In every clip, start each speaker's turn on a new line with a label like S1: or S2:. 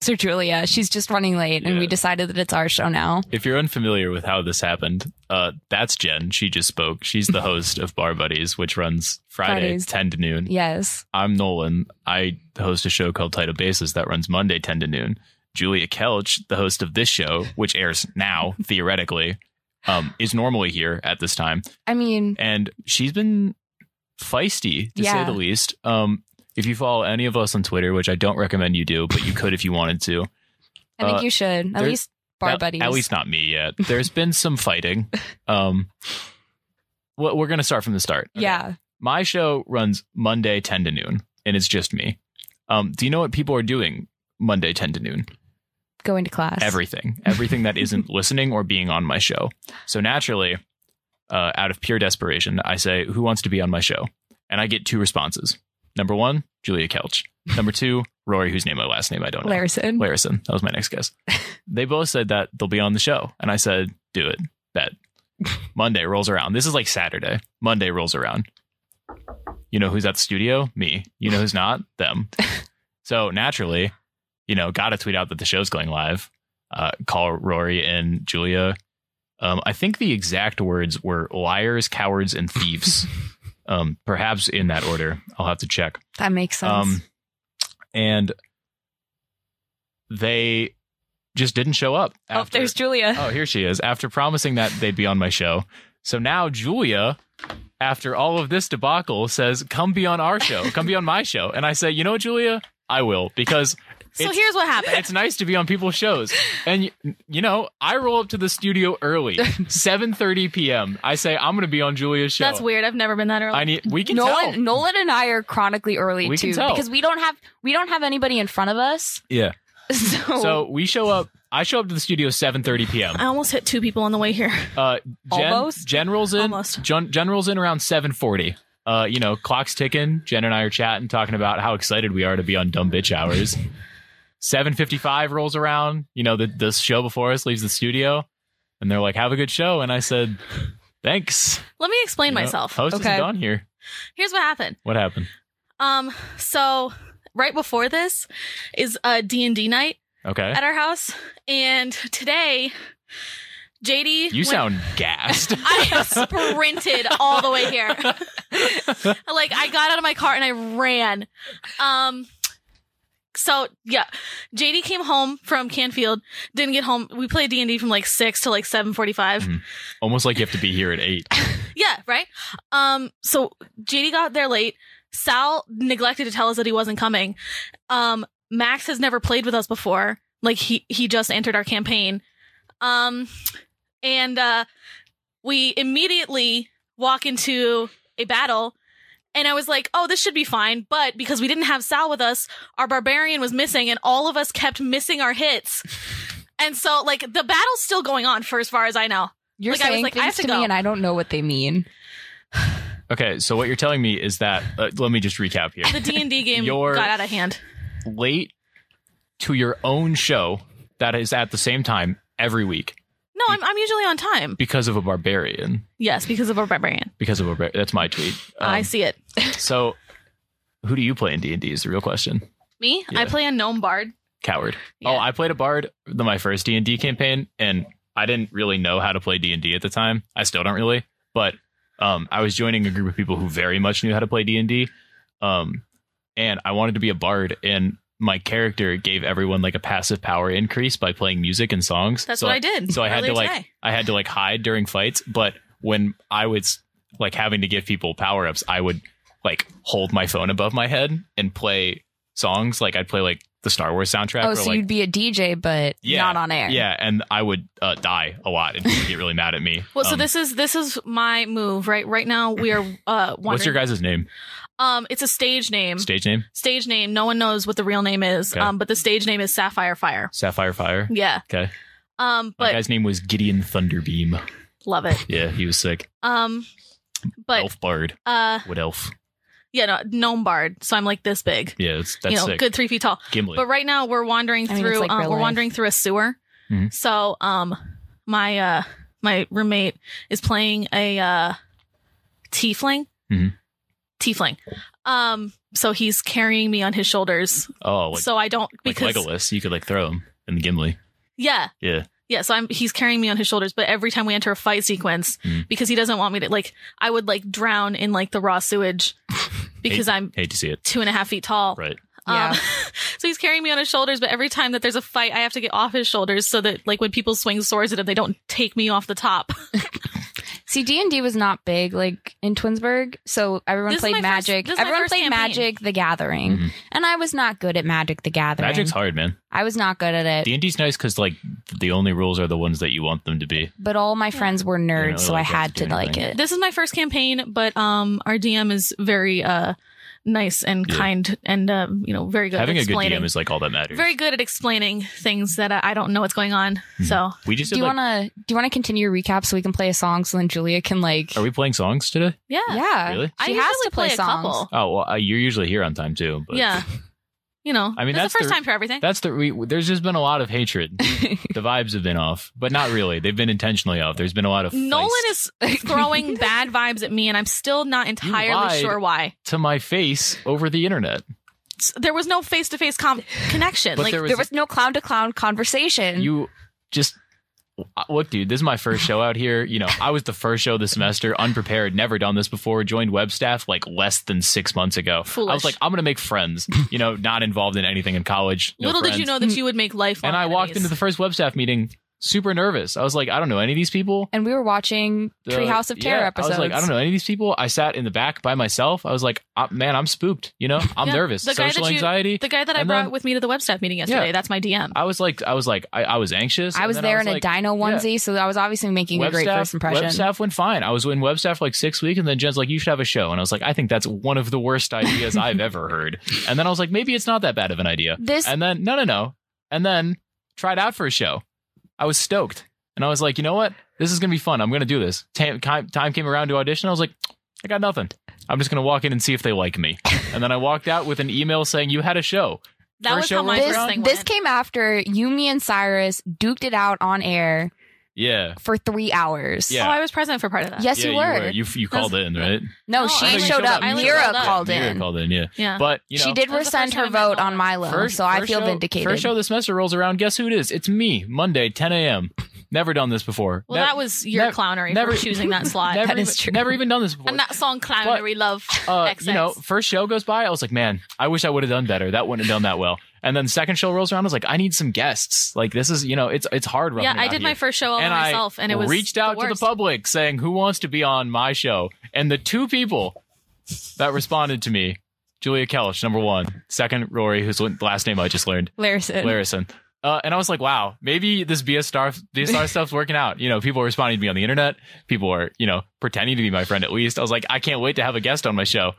S1: Sir Julia. She's just running late, and we
S2: Yeah.
S1: decided that it's our show now.
S2: If you're unfamiliar with how this happened, uh, that's Jen. She just spoke. She's the host of Bar Buddies, which runs Friday,
S1: Fridays.
S2: 10 to noon.
S1: Yes.
S2: I'm Nolan. I host a show called Title Basis that runs Monday, 10 to noon. Julia Kelch, the host of this show, which airs now, theoretically, um, is normally here at this time.
S1: I mean,
S2: And she's been feisty, to
S1: Yeah.
S2: say the least. Um, if you follow any of us on Twitter, which I don't recommend you do, but you could if you wanted to,
S1: I think
S2: Uh,
S1: you should. At
S2: there-
S1: least bar
S2: at,
S1: buddies.
S2: At least not me yet. There's been some fighting. Um, well, we're gonna start from the start. Okay.
S1: Yeah.
S2: my show runs Monday ten to noon, and it's just me. Um, do you know what people are doing Monday ten to noon?
S1: Going to class.
S2: Everything, everything that isn't listening or being on my show. So naturally, uh, out of pure desperation, I say, "Who wants to be on my show?" And I get two responses. Number one, Julia Kelch. Number two, Rory, whose name my last name I don't know.
S1: Larison.
S2: Larison. That was my next guess. they both said that they'll be on the show. And I said, do it. Bet. Monday rolls around. This is like Saturday. Monday rolls around. You know who's at the studio? Me. You know who's not? Them. So naturally, you know, got to tweet out that the show's going live. Uh, call Rory and Julia. Um, I think the exact words were liars, cowards, and thieves. um, perhaps in that order. I'll have to check.
S1: That makes sense.
S2: Um, and they just didn't show up.
S1: oh,
S2: after-
S1: there's Julia.
S2: oh, here she is. After promising that they'd be on my show, so now Julia, after all of this debacle, says, "Come be on our show. Come be on my show." And I say, "You know what, Julia? I will because
S3: So
S2: it's-
S3: here's what happened.
S2: it's nice to be on people's shows." And y- you know, I roll up to the studio early, seven thirty p.m. I say, "I'm going to be on Julia's show."
S3: That's weird. I've never been that early.
S2: I need. We can
S1: Nolan,
S2: tell.
S1: Nolan and I are chronically early
S2: We can
S1: too
S2: tell.
S1: because we don't have we don't have anybody in front of us.
S2: Yeah.
S1: So,
S2: So we show up. I show up to the studio seven thirty p.m.
S3: I almost hit two people on the way here.
S2: Uh, Jen,
S1: Almost?
S2: Jen rolls in.
S3: Almost.
S2: Jen, Jen rolls in around seven forty. Uh, you know, clock's ticking. Jen and I are chatting, talking about how excited we are to be on Dumb Bitch Hours. seven fifty five rolls around. You know, the the show before us leaves the studio, and they're like, "Have a good show," and I said, "Thanks."
S3: Let me explain
S2: You know,
S3: myself.
S2: Host
S1: Okay.
S2: isn't on here.
S3: Here's what happened.
S2: What happened?
S3: Um, so right before this is a D&D night
S2: Okay,
S3: at our house and today JD
S2: you
S3: went-
S2: sound gassed.
S3: I sprinted all the way here. like I got out of my car and I ran. Um so yeah, JD came home from Canfield. Didn't get home. We played D and D from like six to like seven forty-five.
S2: Almost like you have to be here at eight.
S3: Yeah, right. Um, so JD got there late. Sal neglected to tell us that he wasn't coming. Um, Max has never played with us before. Like he he just entered our campaign. Um, and uh, we immediately walk into a battle. And I was like, oh, this should be fine. But because we didn't have Sal with us, our barbarian was missing, and all of us kept missing our hits. And so, like, the battle's still going on, for as far as I know.
S1: you're
S3: like, I was
S1: saying
S3: like, I
S1: things
S3: have to
S1: to me,
S3: go.
S1: and I don't know what they mean.
S2: Okay, so what you're telling me is that uh, let me just recap here.
S3: The D and D game
S2: Your-
S3: got out of hand.
S2: late to your own show that is at the same time every week
S3: No, I'm, I'm usually on time.
S2: because of a barbarian.
S3: Yes, because of a barbarian.
S2: Because of a bar- that's my tweet. Um,
S3: I see it.
S2: So, who do you play in D and D? Is the real question.
S3: Me,
S2: yeah.
S3: I play a gnome bard.
S2: Coward. Oh,
S3: Yeah.
S2: I played a bard the, my first D and D campaign, and I didn't really know how to play D and D at the time. I still don't really, but um, I was joining a group of people who very much knew how to play D and D, um, and I wanted to be a bard and. My character gave everyone like a passive power increase by playing music and songs.
S3: That's
S2: So
S3: what I did.
S2: so I had to
S3: earlier
S2: like
S3: today.
S2: I had to like hide during fights, but when I was like having to give people power ups, I would like hold my phone above my head and play songs. Like I'd play like the Star Wars soundtrack.
S1: Oh,
S2: or,
S1: so
S2: like,
S1: you'd be a DJ, but
S2: Yeah,
S1: not on air.
S2: yeah, and I would uh, die a lot, and people would get really mad at me.
S3: Well, so
S2: Um,
S3: this is this is my move right right now. We are uh, wondering.
S2: what's your guys' name?
S3: Um, it's a stage name.
S2: Stage name?
S3: stage name. No one knows what the real name is.
S2: Okay.
S3: Um, but the stage name is Sapphire Fire.
S2: Sapphire Fire.
S3: Yeah.
S2: Okay,
S3: Um,
S2: my
S3: but
S2: guy's name was Gideon Thunderbeam.
S3: love it.
S2: Yeah, he was sick.
S3: Um, but
S2: elf bard,
S3: uh,
S2: wood elf.
S3: yeah, no, gnome bard. So I'm like this big.
S2: Yeah, that's, that's
S3: you know,
S2: sick.
S3: good three feet tall.
S2: Gimli.
S3: But right now we're wandering
S1: I mean, it's
S3: through
S1: like
S3: um,
S1: real
S3: we're
S1: life.
S3: wandering through a sewer.
S2: Mhm.
S3: So um my uh my roommate is playing a uh tiefling.
S2: Mhm.
S3: tiefling. Um, so he's carrying me on his shoulders.
S2: Oh, like,
S3: so I don't
S2: like
S3: because
S2: Legolas, you could like throw him in the Gimli.
S3: yeah,
S2: Yeah.
S3: yeah. So I'm he's carrying me on his shoulders, but every time we enter a fight sequence,
S2: Mm.
S3: because he doesn't want me to like, I would like drown in like the raw sewage because I'm
S2: Hate to see it.
S3: two and a half feet tall.
S2: Right.
S3: Um, so he's carrying me on his shoulders, but every time that there's a fight, I have to get off his shoulders so that like when people swing swords at him, they don't take me off the top.
S1: See, D and D was not big like in Twinsburg, so everyone
S3: This is my
S1: played
S3: first-
S1: Magic.
S3: this is my
S1: everyone
S3: first
S1: played
S3: campaign.
S1: Magic: The Gathering,
S2: Mhm.
S1: and I was not good at Magic: The Gathering.
S2: Magic's hard, man.
S1: I was not good at it,
S2: D and D's nice because like the only rules are the ones that you want them to be.
S1: but all my friends were nerds,
S2: really
S1: so I
S2: like have
S1: had
S2: to
S1: to
S2: do
S1: like
S2: anything.
S1: it.
S3: this is my first campaign, but um, our DM is very uh nice and
S2: Yeah.
S3: kind and uh, you know very good.
S2: Having
S3: at
S2: a good
S3: explaining.
S2: DM is like all that matters.
S3: very good at explaining things that I, I don't know what's going on.
S2: Mhm.
S3: So
S2: We just
S1: Do
S2: did
S1: you
S2: like.
S1: wanna do you wanna continue your recap so we can play a song so then Julia can like
S2: Are we playing songs today?
S3: yeah,
S1: Yeah.
S2: Really?
S1: She
S3: I
S1: has
S3: usually
S1: to play,
S3: play a
S1: songs.
S3: couple.
S2: Oh well, uh, you're usually here on time too. But
S3: yeah. You know,
S2: I mean,
S3: that's
S2: that's
S3: the first
S2: the-
S3: time for everything.
S2: That's the we, there's just been a lot of hatred. the vibes have been off, but not really. They've been intentionally off. There's been a lot of
S3: Nolan
S2: feist
S3: is throwing bad vibes at me, and I'm still not entirely
S2: lied.
S3: sure why.
S2: to my face over the internet.
S3: S- There was no face to face connection.
S2: But
S3: like,
S2: there was,
S1: there was no clown to clown conversation.
S2: you just uh, look, dude. This is my first show out here. You know, I was the first show this semester, unprepared, never done this before. Joined web staff like less than six months ago. I
S3: Foolish.
S2: was like, I'm gonna make friends. You know, not involved in anything in college. no
S3: little did you
S2: friends.
S3: know that you would make lifelong.
S2: Hmm. And I walked
S3: enemies.
S2: into the first web staff meeting super nervous. I was like, I don't know any of these people.
S1: and we were watching
S2: The-
S1: Treehouse of Terror
S2: yeah,
S1: episodes.
S2: I was like, I don't know any of these people. I sat in the back by myself. I was like, I, man, I'm spooked. You know, I'm
S3: Yeah,
S2: nervous.
S3: the guy
S2: Social
S3: that you-
S2: anxiety.
S3: The guy that I
S2: And
S3: brought
S2: then-
S3: with me to the web staff meeting yesterday,
S2: Yeah. Uh,
S3: that's my DM.
S2: I was like, I was like, I, I was anxious.
S1: I
S2: and
S1: was
S2: then
S1: there in
S2: like,
S1: a dino onesie, so I was obviously making a
S2: Web
S1: great
S2: staff,
S1: first impression.
S2: Web staff went fine. I was in web staff for like six weeks, and then Jen's like, "You should have a show," and I was like, "I think that's one of the worst ideas I've ever heard." And then I was like, "Maybe it's not that bad of an idea."
S1: This
S2: And then no, no, no. And then tried out for a show. I was stoked, and I was like, "You know what? This is gonna be fun. I'm gonna do this." Time, time time came around to audition. I was like, "I got nothing. I'm just gonna walk in and see if they like me." And then I walked out with an email saying, "You had a show."
S3: That
S2: First
S3: was
S2: show
S3: how my
S2: went
S1: this,
S3: first
S2: around?
S3: thing
S1: this
S3: went.
S1: came after you, me, and Cyrus duked it out on air
S2: Yeah.
S1: for three hours.
S2: Yeah.
S3: Oh, I was present for part of that.
S1: Yes,
S2: yeah,
S1: you, were.
S2: You, you called in, right?
S1: no,
S3: No,
S1: she
S3: I
S2: No, you
S1: showed, up.
S3: I
S1: Mira
S3: showed up.
S1: called
S2: Yeah, Mira
S1: in. Uh,
S2: called in, yeah.
S3: Yeah.
S2: But you know,
S1: she did
S3: That was the
S1: rescind
S3: first
S1: her
S3: time I met
S1: vote on
S3: Nolan.
S1: Milo,
S2: First-
S1: so I
S2: first
S1: feel
S2: show-
S1: vindicated.
S2: First show of the semester rolls around. Guess who it is? It's me, Monday, 10 a.m. Never done this before.
S3: Well,
S2: Ne-
S3: that was your
S2: never-
S3: clownery
S2: never-
S3: for choosing that slot.
S2: never
S1: that
S2: even,
S1: is true.
S2: Never even done this before.
S3: and that song clownery love.
S2: uh,
S3: XX.
S2: you know, first show goes by. I was like, man, I wish I would have done better. That wouldn't have done that well. And then second show rolls around. I was like, I need some guests. Like this is, you know, it's it's hard.
S3: yeah,
S2: roughing it
S3: I
S2: out
S3: did my
S2: here.
S3: first show all
S2: and
S3: by
S2: I
S3: myself, and it was
S2: reached out to the
S3: worst.
S2: public saying, who wants to be on my show? And the two people that responded to me, Julia Kelch, number one, second Rory, whose last name I just learned.
S1: Larison.
S2: Larison. Uh, and I was like, wow, maybe this BS star, BS star stuff's working out. You know, people are responding to me on the internet. People are, you know, pretending to be my friend at least. I was like, I can't wait to have a guest on my show.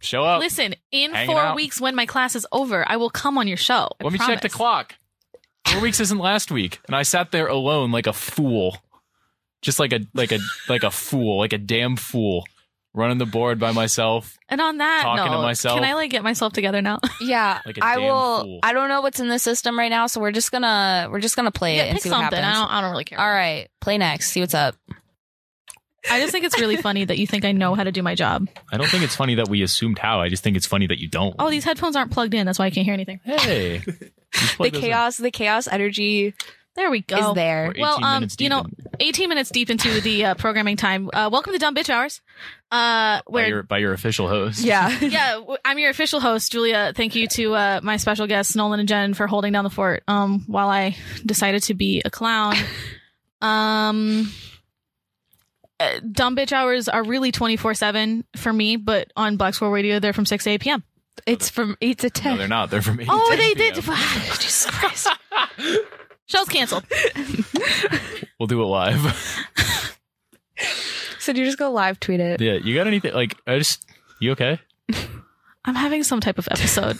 S2: Show up.
S3: Listen, in
S2: uh, Hanging
S3: four
S2: out.
S3: weeks when my class is over, I will come on your show. I
S2: Let me check the
S3: promise.
S2: clock. Four weeks isn't last week. And I sat there alone like a fool. Just like a like a like a fool, like a damn fool. Running the board by myself.
S3: And on that
S2: Talking to
S3: note,
S2: myself.
S3: can I like get myself together now?
S1: Yeah,
S2: Like a
S1: I
S2: damn
S1: will.
S2: fool.
S1: I don't know what's in the system right now, so we're just gonna we're just gonna play it and
S3: pick
S1: see
S3: something.
S1: what happens.
S3: I don't. I don't really care.
S1: All right, play next. See what's up.
S3: I just think it's really funny that you think I know how to do my job.
S2: I don't think it's funny that we assumed how. I just think it's funny that you don't.
S3: Oh, these headphones aren't plugged in. That's why I can't hear anything.
S2: hey.
S1: The chaos, the chaos energy
S3: There we go.
S1: is there.
S3: Well, um, you know, 18 minutes deep into the uh, programming time. Uh, welcome to Dumb Bitch Hours. Uh,
S2: by
S3: where
S2: your, by your official host.
S1: Yeah.
S3: yeah, w- I'm your official host, Julia. Thank you to uh, my special guests, Nolan and Jen, for holding down the fort um, while I decided to be a clown. Um, uh, dumb bitch hours are really 24 7 for me, but on Black Squirrel Radio, they're from 6 to 8 p.m.
S1: It's from eight to
S2: No,
S1: ten.
S2: they're not. They're from. 8
S3: Oh,
S2: to
S3: they
S2: 10 p.m.
S3: did. Jesus Christ. Show's canceled.
S2: We'll do it live.
S1: so do you just go live tweet it?
S2: yeah, you got anything? Like, I just. You okay?
S3: I'm having some type of episode.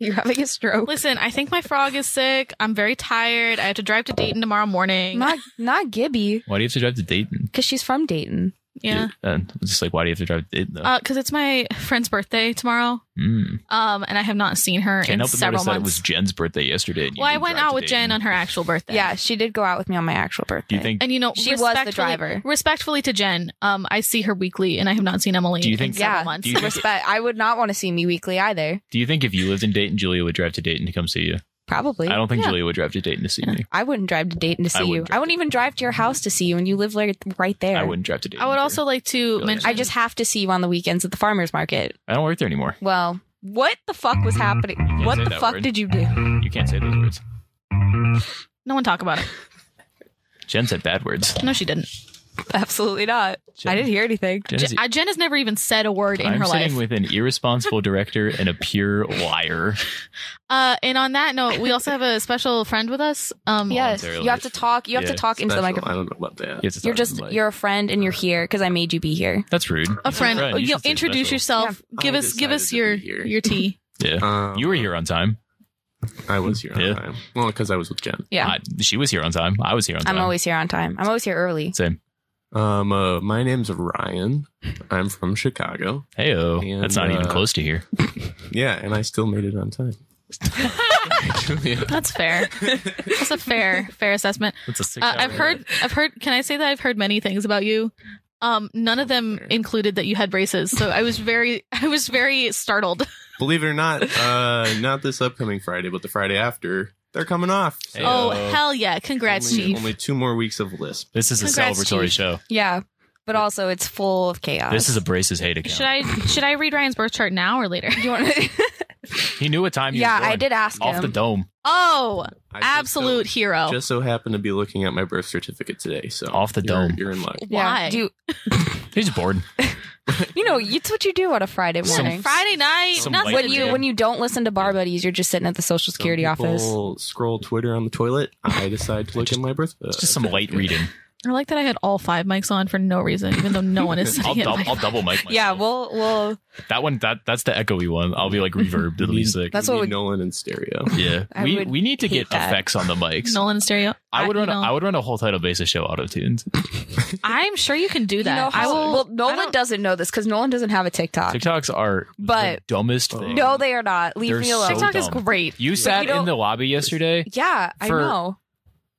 S1: You're having a stroke.
S3: Listen, I think my frog is sick. I'm very tired. I have to drive to Dayton tomorrow morning.
S1: Not not Gibby,
S2: Why do you have to drive to Dayton?
S1: because she's from Dayton.
S3: Yeah. Uh,
S2: And I'm just like, why do you have to drive it though?
S3: Because it's my friend's birthday tomorrow.
S2: Mm.
S3: Um, and I have not seen her
S2: Can't
S3: in
S2: help but
S3: several
S2: notice that it
S3: months.
S2: was Jen's birthday yesterday. and you
S3: well, I
S2: didn't
S3: went
S2: drive
S3: out
S2: to
S3: with Jen
S2: Dayton.
S3: on her actual birthday.
S1: Yeah, she did go out with me on my actual birthday.
S2: Do you think?
S3: And you know,
S1: She was the
S3: respectfully-
S1: driver.
S3: Respectfully to Jen, um, I see her weekly, and I have not seen Emily.
S2: Do you
S3: in
S2: think-
S3: several
S1: Yeah.
S3: months.
S2: Do you think-
S1: Respect. I would not want to see me weekly either.
S2: Do you think if you lived in Dayton, Julia would drive to Dayton to come see you?
S1: Probably.
S2: I don't think
S3: Yeah.
S2: Julia would drive to Dayton to see me.
S1: I wouldn't drive to Dayton to
S2: I
S1: see you.
S2: wouldn't drive
S1: I wouldn't even drive to your house to see you, and you live like right there.
S2: I wouldn't drive to Dayton.
S3: I would
S2: for-
S3: also like to
S2: Really?
S3: mention.
S1: I just have to see you on the weekends at the farmers market.
S2: I don't work there anymore.
S1: Well, what the fuck was happening?
S2: can't
S1: What
S2: say
S1: the
S2: that
S1: fuck
S2: word.
S1: did you do?
S2: You can't say those words.
S3: no one talk about it.
S2: Jen said bad words.
S3: No, she didn't.
S1: Absolutely not.
S2: Jen,
S1: I didn't hear anything.
S2: Jen, is-
S3: Jen, I- Uh, Jen has never even said a word in
S2: I'm
S3: her
S2: sitting
S3: life.
S2: with an irresponsible director and a pure liar.
S3: uh, and on that note, we also have a special friend with us. Um,
S1: Yes,
S2: Voluntarily.
S1: you have to talk. You have
S2: Yeah,
S1: to talk into the
S4: Special.
S1: microphone.
S4: I don't know about that.
S2: You have to
S1: You're
S2: talk
S1: just
S2: to the mic.
S1: you're a friend and you're here because I made you be here.
S2: That's rude.
S3: a friend.
S2: You're a friend.
S3: You
S2: You
S3: know,
S2: should say
S3: introduce
S2: special.
S3: yourself.
S4: Yeah.
S3: Give
S4: I
S3: us, give
S4: decided
S3: us
S4: to
S3: your
S4: be here.
S3: your tea.
S2: Yeah.
S4: Um,
S2: you were here on time.
S4: I was here on
S2: Yeah.
S4: time. Well, because I was with Jen.
S1: Yeah.
S2: I, she was here on time. I was here on time.
S1: I'm always here on time. I'm always here early.
S2: same.
S4: Um, uh, my name's Ryan. I'm from Chicago.
S2: Hey, oh,
S4: And,
S2: that's not even
S4: uh,
S2: close to here.
S4: Yeah, and I still made it on time. Yeah.
S3: That's fair. That's a fair fair assessment.
S2: That's a six.
S3: Uh, I've heard I've heard can I say that I've heard many things about you? Um, none of them included that you had braces. So I was very I was very startled.
S4: Believe it or not, uh, not this upcoming Friday, but the Friday after, they're coming off.
S2: Hey,
S3: Oh
S2: uh,
S3: hell yeah. Congrats,
S4: only,
S3: Chief.
S4: only two more weeks of lisp.
S2: This is a
S3: Congrats,
S2: celebratory
S3: Chief.
S2: show.
S1: Yeah, but also it's full of chaos.
S2: This is a braces hate account.
S3: Should I should I read Ryan's birth chart now or later?
S1: You want to?
S2: He knew what time. He
S1: yeah,
S2: was
S1: I
S2: born.
S1: did ask
S2: Off
S1: him.
S2: the dome.
S3: Oh,
S4: I just
S3: absolute
S4: So,
S3: hero.
S4: Just so happened to be looking at my birth certificate today. So
S2: Off the
S4: you're-
S2: dome.
S4: You're in luck.
S1: yeah.
S3: Why?
S1: Do you,
S2: He's bored.
S1: you know it's what you do on a Friday
S2: Some
S1: morning?
S3: Friday night,
S2: Some
S3: nothing.
S2: light
S1: when you
S2: Yeah.
S1: when you don't listen to bar buddies, you're just sitting at the social
S4: Some
S1: security office.
S4: people Scroll Twitter on the toilet. I decide to look
S2: Just-
S4: at my birth. uh,
S2: It's just some light
S4: reading.
S2: reading.
S3: I like that I had all five mics on for no reason, even though no one is
S2: I'll,
S3: sitting.
S2: dou- I'll double mic. Myself.
S1: Yeah, we'll we'll.
S2: that one. That that's the echoey one. I'll be like reverbed at least. Like,
S1: That's
S4: We
S1: what
S4: need
S1: would- Oh,
S4: Nolan in stereo.
S2: yeah,
S1: I
S2: we
S1: would
S2: we need to
S1: hate
S2: get
S1: that.
S2: effects on the mics.
S3: Nolan and stereo.
S2: I would
S3: I-
S2: run. A,
S3: you know.
S2: I would run a whole title basis show auto tuned.
S3: I'm sure you can do that.
S1: You know
S3: I
S1: how-
S3: will.
S1: well,
S3: I
S1: Nolan
S3: don't-
S1: doesn't know this because Nolan doesn't have a TikTok.
S2: TikToks are
S1: But-
S2: the dumbest
S4: Oh.
S2: thing.
S1: No, they are not. Leave
S2: They're
S1: me alone.
S2: so
S3: TikTok is
S2: dumb.
S3: great.
S2: you sat
S1: don't-
S2: in the lobby yesterday.
S1: Yeah, I
S2: for
S1: know.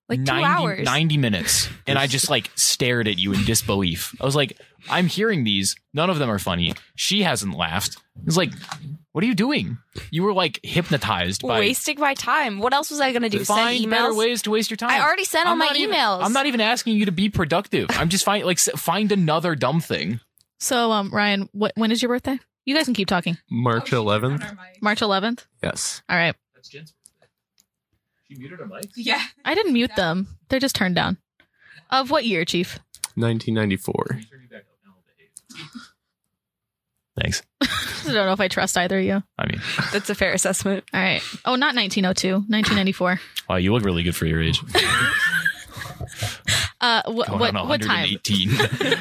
S1: Like two
S2: 90,
S1: hours.
S2: 90 minutes. And I just like stared at you in disbelief. I was like, I'm hearing these. None of them are funny. She hasn't laughed. It's like, what are you doing? You were like hypnotized by
S1: Wasting my time. What else was I going to do?
S2: find
S1: Send
S2: better
S1: emails.
S2: ways to waste your time.
S1: I already sent all
S2: I'm
S1: my
S2: not even-
S1: emails.
S2: I'm not even asking you to be productive. I'm just find like s- find another dumb thing.
S3: So, um, Ryan, what, when is your birthday? You guys can keep talking.
S4: March 11th.
S3: March 11th.
S4: Yes.
S3: All right.
S2: That's Jen's. She muted her mic.
S1: Yeah.
S3: I didn't mute them. They're just turned down. Of what year, Chief?
S4: 1994.
S2: Thanks.
S3: I don't know if I trust either of you. All
S2: I mean,
S1: That's a fair assessment.
S3: right. Oh, not 1902, 1994.
S2: wow, you look really good for your age.
S3: Uh, wh-
S2: Going
S3: what
S2: on
S3: what time?
S2: 118.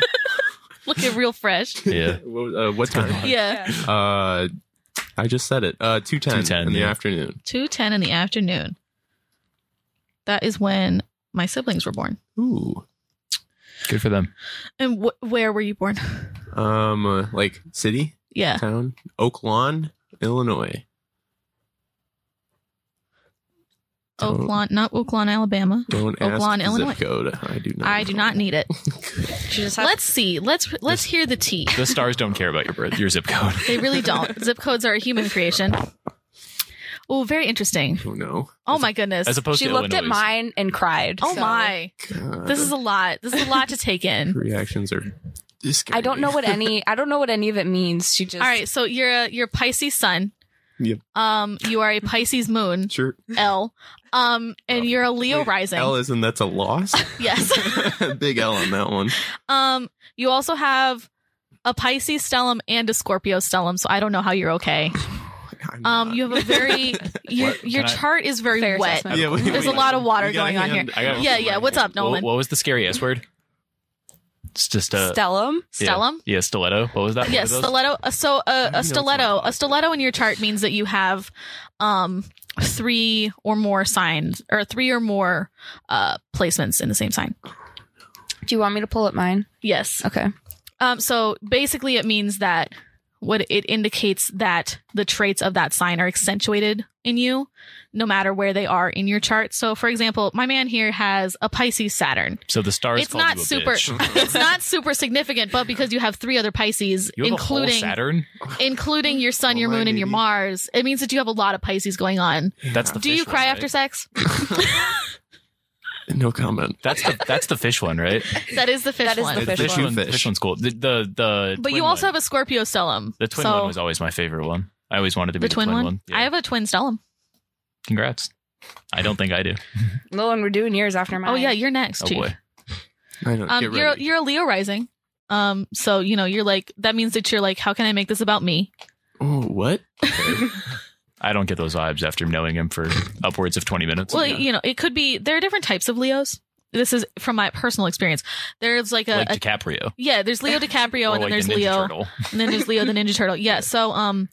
S3: Looking real fresh.
S2: yeah.
S4: What, uh, what time?
S3: Yeah.
S4: Uh, I just said it. Uh, 210,
S2: 2:10,
S4: in the
S2: yeah.
S4: afternoon.
S3: 2:10 in the afternoon. That is when my siblings were born.
S4: Ooh.
S2: Good for them.
S3: And wh- where were you born?
S4: Um, uh, like city,
S3: Yeah.
S4: town, Oak Lawn, Illinois.
S3: Oak Lawn, not Oak Lawn, Alabama. Oak
S4: Don't ask
S3: Lawn,
S4: the
S3: Illinois.
S4: zip code. I do not.
S3: I do not need it.
S1: She just
S3: Let's see. Let's let's hear the tea.
S2: The stars don't care about your birth, your zip code.
S3: They really don't. Zip codes are a human creation. Oh, very interesting.
S4: Oh no.
S3: Oh my goodness.
S2: As opposed
S1: she
S2: to
S1: looked at
S2: Illinois.
S1: mine and cried.
S3: oh
S1: so-
S3: my.
S4: God.
S3: This is a lot. This is a lot to take in.
S4: reactions are. Scary.
S1: I don't know what any. I don't know what any of it means. She just.
S3: All right, so you're a you're a Pisces sun.
S4: Yep.
S3: Um, you are a Pisces moon,
S4: Sure.
S3: L. Um, and you're a Leo
S4: Wait,
S3: rising.
S4: L is and that's a loss.
S3: yes.
S4: Big L on that one.
S3: Um, you also have a Pisces stellum and a Scorpio stellum, so I don't know how you're okay.
S4: I'm
S3: Um,
S4: not.
S3: you have a very your
S2: What?
S3: your
S2: Can I-
S3: chart is very
S1: Fair
S3: wet.
S1: assessment.
S4: we-
S3: There's
S4: we-
S3: a lot of water
S4: we got
S3: going
S4: a
S3: on
S4: hand.
S2: here. I got-
S3: Yeah, yeah. What's up,
S2: What,
S3: Nolan?
S2: what was the scary S word? It's just uh, a
S1: Stellum.
S3: Stellum.
S2: Yeah, stiletto. What was that? What
S3: Yes,
S2: were those?
S3: stiletto. uh, So uh,
S4: don't know
S3: a
S4: if
S3: stiletto,
S4: my-
S3: a stiletto in your chart means that you have um, three or more signs, or three or more uh, placements in the same sign.
S1: Do you want me to pull up mine?
S3: Yes.
S1: Okay.
S3: Um, so basically, it means that what it indicates that the traits of that sign are accentuated in you, no matter where they are in your chart. So, for example, my man here has a Pisces Saturn.
S2: So the stars
S3: It's
S2: called
S3: not
S2: you a
S3: super-
S2: bitch.
S3: It's not super significant, but because you have three other Pisces,
S2: You have a whole
S3: including
S2: Saturn.
S3: including your sun, your
S4: Well,
S3: moon,
S4: my
S3: and your
S4: baby.
S3: Mars, it means that you have a lot of Pisces going on.
S2: That's the
S3: Do you
S2: fish
S3: cry
S2: one,
S3: after
S2: right?
S3: sex?
S4: No comment.
S2: That's the that's the fish one, right?
S3: That is the fish
S1: That is
S3: one.
S1: the
S4: It's
S1: fish
S4: fish
S1: one.
S2: one,
S4: fish.
S2: fish one's cool. The the, the
S3: but you
S2: twin
S3: also
S2: one-
S3: have a Scorpio stellum.
S2: the twin
S3: so
S2: one was always my favorite one. I always wanted to
S3: the,
S2: be
S3: twin, one.
S2: Yeah.
S3: I have a twin stellum.
S2: Congrats. I don't think I do.
S1: Well, and we're doing yours after mine.
S3: Oh yeah, you're next.
S2: Oh
S3: Chief.
S2: boy.
S4: I know.
S3: Um,
S4: get
S3: you're
S4: ready.
S3: you're a Leo rising. Um, so you know you're like that means that you're like, how can I make this about me?
S4: oh, what?
S2: I don't get those vibes after knowing him for upwards of 20 minutes.
S3: Well,
S4: yeah.
S3: you know, it could be there are different types of Leos. This is from my personal experience. There's like a,
S2: like
S3: a-
S2: DiCaprio.
S3: yeah, there's Leo DiCaprio,
S2: or
S3: and
S2: like
S3: then there's
S2: the Ninja
S3: Leo,
S2: Turtle.
S3: and then there's Leo the Ninja Turtle. Yeah, so um,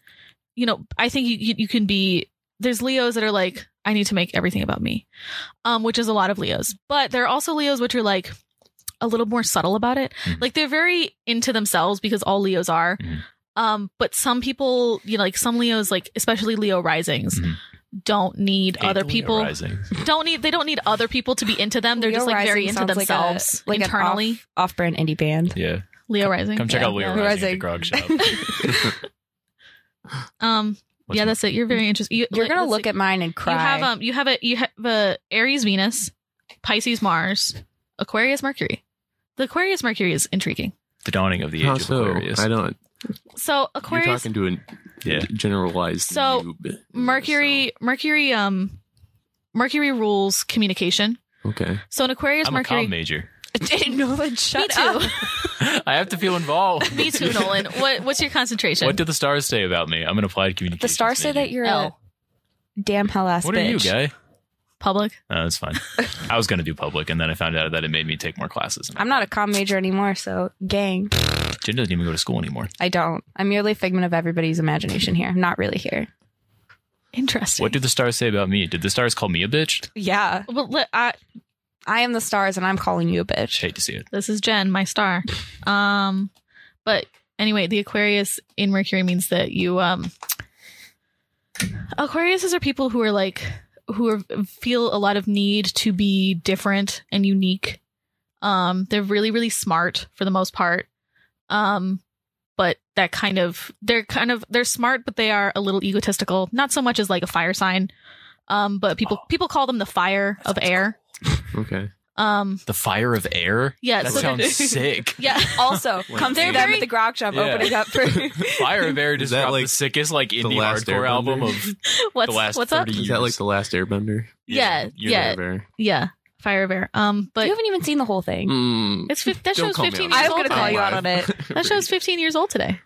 S3: you know, I think you you, you can be there's Leos that are like I need to make everything about me, um, which is a lot of Leos. But there are also Leos which are like a little more subtle about it.
S2: Mhm.
S3: Like they're very into themselves because all Leos are.
S2: Mhm.
S3: Um, but some people, you know, like some Leos, like especially Leo risings,
S2: Mhm.
S3: don't need
S2: Hate
S3: other
S2: Leo
S3: people.
S2: Rising.
S3: Don't need they don't need other people to be into them. They're
S1: Leo
S3: just like very
S1: Rising
S3: into
S1: sounds like a-
S3: themselves
S1: like an
S3: internally.
S1: off brand indie band.
S2: Yeah.
S3: Leo rising.
S2: Come check
S3: Yeah.
S2: out Leo
S1: Leo
S2: Rising at the
S1: Rising.
S2: Grog Shop.
S3: Um,
S2: What's
S3: yeah,
S2: my-
S3: that's it. You're very interesting. You,
S1: You're gonna
S3: let's
S1: look
S3: see.
S1: at mine and cry.
S3: You have um, you have a you have a Aries Venus, Pisces Mars, Aquarius Mercury. The Aquarius Mercury is intriguing.
S2: the dawning of the age
S4: How
S2: of
S4: so?
S2: Aquarius.
S4: I don't.
S3: So
S4: You're
S3: Aquarius
S4: talking to an
S2: Yeah.
S4: generalized.
S3: So,
S4: noob.
S3: Mercury Mercury um Mercury rules communication.
S4: So, okay.
S3: So an Aquarius
S2: I'm a
S3: Mercury.
S2: comm major.
S1: Nolan, shut
S3: Me
S1: up.
S3: too.
S2: I have to feel involved.
S3: Me too, Nolan. What what's your concentration?
S2: What do the stars say about me? I'm an applied communications.
S1: The stars say
S2: major.
S1: that you're a
S3: L
S1: damn hell ass
S2: What
S1: bitch.
S2: are you, guy?
S3: public?
S2: No, that's fine. I was going to do public, and then I found out that it made me take more classes.
S1: I'm not a comm major anymore, so gang.
S2: Jen doesn't even go to school anymore.
S1: I don't. I'm merely a figment of everybody's imagination here. I'm not really here.
S3: Interesting.
S2: What do the stars say about me? Did the stars call me a bitch?
S1: Yeah.
S3: well, let- I,
S1: I am the stars and I'm calling you a bitch.
S2: Hate to see it.
S3: this is Jen, my star. Um, but anyway, the Aquarius in Mercury means that you um Aquariuses are people who are like who are, feel a lot of need to be different and unique. Um, they're really really smart for the most part. Um, but that kind of they're kind of they're smart, but they are a little egotistical. Not so much as like a fire sign. Um, but people
S2: Oh.
S3: people call them the fire of air.
S4: Okay.
S3: Um,
S2: The fire of air.
S3: yeah,
S2: That
S3: so they're-
S2: sounds sick.
S3: yeah.
S1: Also,
S4: Wait,
S1: come
S4: they're
S1: through them
S3: very-
S1: at the grog shop
S2: Yeah.
S1: opening up for
S2: Fire of air
S4: Is
S2: just
S4: that
S2: dropped
S4: like
S2: the sickest like indie
S4: Last
S2: hardcore
S4: Airbender?
S2: album of
S3: What's
S2: the last
S3: what's up?
S2: thirty years.
S4: Is that like the last Airbender?
S3: Yeah,
S2: you're
S3: yeah.
S2: right.
S4: Ever.
S3: Yeah, Fire of Air. Um,
S1: you
S3: but
S1: haven't even seen the whole thing.
S4: Mm,
S3: it's fif- that
S4: don't
S3: show's
S4: call me
S3: fifteen
S4: on that.
S3: years
S1: I was
S3: old.
S1: gonna call
S3: today.
S1: you out on it.
S3: That show's fifteen years old today.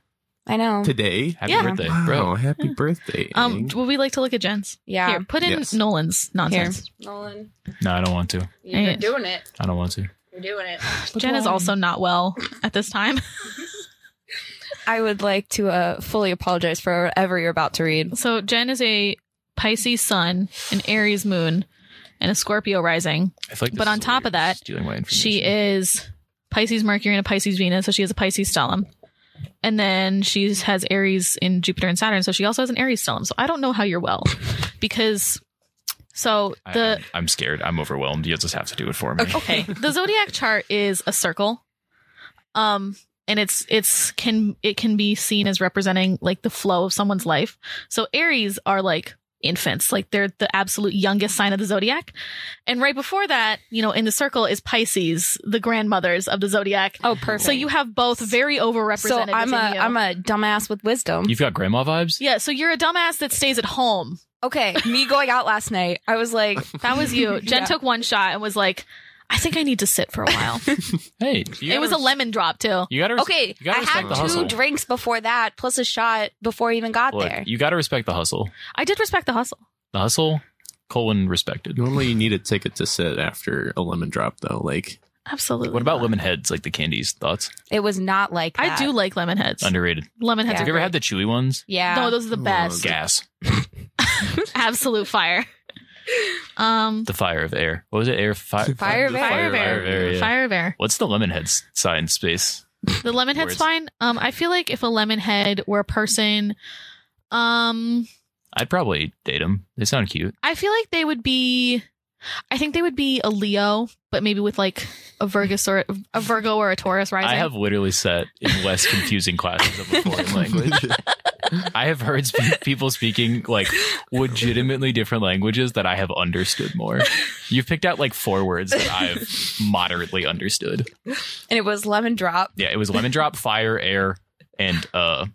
S1: I know.
S4: today.
S2: Happy
S3: Yeah.
S2: birthday,
S4: Wow,
S2: bro.
S4: happy birthday.
S3: Um,
S4: Aang.
S3: would we like to look at Jen's?
S1: Yeah.
S3: Here, put in
S4: Yes.
S3: Nolan's nonsense.
S1: Nolan,
S2: No, I don't want to.
S1: you're
S3: Hey.
S1: doing it.
S2: I don't want to.
S1: You're doing it.
S3: Jen is also not well at this time.
S1: I would like to uh, fully apologize for whatever you're about to read.
S3: So Jen is a Pisces sun, an Aries moon, and a Scorpio rising.
S2: I feel like this
S3: But on
S2: is
S3: top
S2: weird.
S3: of that,
S2: stealing my information.
S3: She is Pisces Mercury and a Pisces Venus, so she has a Pisces stellum. And then she has Aries in Jupiter and Saturn, so she also has an Aries stellum. So I don't know how you're well, because so
S2: I,
S3: the
S2: I'm- I'm scared. I'm overwhelmed. You'll just have to do it for me.
S3: okay the zodiac chart is a circle um and it's it's can it can be seen as representing like the flow of someone's life so aries are like infants like they're the absolute youngest sign of the zodiac and right before that you know in the circle is pisces the grandmothers of the zodiac
S1: Oh, perfect.
S3: so you have both very
S1: so
S3: overrepresented
S1: I'm a
S3: within you.
S1: am a dumbass with wisdom.
S2: You've got grandma vibes.
S3: yeah so you're a dumbass that stays at home
S1: okay, me going out last night, I was like,
S3: that was you jen
S1: Yeah.
S3: took one shot and was like i think i need to sit for a while
S2: Hey, you
S3: it was a
S2: gotta-
S3: lemon drop too
S2: You gotta
S1: okay,
S2: You
S1: I
S2: gotta
S1: had
S2: respect
S1: two
S2: the hustle.
S1: drinks before that, plus a shot before I even got
S2: Look,
S1: there.
S2: you got to respect the hustle.
S3: i did respect the hustle
S2: The hustle, colon respected.
S4: Normally, you need a ticket to sit after a lemon drop, though. Like,
S3: Absolutely.
S2: What about
S3: not.
S2: lemon heads? Like the candies? Thoughts?
S1: It was not like
S3: I
S1: that.
S3: do like lemon heads.
S2: Underrated.
S3: lemon heads
S1: Yeah.
S2: Have
S3: are
S2: you ever
S3: great.
S2: had the chewy ones?
S1: Yeah.
S3: No, those are the
S4: Oh,
S3: best.
S4: okay.
S2: Gas.
S3: Absolute fire. Um
S2: The fire of air. What was it? Air fire.
S1: Fire
S4: the
S1: bear.
S3: fire bear.
S2: Fire bear, yeah.
S3: Fire bear.
S2: What's the lemon heads sign space?
S3: The lemon head's
S2: Words.
S3: fine. Um, I feel like if a lemon head were a person, um,
S2: I'd probably date him. They sound cute.
S3: I feel like they would be. I think they would be a Leo, but maybe with like a Virgo or a Virgo or a Taurus rising.
S2: I have literally sat in less confusing classes of a foreign language. I have heard sp- people speaking like legitimately different languages that I have understood more. You've picked out like four words that I've moderately understood.
S1: And it was lemon drop.
S2: Yeah, it was lemon drop, fire, air, and uh,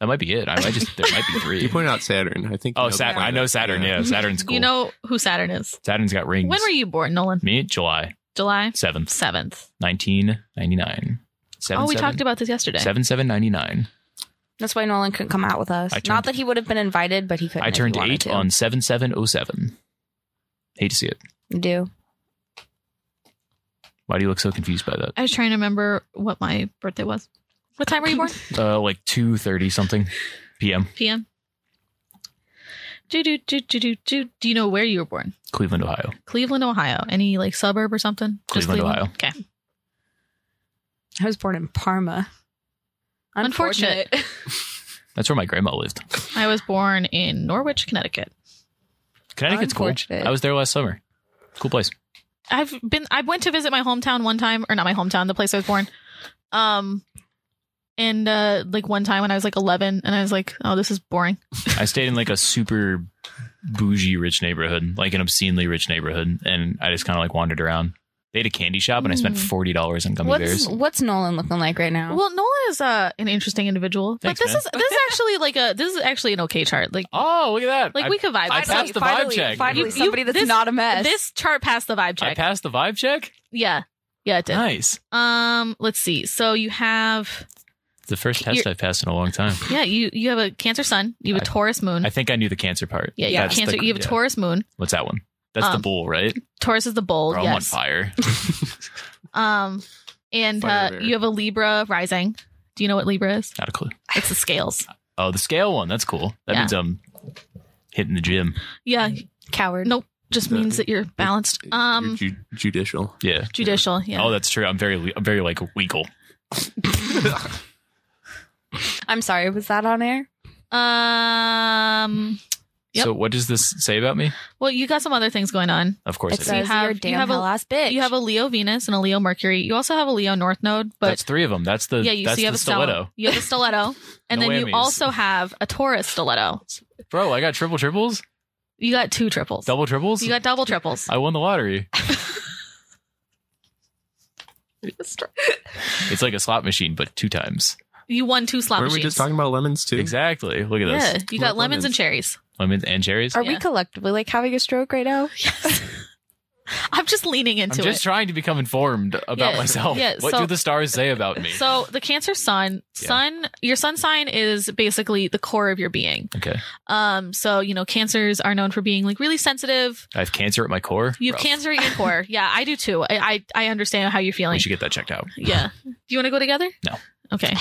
S2: that might be it. I might just there might be three.
S4: You point out Saturn. I think. you
S2: Oh,
S4: the
S2: Saturn. I
S4: planet.
S2: know Saturn. Yeah, Saturn's cool.
S3: You know who Saturn is?
S2: Saturn's got rings.
S3: When were you born, Nolan?
S2: Me, July
S3: July
S2: seventh,
S3: seventh.
S2: nineteen ninety nine.
S3: Oh, we talked about this yesterday.
S2: seven seven ninety nine.
S1: That's why Nolan couldn't come out with us.
S2: I turned-
S1: Not that he would have been invited, but he couldn't.
S2: I
S1: if he
S2: turned
S1: wanted
S2: eight
S1: to.
S2: on seven seven oh seven. Hate to see it.
S1: You do.
S2: Why do you look so confused by that?
S3: I was trying to remember what my birthday was. What time were you born?
S2: Uh, like two thirty something p.m.
S3: PM. Do do do do do do. Do you know where you were born?
S2: Cleveland, Ohio.
S3: Cleveland, Ohio. Any like suburb or something?
S2: Cleveland, Ohio.
S3: Okay.
S1: I was born in Parma.
S3: Unfortunate.
S2: That's where my grandma lived.
S3: I was born in Norwich, Connecticut.
S2: Connecticut's cool.
S1: Unfortunate.
S2: I was there last summer. Cool place.
S3: I've been I went to visit my hometown one time, or not my hometown, the place I was born. Um and uh like one time when I was like eleven and I was like, Oh, this is boring.
S2: I stayed in like a super bougie rich neighborhood, like an obscenely rich neighborhood, and I just kind of like wandered around. They had a candy shop, and I spent
S3: Mm.
S2: forty dollars on gummy
S1: What's
S2: bears.
S1: What's Nolan looking like right now?
S3: Well, Nolan is uh an interesting individual.
S2: Thanks,
S3: but this
S2: man.
S3: is this is actually like a this is actually an okay chart. Like
S2: Oh, look at that!
S3: like
S2: I,
S3: we could vibe.
S2: I
S3: check.
S2: passed the vibe
S1: finally,
S2: check.
S1: Finally,
S2: You-
S3: you-
S1: somebody that's
S3: this-
S1: not a mess.
S3: this chart passed the vibe
S2: I
S3: check.
S2: passed the vibe check.
S3: yeah. Yeah, it did.
S2: Nice.
S3: Um, let's see. So you have
S2: It's the first test
S3: You're-
S2: I've passed in a long time.
S3: yeah, you you have a Cancer Sun, you have a
S2: I-
S3: Taurus Moon.
S2: I think I knew the cancer part.
S3: yeah, you have
S2: That's the-
S3: Cancer. you have a
S2: yeah.
S3: Taurus Moon.
S2: What's that one? That's the
S3: Um,
S2: bull, right?
S3: Taurus is the bull.
S2: Bro, I'm on
S3: yes.
S2: fire.
S3: Um, and uh,
S4: Fire bear.
S3: you have a Libra rising. Do you know what Libra is?
S2: Not a clue.
S3: It's the scales.
S2: Oh, the scale one. That's cool. That
S3: Yeah.
S2: means I'm hitting the gym.
S3: Yeah,
S1: coward.
S3: No. just means that you're balanced.
S4: You're
S3: Um,
S4: ju- judicial.
S2: Yeah.
S3: judicial.
S2: Oh,
S3: Yeah.
S2: that's true. I'm very, le- I'm very like legal.
S1: I'm sorry. Was that on air?
S3: Um. Yep.
S2: So, what does this say about me?
S3: Well, you got some other things going on.
S2: Of course,
S1: It
S2: it is.
S1: says
S3: You have-
S1: you're a
S3: you
S1: damn
S3: have a-
S1: hell ass bitch.
S3: You have a Leo Venus and a Leo Mercury. You also have a Leo North Node,
S2: that's
S3: but
S2: three of them. That's the
S3: yeah, you
S2: that's
S3: so you have
S2: the
S3: a
S2: stiletto,
S3: You have a stiletto, and
S2: No
S3: then
S2: whammies.
S3: you also have a Taurus stiletto.
S2: bro. I got triple triples,
S3: You got two triples.
S2: double triples.
S3: You got double triples.
S2: I won the lottery. It's like a slot machine, but two times.
S3: You won two slot
S4: Weren't
S3: machines.
S4: we just talking about lemons too?
S2: Exactly. Look at
S3: yeah,
S2: this.
S3: you got
S4: Lemons.
S3: lemons and cherries.
S2: Lemons and cherries.
S1: Are we
S3: yeah.
S1: collectively like having a stroke right now?
S3: I'm just leaning
S2: I'm
S3: into
S2: just
S3: it.
S2: trying to become informed about
S3: Yeah,
S2: myself.
S3: yeah,
S2: what
S3: so-
S2: do the stars say about me?
S3: So the Cancer Sun,
S2: Yeah.
S3: Sun, your Sun sign is basically the core of your being.
S2: okay,
S3: Um, so you know, Cancers are known for being like really sensitive.
S2: I have cancer at my core.
S3: You have
S2: Rough.
S3: Cancer at your core. Yeah, I do too. I I, I understand how you're
S2: We
S3: feeling.
S2: should get that checked out.
S3: yeah. Do you want to go together?
S2: No.
S3: Okay.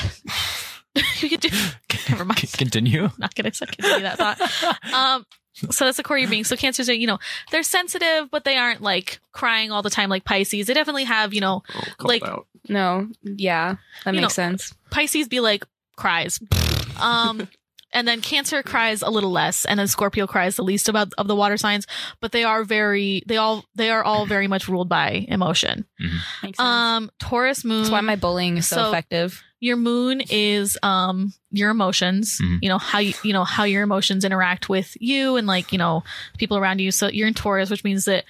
S3: you could do. Never mind.
S2: Continue.
S3: Not gonna continue that thought. Um. So that's the core of your being. So cancers are, you know, they're sensitive, but they aren't like crying all the time like Pisces. They definitely have, you know,
S4: Oh, called
S3: Like-
S4: out.
S1: No. Yeah, that
S3: You
S1: makes sense.
S3: Pisces be like cries. Um and then Cancer cries a little less and then Scorpio cries the least about of the water signs, but they are very they all they are all very much ruled by emotion.
S1: Makes sense.
S3: Um Taurus moon
S1: That's why my bullying is so,
S3: so-
S1: effective.
S3: your moon is um your emotions,
S2: Mhm.
S3: you know how you, you know how your emotions interact with you and like, you know, people around you. So you're in Taurus, which means that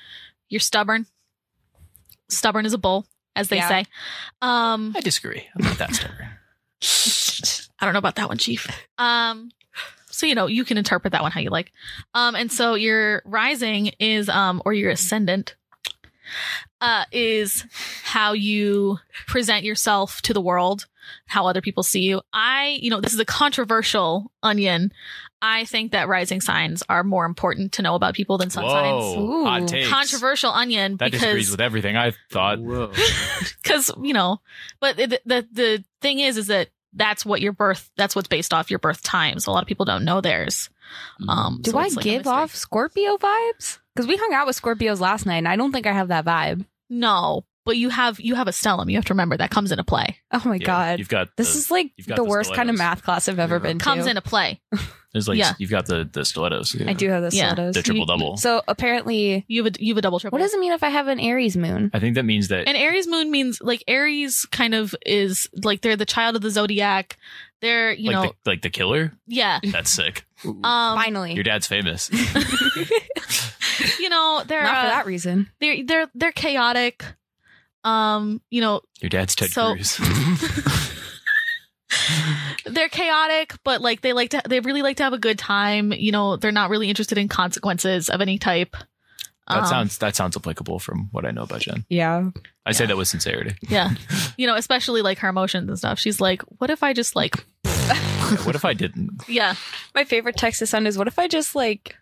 S3: you're stubborn. Stubborn as a bull, as they
S1: Yeah.
S3: say. Um
S2: I disagree. I'm not that stubborn.
S3: I don't know about that one, Chief. Um, so you know you can interpret that one how you like. Um, and so your rising is um, or your ascendant uh, is how you present yourself to the world, how other people see you. I, you know, this is a controversial onion. I think that rising signs are more important to know about people than sun signs.
S2: Whoa,
S1: Ooh.
S2: hot takes.
S3: Controversial onion
S2: That disagrees
S3: because Oh
S2: with everything I thought.
S4: Whoa.
S1: Mm-hmm.
S3: because you know but the, the the thing is is that that's what your birth that's what's based off your birth time so a lot of people don't know theirs um
S1: Do
S3: so
S1: I
S3: it's like a
S1: give
S3: mystery.
S1: off Scorpio vibes? Because we hung out with Scorpios last night, and I don't think I have that vibe.
S3: no but you have you have a stellum. You have to remember that comes into play.
S1: Oh my
S2: Yeah,
S1: god.
S2: You've got
S1: This
S2: the-
S1: is like
S2: you've got
S1: the
S2: the
S1: worst kind of
S2: stilettos.
S1: math class I've ever
S4: Yeah.
S1: been to.
S3: Comes into play.
S2: there's like
S3: yeah.
S2: you've got the the stilettos,
S4: Yeah.
S1: I do have the
S3: Yeah.
S1: stilettos.
S2: the triple double.
S1: So apparently,
S3: You have a you have a double triple.
S1: what does it mean if I have an Aries moon?
S2: I think that means that
S3: And Aries moon means like Aries kind of is like they're the child of the zodiac. They're you
S2: like
S3: know
S2: the, like the killer.
S3: yeah.
S2: That's sick.
S4: Ooh.
S3: Um,
S1: Finally,
S2: Your dad's famous.
S3: you know they're
S1: not for
S3: uh,
S1: that reason.
S3: they're they're they're chaotic. Um, you know
S2: Your dad's Ted
S3: So-
S2: Cruz.
S3: they're chaotic, but like they like to they really like to have a good time. You know they're not really interested in consequences of any type.
S2: That
S3: Um,
S2: sounds that sounds applicable from what I know about Jen.
S1: Yeah.
S2: I say that with sincerity.
S3: yeah. You know especially like her emotions and stuff. She's like, what if I just like
S2: Yeah, what if I didn't?
S3: yeah
S1: My favorite text to send is, "What if I just like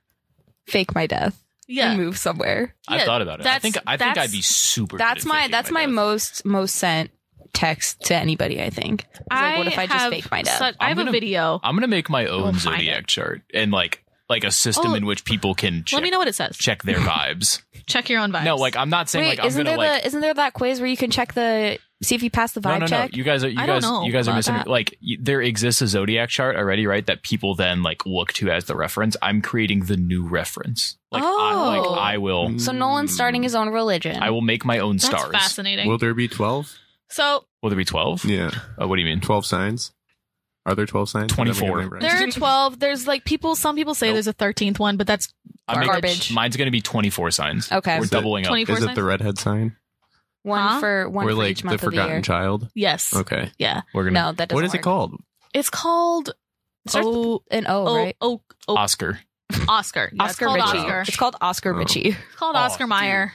S1: fake my death
S3: yeah
S1: and move somewhere?"
S2: I've
S3: Yeah,
S2: thought about it. I
S3: that's-
S2: think I think
S3: that's-
S2: I'd be super. good
S1: That's
S2: at
S1: my
S2: faking
S1: that's my
S2: death.
S1: most most sent text to anybody. I think. It's Like, what if I just
S3: have
S1: fake my death?
S3: such- I
S2: I'm
S3: have
S2: gonna-
S3: a video.
S2: I'm gonna make my own
S1: find
S2: zodiac chart and like like a system
S3: Oh,
S2: in which people can check,
S3: Let me know what it says.
S2: check
S3: Check,
S2: their vibes.
S3: your own vibes.
S2: No, like I'm not saying
S1: Wait,
S2: like I'm
S1: isn't
S2: gonna
S1: there
S2: like
S1: the isn't there that quiz where you can check the see if you pass the vibe
S2: no, no,
S1: check?
S2: no. You guys are you
S3: I don't
S2: guys
S3: know
S2: you guys are
S3: about
S2: missing
S3: that.
S2: like y- there exists a zodiac chart already, right? That people then like look to as the reference. I'm creating the new reference. Like I
S1: Oh.
S2: like I will
S1: So Nolan's starting his own religion.
S2: Mm. I will make my own
S3: Mm. that's
S2: stars.
S3: fascinating.
S4: Will there be twelve?
S3: so
S2: Will there be 12?
S4: Yeah,
S2: Oh, what do you mean?
S4: twelve signs. Are there twelve signs?
S2: 24.
S4: I don't remember.
S3: there are twelve. There's like people. Some people say
S2: Nope.
S3: there's a thirteenth one, but that's
S2: I'm making-
S1: Garbage.
S2: mine's going to be 24 signs.
S1: Okay.
S2: We're
S4: Is it-
S2: doubling up.
S3: 24
S4: Is it
S3: signs?
S4: the redhead sign?
S1: one
S3: Huh?
S1: for one
S4: or
S1: for
S4: like
S1: each
S4: the
S1: month of the
S4: forgotten
S1: year.
S4: child?
S3: yes.
S4: Okay.
S3: Yeah.
S2: We're going to
S1: No, that doesn't
S4: What is
S1: work.
S4: it called?
S3: It's called
S1: Starts with
S3: oh,
S1: an O,
S3: oh,
S1: right?
S3: oh, oh,
S2: Oscar.
S3: Oscar. Yeah,
S1: Oscar
S3: it's called
S1: Mitchie.
S3: Oscar.
S1: It's called Oscar
S4: Oh.
S1: Mitchie.
S3: It's called
S2: Oh,
S3: Oscar
S2: dude.
S3: Meyer.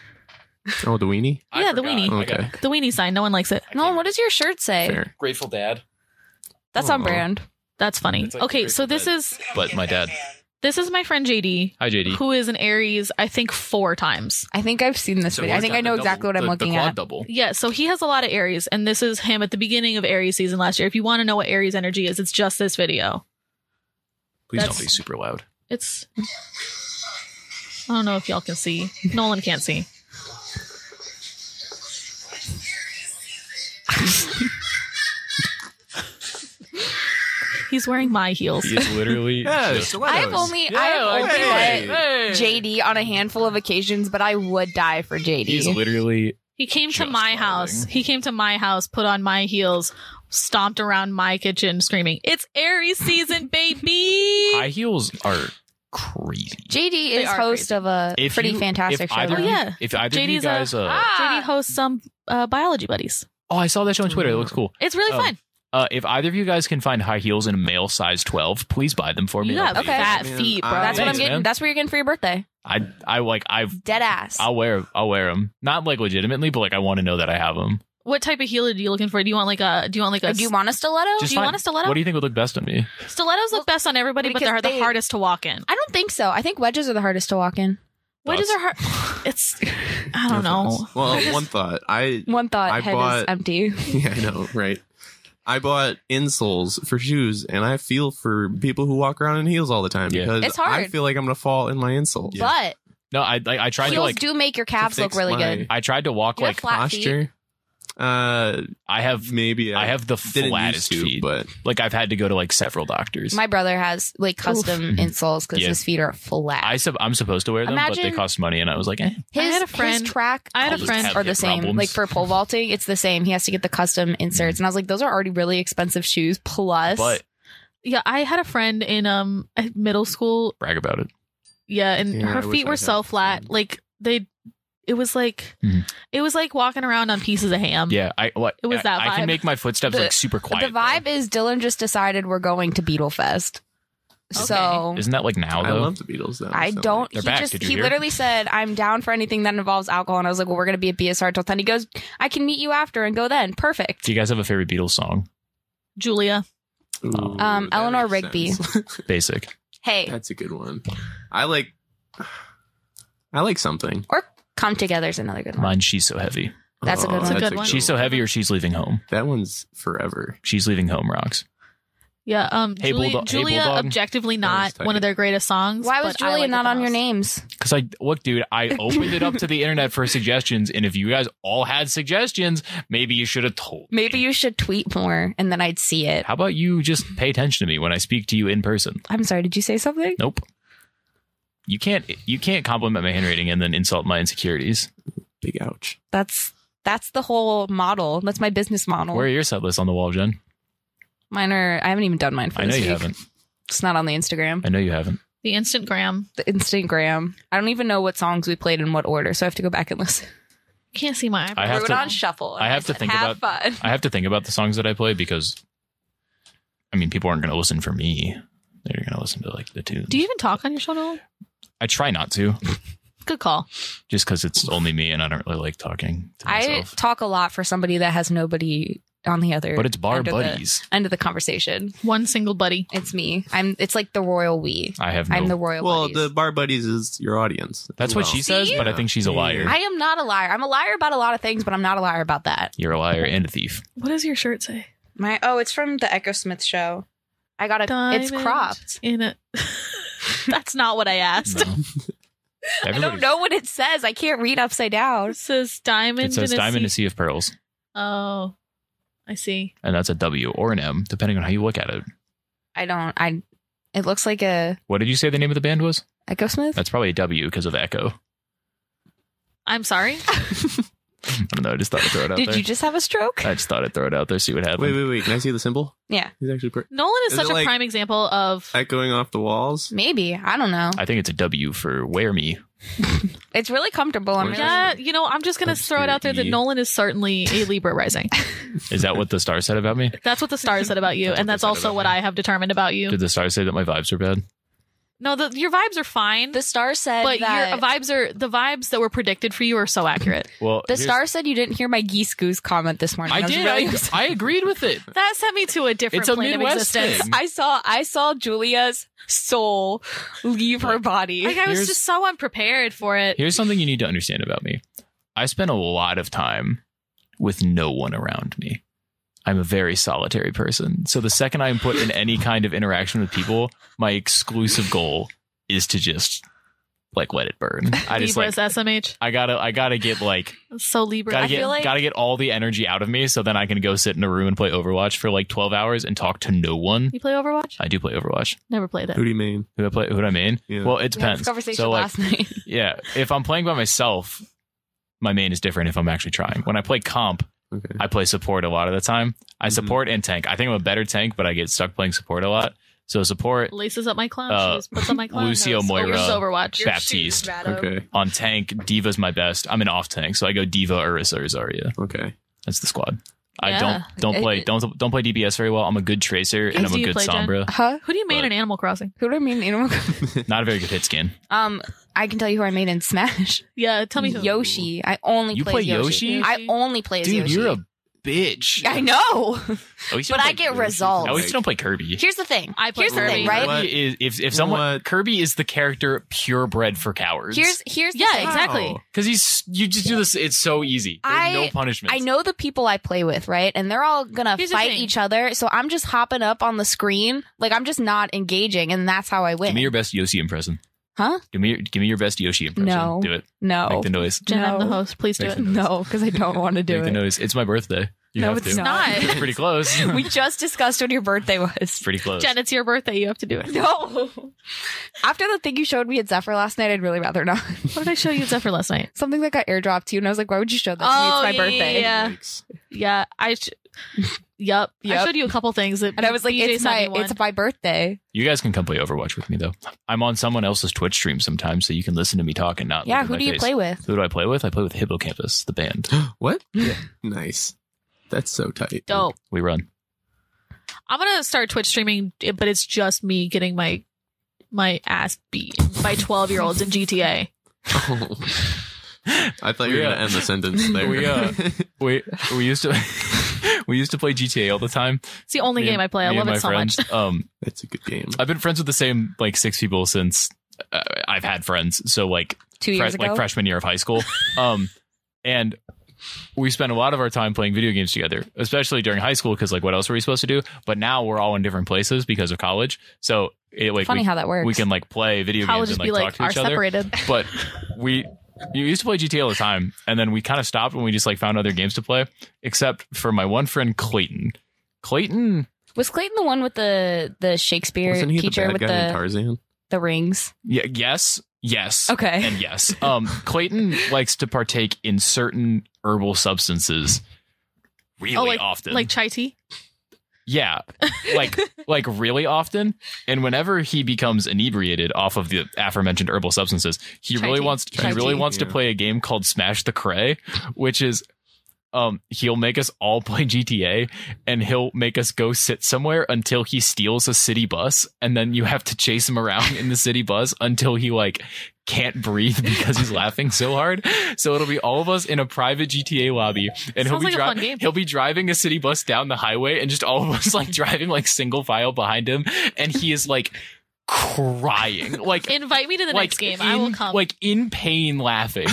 S4: Oh, the weenie.
S2: I
S3: Yeah, the
S2: forgot.
S3: weenie.
S2: I got
S4: Okay.
S2: it.
S3: The weenie sign. No one likes it.
S2: I
S1: Nolan,
S2: can't-
S1: what does your shirt say?
S4: Fair.
S2: Grateful Dad.
S1: That's on
S4: Aw.
S1: brand.
S3: That's funny.
S2: It's like
S3: okay,
S2: the
S3: so this
S2: Grateful
S3: is
S2: But my dad.
S3: this is my friend JD,
S2: Hi, JD.
S3: who is an Aries. I think four times.
S1: I think I've seen this
S2: So
S1: video. I
S2: he's
S1: think
S2: got
S1: I know
S2: the
S1: exactly
S2: double-
S1: what I'm
S2: the- the
S1: looking
S2: quad
S1: at.
S2: double.
S3: Yeah, so he has a lot of Aries, and this is him at the beginning of Aries season last year. If you want to know what Aries energy is, it's just this video.
S2: Please
S3: That's-
S2: don't be super loud.
S3: It's. I don't know if y'all can see. Nolan can't see. He's wearing my heels.
S2: He is literally. just-
S1: I've only I've only met JD on a handful of occasions, but I would die for
S2: He's
S1: JD.
S2: literally.
S3: He came to
S2: Just
S3: my house.
S2: darling.
S3: He came to my house, put on my heels, stomped around my kitchen screaming, It's Aries season, baby!
S2: High heels are crazy.
S1: JD
S3: They
S1: is
S3: are
S1: host
S3: crazy.
S1: of a
S2: If
S1: pretty
S2: you-
S1: fantastic
S2: if
S1: show.
S2: either
S1: though.
S2: of you-
S3: Oh, yeah.
S2: If either
S3: JD's
S2: of you guys.
S3: a-
S2: uh,
S1: Ah.
S3: JD hosts some uh, biology buddies.
S2: oh, I saw that show on Twitter. It looks cool.
S3: It's really
S2: Oh,
S3: fun.
S2: Uh, if either of you guys can find high heels in a male size 12, please buy them for me.
S3: You got
S2: I'll be-
S1: Okay.
S3: fat
S4: Man,
S3: feet, bro.
S4: I-
S1: That's what I'm
S2: Thanks,
S1: getting.
S2: man.
S1: That's what you're getting for your birthday.
S2: I I like I've
S1: Dead ass.
S2: I'll wear I'll wear them. Not like legitimately, but like I want to know that I have them.
S3: What type of heel are you looking for? Do you want like a? Do you want like a?
S1: do you want a stiletto?
S2: Just
S3: you
S2: find-
S3: want a stiletto?
S2: What do you think would look best on me?
S3: stilettos look best on everybody, but
S1: because
S3: they're
S1: they-
S3: the hardest to walk in.
S1: I don't think so. I think wedges are the hardest to walk in.
S3: Wedges are hard. It's. I don't know.
S4: Well, one thought. I
S1: One thought
S4: I
S1: head is
S4: bought-
S1: empty.
S4: yeah, I know, right? I bought insoles for shoes, and I feel for people who walk around in heels all the time
S2: Yeah.
S4: because
S1: It's hard.
S4: I feel like I'm gonna fall in my insole.
S2: No, I like I tried
S1: But
S2: to
S1: heels
S2: like
S1: do make your calves look
S4: fix
S1: really
S4: my
S1: good.
S2: I tried to walk
S1: You have
S2: like
S1: flat feet.
S4: Posture. Uh,
S2: I have
S4: maybe I,
S2: I have the
S4: didn't
S2: flattest
S4: used to,
S2: feet.
S4: but
S2: Like I've had to go to like several doctors.
S1: My brother has like custom insoles because
S2: Mm-hmm. Yeah.
S1: his feet are flat.
S2: I sub- I'm supposed to wear them, but they
S1: Imagine-
S2: cost money, and I was like, eh.
S1: his,
S3: I had a
S1: his
S3: friend-
S1: track
S3: I had a
S1: cleats
S3: friend-
S1: are the same.
S2: Problems. Mm-hmm.
S1: Like for pole vaulting, it's the same. He has to get the custom inserts, and I was like, those are already really expensive shoes. Plus,
S2: but
S3: Yeah, I had a friend in um middle school.
S2: brag about it.
S3: Yeah, and
S4: Yeah, I
S3: her
S4: wish
S3: feet
S4: I
S3: were
S4: had
S3: so
S4: the
S3: flat,
S4: same. Mm-hmm.
S3: like they. It was like,
S2: Mhm.
S3: it was like walking around on pieces of ham.
S2: Yeah, I what
S3: Um, It was that
S2: I, I
S3: vibe.
S2: can make my footsteps
S1: The-
S2: like super quiet.
S1: the vibe is Dylan just decided we're going to Beetle Fest,
S3: Okay.
S1: so
S2: though. isn't that like now
S4: I
S2: though?
S4: love the Beatles. Though
S1: I
S4: so
S1: don't.
S2: They're
S1: he
S2: back.
S1: just
S2: Did you
S1: he
S2: hear?
S1: literally said, "I'm down for anything that involves alcohol," and I was like, "Well, we're gonna be at BSR till ten. He goes, "I can meet you after and go then." Perfect.
S2: do you guys have a favorite Beatles song?
S3: Julia.
S4: much. Ooh,
S1: Um,
S4: that
S1: Eleanor
S4: makes
S1: Rigby.
S4: sense.
S2: Basic.
S1: Hey,
S4: That's a good one. I like. I like something.
S1: or come together is another good one.
S2: Mine. She's so heavy.
S1: That's a
S4: Oh,
S1: good one. That's
S3: a good one.
S2: She's so heavy, or she's leaving home.
S4: That one's forever.
S2: She's leaving home. Rocks.
S3: Yeah. Um.
S2: Hey,
S3: Julia,
S2: Bulldog- Hey,
S3: Julia
S2: Bulldog.
S3: objectively
S4: That was
S3: not
S4: tight.
S3: one of their greatest songs.
S1: Why was
S3: but I
S1: Julia
S3: like it
S1: not
S3: the
S1: on your
S3: most.
S1: names?
S2: Because I look, dude, I opened it up to the internet for suggestions, and if you guys all had suggestions, maybe you should have told. me.
S1: Maybe you should tweet more and then I'd see it.
S2: How about you just pay attention to me when I speak to you in person?
S1: I'm sorry, did you say something?
S2: Nope. You can't. You can't compliment my handwriting and then insult my insecurities.
S4: Big ouch.
S1: That's that's the whole model. That's my business model.
S2: Where are your set lists on the wall, Jen?
S1: Mine are I haven't even done mine for
S2: I know
S1: this week.
S2: you haven't.
S1: It's not on the Instagram.
S2: I know you haven't.
S3: The instant gram.
S1: The Instagram. I don't even know what songs we played in what order, so I have to go back and listen.
S3: Can't see my.
S2: I
S3: eyebrows.
S2: have
S1: Threw it
S2: to-
S1: on shuffle. and
S2: I have to
S1: said,
S2: think
S1: have fun.
S2: I have to think about the songs that I play because, I mean, people aren't going to listen for me. They're going to listen to like the tunes.
S3: Do you even talk on your show? Noel?
S2: I try not to,
S3: Good call.
S2: just because it's only me, and I don't really like talking to
S1: I
S2: myself.
S1: talk a lot for somebody that has nobody on the other
S2: but it's bar
S1: under the-
S2: buddies.
S1: end of the conversation.
S3: One single buddy.
S1: It's me. I'm it's like the royal we.
S2: I have no.
S1: I'm the royal
S4: Well,
S1: buddies.
S4: the bar buddies is your audience. as
S2: That's what
S4: well.
S2: she says,
S1: See?
S2: but I think she's a liar.
S1: I am not a liar. I'm a liar about a lot of things, but I'm not a liar about that.
S2: You're a liar and a thief.
S3: What does your shirt say?
S1: My oh, it's from the Echo Smith show. I got a it's
S3: Diamond
S1: cropped.
S3: In it. That's not what I
S2: No.
S3: asked.
S1: I don't
S2: Everybody-
S1: know what it says. I can't read upside down.
S3: It says diamond.
S2: It says
S3: in a
S2: diamond in a
S3: sea-
S2: sea of pearls,
S3: Oh, I see.
S2: and that's a W or an M, depending on how you look at it.
S1: I don't. I. It looks like a
S2: What did you say the name of the band was?
S1: Echo Smith.
S2: That's probably a W because of echo.
S3: I'm sorry.
S2: I don't know. I just thought I'd throw it out
S1: Did
S2: there.
S1: you just have a stroke?
S2: I just thought I'd throw it out there, see what happened.
S4: Wait, wait, wait. Can I see the symbol?
S1: Yeah.
S4: He's actually per-
S3: Nolan is,
S4: Is
S3: such
S4: it
S3: a
S4: like-
S3: prime example of.
S4: echoing off the walls.
S1: Maybe I don't know.
S2: I think it's a W for wear me.
S1: It's really comfortable. I'm
S4: Or-
S1: really,
S3: Yeah, you know, I'm just gonna
S2: Let's
S3: throw
S2: do
S3: it out there that
S2: E.
S3: Nolan is certainly a Libra rising.
S2: Is that what the star said about me?
S3: That's what the stars said about you,
S2: That's what
S3: and
S2: they
S3: that's
S2: said
S3: also
S2: about
S3: what
S2: me.
S3: I have determined about you.
S2: Did the star say that my vibes are bad?
S3: No, the, your vibes are fine,
S1: the star said
S3: but your
S1: that
S3: vibes are the vibes that were predicted for you are so accurate.
S2: Well,
S1: the
S2: here's-
S1: star said you didn't hear my geese goose comment this morning.
S2: I
S1: was
S2: did.
S1: really
S2: I,
S1: upset.
S2: I agreed with it.
S3: That sent me to a different
S2: It's a
S3: plane of
S2: Midwest
S3: existence.
S2: thing.
S1: I saw I saw Julia's soul leave her body.
S3: Like I was
S2: Here's-
S3: just so unprepared for it.
S2: Here's something you need to understand about me. I spend a lot of time with no one around me. I'm a very solitary person. So the second I'm put in any kind of interaction with people, my exclusive goal is to just like let it burn. I just
S3: Libra
S2: like
S3: is SMH.
S2: I gotta I gotta get like
S3: So Libra.
S2: gotta
S1: I
S2: get
S1: feel like-
S2: gotta get all the energy out of me so then I can go sit in a room and play Overwatch for like twelve hours and talk to no one.
S3: you play Overwatch?
S2: I do play Overwatch.
S3: Never played it.
S4: Who do you mean?
S2: Who I play who do I mean?
S4: Yeah.
S2: Well it
S1: We had this
S2: depends.
S1: conversation
S2: so like
S1: last night.
S2: yeah, if I'm playing by myself, my main is different if I'm actually trying. When I play comp,
S4: okay.
S2: I play support a lot of the time. I
S4: Mhm.
S2: support and tank. I think I'm a better tank, but I get stuck playing support a lot. So support
S3: Laces up my clown
S2: Uh,
S3: shoes. Puts on my clown
S2: Lucio
S3: nose.
S2: Moira.
S3: Oh, yours is Overwatch.
S2: Your Baptiste. shoes,
S4: Okay.
S2: on tank, Diva's my best. I'm an off tank, so I go Diva, Orisa, or Zarya.
S4: Okay.
S2: That's the squad. I
S3: Yeah.
S2: don't don't play don't don't play DBS very well. I'm a good tracer and
S3: Games
S2: I'm
S3: do
S2: a
S3: you
S2: good
S3: play, Jen?
S2: Sombra.
S1: Huh?
S3: Who do you main
S2: But-
S3: in Animal Crossing?
S1: Who do I mean? Animal
S2: Not a very good hit skin.
S1: Um, I can tell you who I made in Smash.
S3: Yeah, tell me who.
S1: Yoshi. I only
S2: You
S1: play,
S2: play Yoshi?
S1: I only play as
S2: Dude,
S1: Yoshi.
S2: you're a bitch.
S1: I know.
S2: At least you
S1: But
S2: don't
S1: I
S2: Oh, play-
S1: get
S4: Yoshi.
S1: results.
S2: At least you don't play Kirby.
S1: Here's the thing.
S3: I play
S1: Here's the
S3: Kirby.
S1: thing, right?
S4: What?
S2: Kirby is if if someone
S4: What?
S2: Kirby is the character purebred for cowards.
S1: Here's here's the
S3: Yeah,
S1: thing.
S3: exactly.
S4: Wow.
S2: Because he's you just do this. It's so easy. There's
S1: I-
S2: no punishment.
S1: I know the people I play with, right? And they're all gonna
S3: Here's the
S1: fight
S3: thing.
S1: each other. So I'm just hopping up on the screen, like I'm just not engaging, and that's how I
S2: Give
S1: win.
S2: me your best Yoshi impression.
S1: Huh?
S2: Give me your give me your best Yoshi impression.
S1: No.
S2: Do it.
S1: no,
S2: Make the noise.
S3: Jen, I'm the
S1: No.
S3: host. Please do
S2: Make
S3: it.
S2: the
S1: no, because I don't want to do
S2: Make the
S1: it.
S2: noise. It's my birthday. You
S1: No,
S2: have
S1: it's
S2: to.
S1: not.
S2: It's pretty close.
S1: we just discussed what your birthday was.
S2: pretty close.
S3: Jen, it's your birthday. You have to do it.
S1: No. After the thing you showed me at Zephyr last night, I'd really rather not.
S3: What did I show you at Zephyr last night?
S1: Something that got airdropped to you, and I was like, why would you show that to me? It's my birthday.
S3: Oh, Yeah,
S4: Yikes.
S3: yeah. I. Sh- yep. I
S1: Yep.
S3: showed you a couple things that.
S1: And I was like,
S3: BJ
S1: it's
S3: sent
S1: my
S3: me one.
S1: it's my birthday.
S2: You guys can come play Overwatch with me though. I'm on someone else's Twitch stream sometimes, so you can listen to me talk and not.
S1: yeah,
S2: look at
S1: who
S2: my
S1: do you
S2: face.
S1: play with?
S2: Who do I play with? I play with Hippocampus, the band.
S4: What?
S1: Yeah.
S4: nice. That's so tight.
S3: dope.
S2: We run.
S3: I'm gonna start Twitch streaming, eh, but it's just me getting my my ass beat by 12 year olds in GTA.
S4: Oh. I thought you were
S2: We, uh,
S4: gonna end the sentence there.
S2: we, uh, We we used to we used to play GTA all the time.
S3: It's the only
S2: Me and-
S3: game I play. I
S2: me and
S3: love
S2: my
S3: it so
S2: friends.
S3: much.
S2: Um,
S4: That's a good game.
S2: I've been friends with the same like six people since uh, I've had friends. So like
S1: Two years
S2: fre-
S1: ago.
S2: like freshman year of high school. Um, and we spent a lot of our time playing video games together, especially during high school, because like what else were we supposed to do? But now we're all in different places because of college. So it like
S1: Funny
S2: we,
S1: how that works.
S2: we can like play video
S3: How would
S2: games and
S3: just
S2: like
S3: be
S2: talk
S3: like
S2: to
S3: are
S2: each other.
S3: separated?
S2: But we you used to play GTA all the time, and then we kind of stopped when we just like found other games to play, except for my one friend Clayton. Clayton,
S1: was Clayton the one with the the Shakespeare
S4: Wasn't he
S1: teacher
S4: the bad
S1: with
S4: guy in
S1: the
S4: Tarzan?
S1: the rings?
S2: yeah, yes, yes,
S1: Okay.
S2: and yes. Um, Clayton likes to partake in certain herbal substances really
S3: Oh, like-
S2: often,
S3: Like chai tea?
S2: Yeah. Like like really often. And whenever he becomes inebriated off of the aforementioned herbal substances, he
S1: Chai
S2: really
S1: tea.
S2: wants
S1: Chai
S2: he really
S1: tea.
S2: wants to
S4: Yeah.
S2: play a game called Smash the Cray, which is um he'll make us all play GTA and he'll make us go sit somewhere until he steals a city bus and then you have to chase him around in the city bus until he like can't breathe because he's laughing so hard. So it'll be all of us in a private GTA lobby and he'll
S3: Sounds
S2: be
S3: like a
S2: dri-
S3: fun game.
S2: he'll be driving a city bus down the highway and just all of us like driving like single file behind him and he is like crying like
S3: Invite me to the
S2: like
S3: next game. I
S2: in-
S3: will come.
S2: like in pain laughing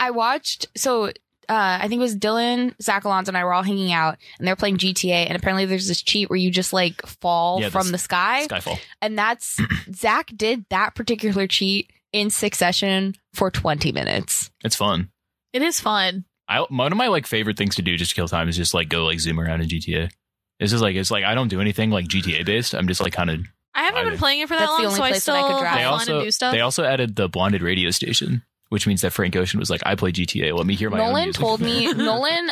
S1: I watched so uh, I think it was Dylan, Zach Alonso, and I were all hanging out, and they're playing GTA. And apparently, there's this cheat where you just like fall
S2: Yeah,
S1: from
S2: this-
S1: the sky,
S2: skyfall
S1: and that's Zach did that particular cheat in succession for 20 minutes.
S2: it's fun
S3: it is fun.
S2: i one of my like favorite things to do just to kill time is just like go like zoom around in gta this is like it's like i don't do anything like gta based i'm just like kind of
S3: I haven't
S2: I
S3: been
S2: did.
S3: playing it for that
S1: That's the only
S3: long, so I
S1: place that I
S3: still
S1: could drive.
S3: have
S2: They
S3: fun and
S2: also-
S3: do stuff.
S1: Uh,
S2: they also added the blonded radio station which means that frank ocean was like i play gta let me hear my own
S1: Nolan
S2: music."
S1: told me, Nolan